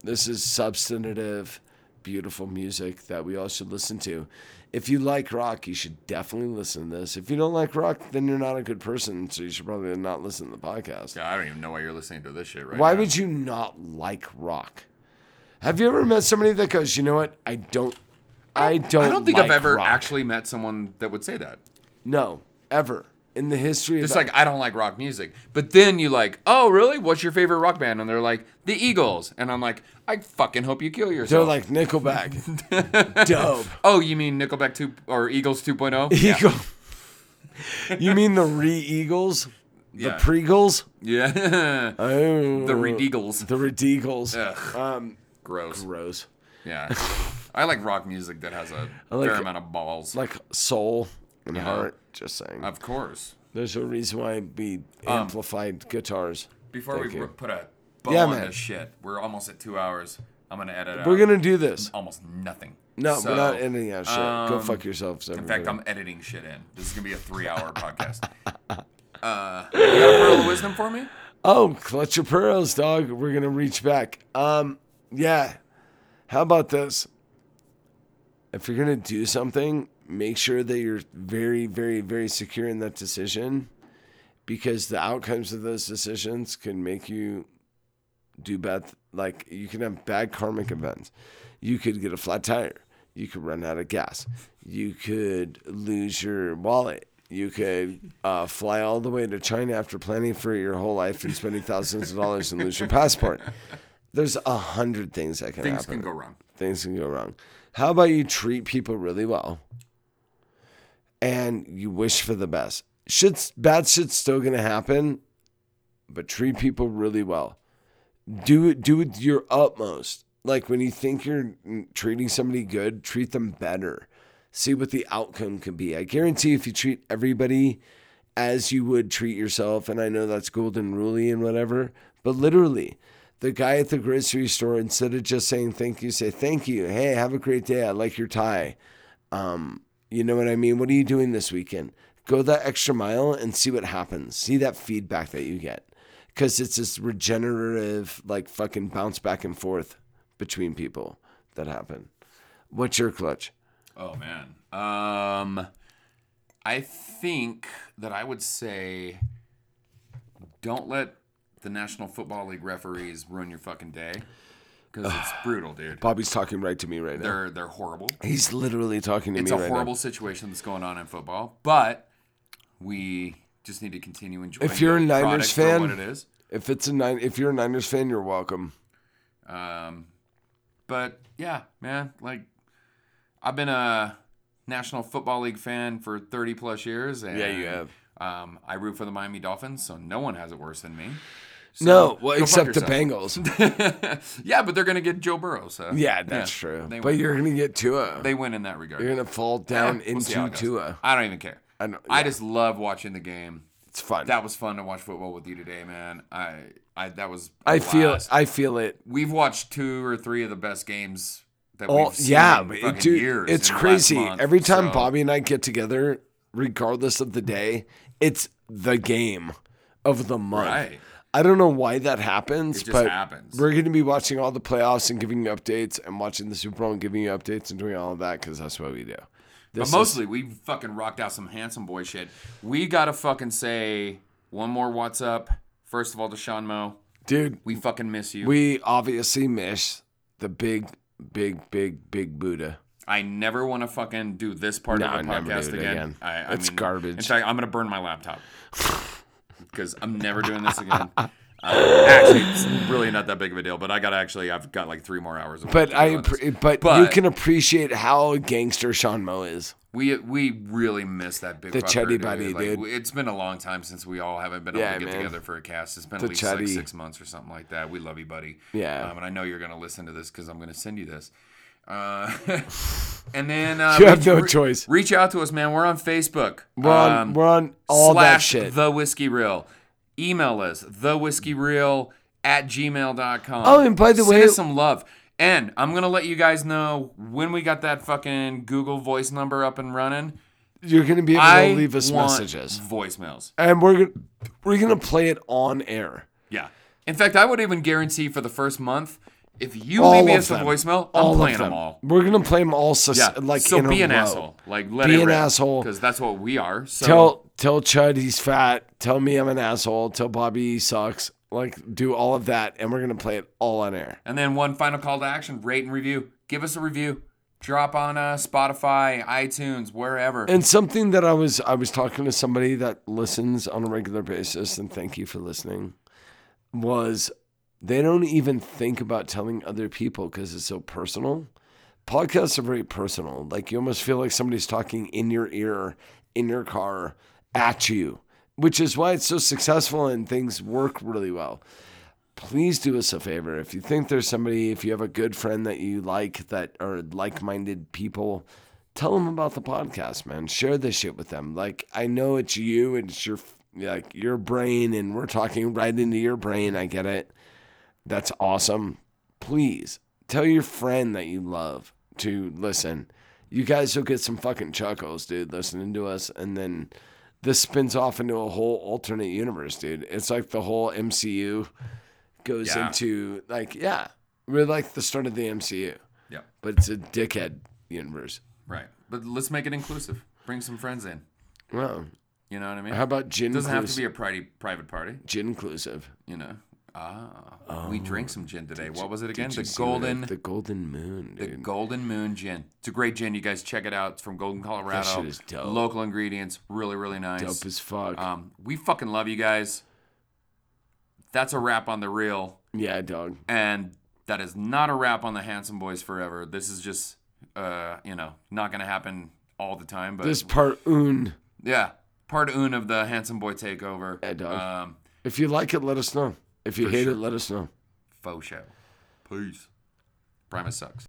this is substantive, beautiful music that we all should listen to. If you like rock, you should definitely listen to this. If you don't like rock, then you're not a good person, so you should probably not listen to the podcast.
God, I don't even know why you're listening to this shit right
Why
now.
would you not like rock? Have you ever met somebody that goes, you know what? I don't, I don't.
I don't think I've
like
ever
rock."
actually met someone that would say that.
No, ever in the history
Just
of
like I don't like rock music, but then you like, oh really? What's your favorite rock band? And they're like, the Eagles, and I'm like, I fucking hope you kill
they're
yourself.
like Nickelback, dope.
oh, you mean Nickelback two oh?" or Eagles 2.0?
Eagle. you mean the re Eagles,
Yeah.
the Preagles,
yeah,
oh,
the Red Eagles.
the Redeagles?
Ugh.
Um,
Gross.
gross.
Yeah, I like rock music that has a
like-
fair amount of balls.
Like soul and
Yeah.
heart. Just saying.
of course.
There's a reason why we amplified guitars.
Um, Before
Thank
we
you.
r- put a bow
Yeah,
on
man.
this shit, we're almost at two hours. I'm gonna edit out
We're gonna do this.
almost nothing.
No,
So,
we're not ending out shit. Go
um,
fuck yourselves.
In fact,
everybody.
I'm editing shit in. This is gonna be a three-hour podcast. Uh, you got a pearl of wisdom for me?
Oh, clutch your pearls, dog. We're gonna reach back. Um, yeah. How about this? If you're gonna do something, make sure that you're very, very, very secure in that decision, because the outcomes of those decisions can make you do bad. Like you can have bad karmic events. You could get a flat tire. You could run out of gas. You could lose your wallet. You could uh, fly all the way to China after planning for your whole life and spending thousands of dollars and lose your passport. There's a hundred things that can
Things
happen
can go wrong.
things can go wrong. How about you treat people really well and you wish for the best? Shit's bad shit's still gonna happen, but treat people really well. Do it do it your utmost. Like when you think you're mm, treating somebody good, treat them better. See what the outcome could be. I guarantee if you treat everybody as you would treat yourself. And I know that's golden rule and whatever, but literally, the guy at the grocery store, instead of just saying thank you, say thank you. Hey, have a great day. I like your tie. Um, you know what I mean? What are you doing this weekend? Go that extra mile and see what happens. See that feedback that you get. Because it's this regenerative, like fucking bounce back and forth between people that happen. What's your clutch?
Oh man. Um, I think that I would say, don't let the National Football League referees ruin your fucking day, because it's brutal, dude.
Bobby's talking right to me right now.
They're they're horrible.
He's literally talking to
It's
me
a
right
horrible
now.
situation that's going on in football, but we just need to continue enjoying.
If you're a
the product
Niners
for
fan-
what it is.
If it's a nine, if you're a Niners fan, you're welcome.
Um, but yeah, man, like I've been a National Football League fan for 30 plus years. And,
Yeah, you have.
Um, I root for the Miami Dolphins, so no one has it worse than me.
no, well,
go fuck
except the Bengals.
yeah, but they're gonna get Joe Burrow. So
yeah, that's true.
They
But
win.
you're gonna get Tua.
they win in that regard.
you're gonna fall down
We'll see how
into
it goes.
Tua.
I don't even care.
I know,
I
yeah.
just love watching the game.
It's fun.
That was fun to watch football with you today, man. I, I that was. a
I feel.
blast.
I feel it.
We've watched two or three of the best games that
All
we've seen.
yeah,
in
but
fucking
dude,
years
it's
in the last
crazy.
month,
Every time
so-
Bobby and I get together, regardless of the day, it's the game of the month.
Right.
I don't know why that happens,
It just
but
happens.
we're going to be watching all the playoffs and giving you updates, and watching the Super Bowl and giving you updates and doing all of that because that's what we do.
But
This is-
mostly, we fucking rocked out some handsome boy shit. We gotta fucking say one more what's up. First of all, to Sean Mo,
dude,
we fucking miss you.
We obviously miss the big, big, big, big Buddha.
I never want to fucking do this part
No,
of the
never do
podcast
it
again.
again.
I, I
It's
mean,
garbage.
In fact, I'm gonna burn my laptop because I'm never doing this again. Uh, actually, it's really not that big of a deal. But I gotta actually, I've got like three more hours. Of work to
But
do
I,
on this.
appre- but, you
But-
can appreciate how gangster Sean Mo is.
We we really miss that big
The
fucker,
Chetty
dude.
Buddy,
Like,
dude.
we- It's been a long time since we all haven't been
Yeah,
able to get
man.
together for a cast. It's been
The
at least
Chetty.
like six months or something like that. We love you, buddy.
Yeah.
Um, and I know you're gonna listen to this because I'm gonna send you this. Uh, and then uh,
You have no choice.
Reach out to us, man. We're on Facebook. Um,
We're on, we're on all that
slash
shit.
the whiskey reel. Email us the whiskey reel at gmail.com.
Oh, and by the
Send
way-
us some love. And I'm gonna let you guys know when we got that fucking Google Voice number up and running.
You're going to be able
I
to leave us
want
messages,
voicemails.
and we're gonna, we're going to play it on air.
Yeah. In fact, I would even guarantee for the first month, if you
All
leave me
of
us a
them.
voicemail,
All
I'm
of
playing them. all.
We're going to play them all. Sus-
Yeah.
like
so
in
be
a
an
row.
asshole. Like let
Be
it
an
rip,
asshole.
Because that's what we are. So
Tell tell Chud he's fat. Tell me I'm an asshole. Tell Bobby he sucks. Like do all of that, and we're gonna play it all on air.
And then one final call to action: rate and review. Give us a review. Drop on uh, Spotify, iTunes, wherever.
And something that I was I was talking to somebody that listens on a regular basis, and thank you for listening, was they don't even think about telling other people because it's so personal. Podcasts are very personal. Like you almost feel like somebody's talking in your ear, in your car, at you, which is why it's so successful and things work really well. please do us a favor. If you think there's somebody, if you have a good friend that you like that are like minded people, tell them about the podcast, man. Share this shit with them. Like, I know it's you and it's your, like, your brain, and we're talking right into your brain. I get it. That's awesome. Please tell your friend that you love to listen. You guys will get some fucking chuckles, dude, listening to us. And then this spins off into a whole alternate universe, dude. It's like the whole MCU goes
Yeah.
into, like, yeah, we're like the start of the MCU,
yeah,
but it's a dickhead universe.
right. But let's make it inclusive. Bring some friends in.
Wow.
You know what I mean?
How about gin
It doesn't have to
inclusive?
be a pri- private party.
gin inclusive?
You know. Ah, we drank some gin today. What was it
Oh, Did
again?
you
The
see what I-
golden,
The golden moon,
the
dude.
golden moon gin. It's a great gin. You guys check it out. It's from Golden, Colorado.
shit is dope.
Local ingredients, really, really nice.
Dope as fuck.
Um, we fucking love you guys. That's a wrap on the real,
yeah, dog.
and that is not a wrap on the Handsome Boys forever. This is just, uh, you know, not gonna happen all the time. But
This part un.
yeah, part un of the Handsome Boy takeover.
Yeah, dog.
Um,
If you like it, let us know. If you hate it, let us know.
faux show. Peace. Primus sucks.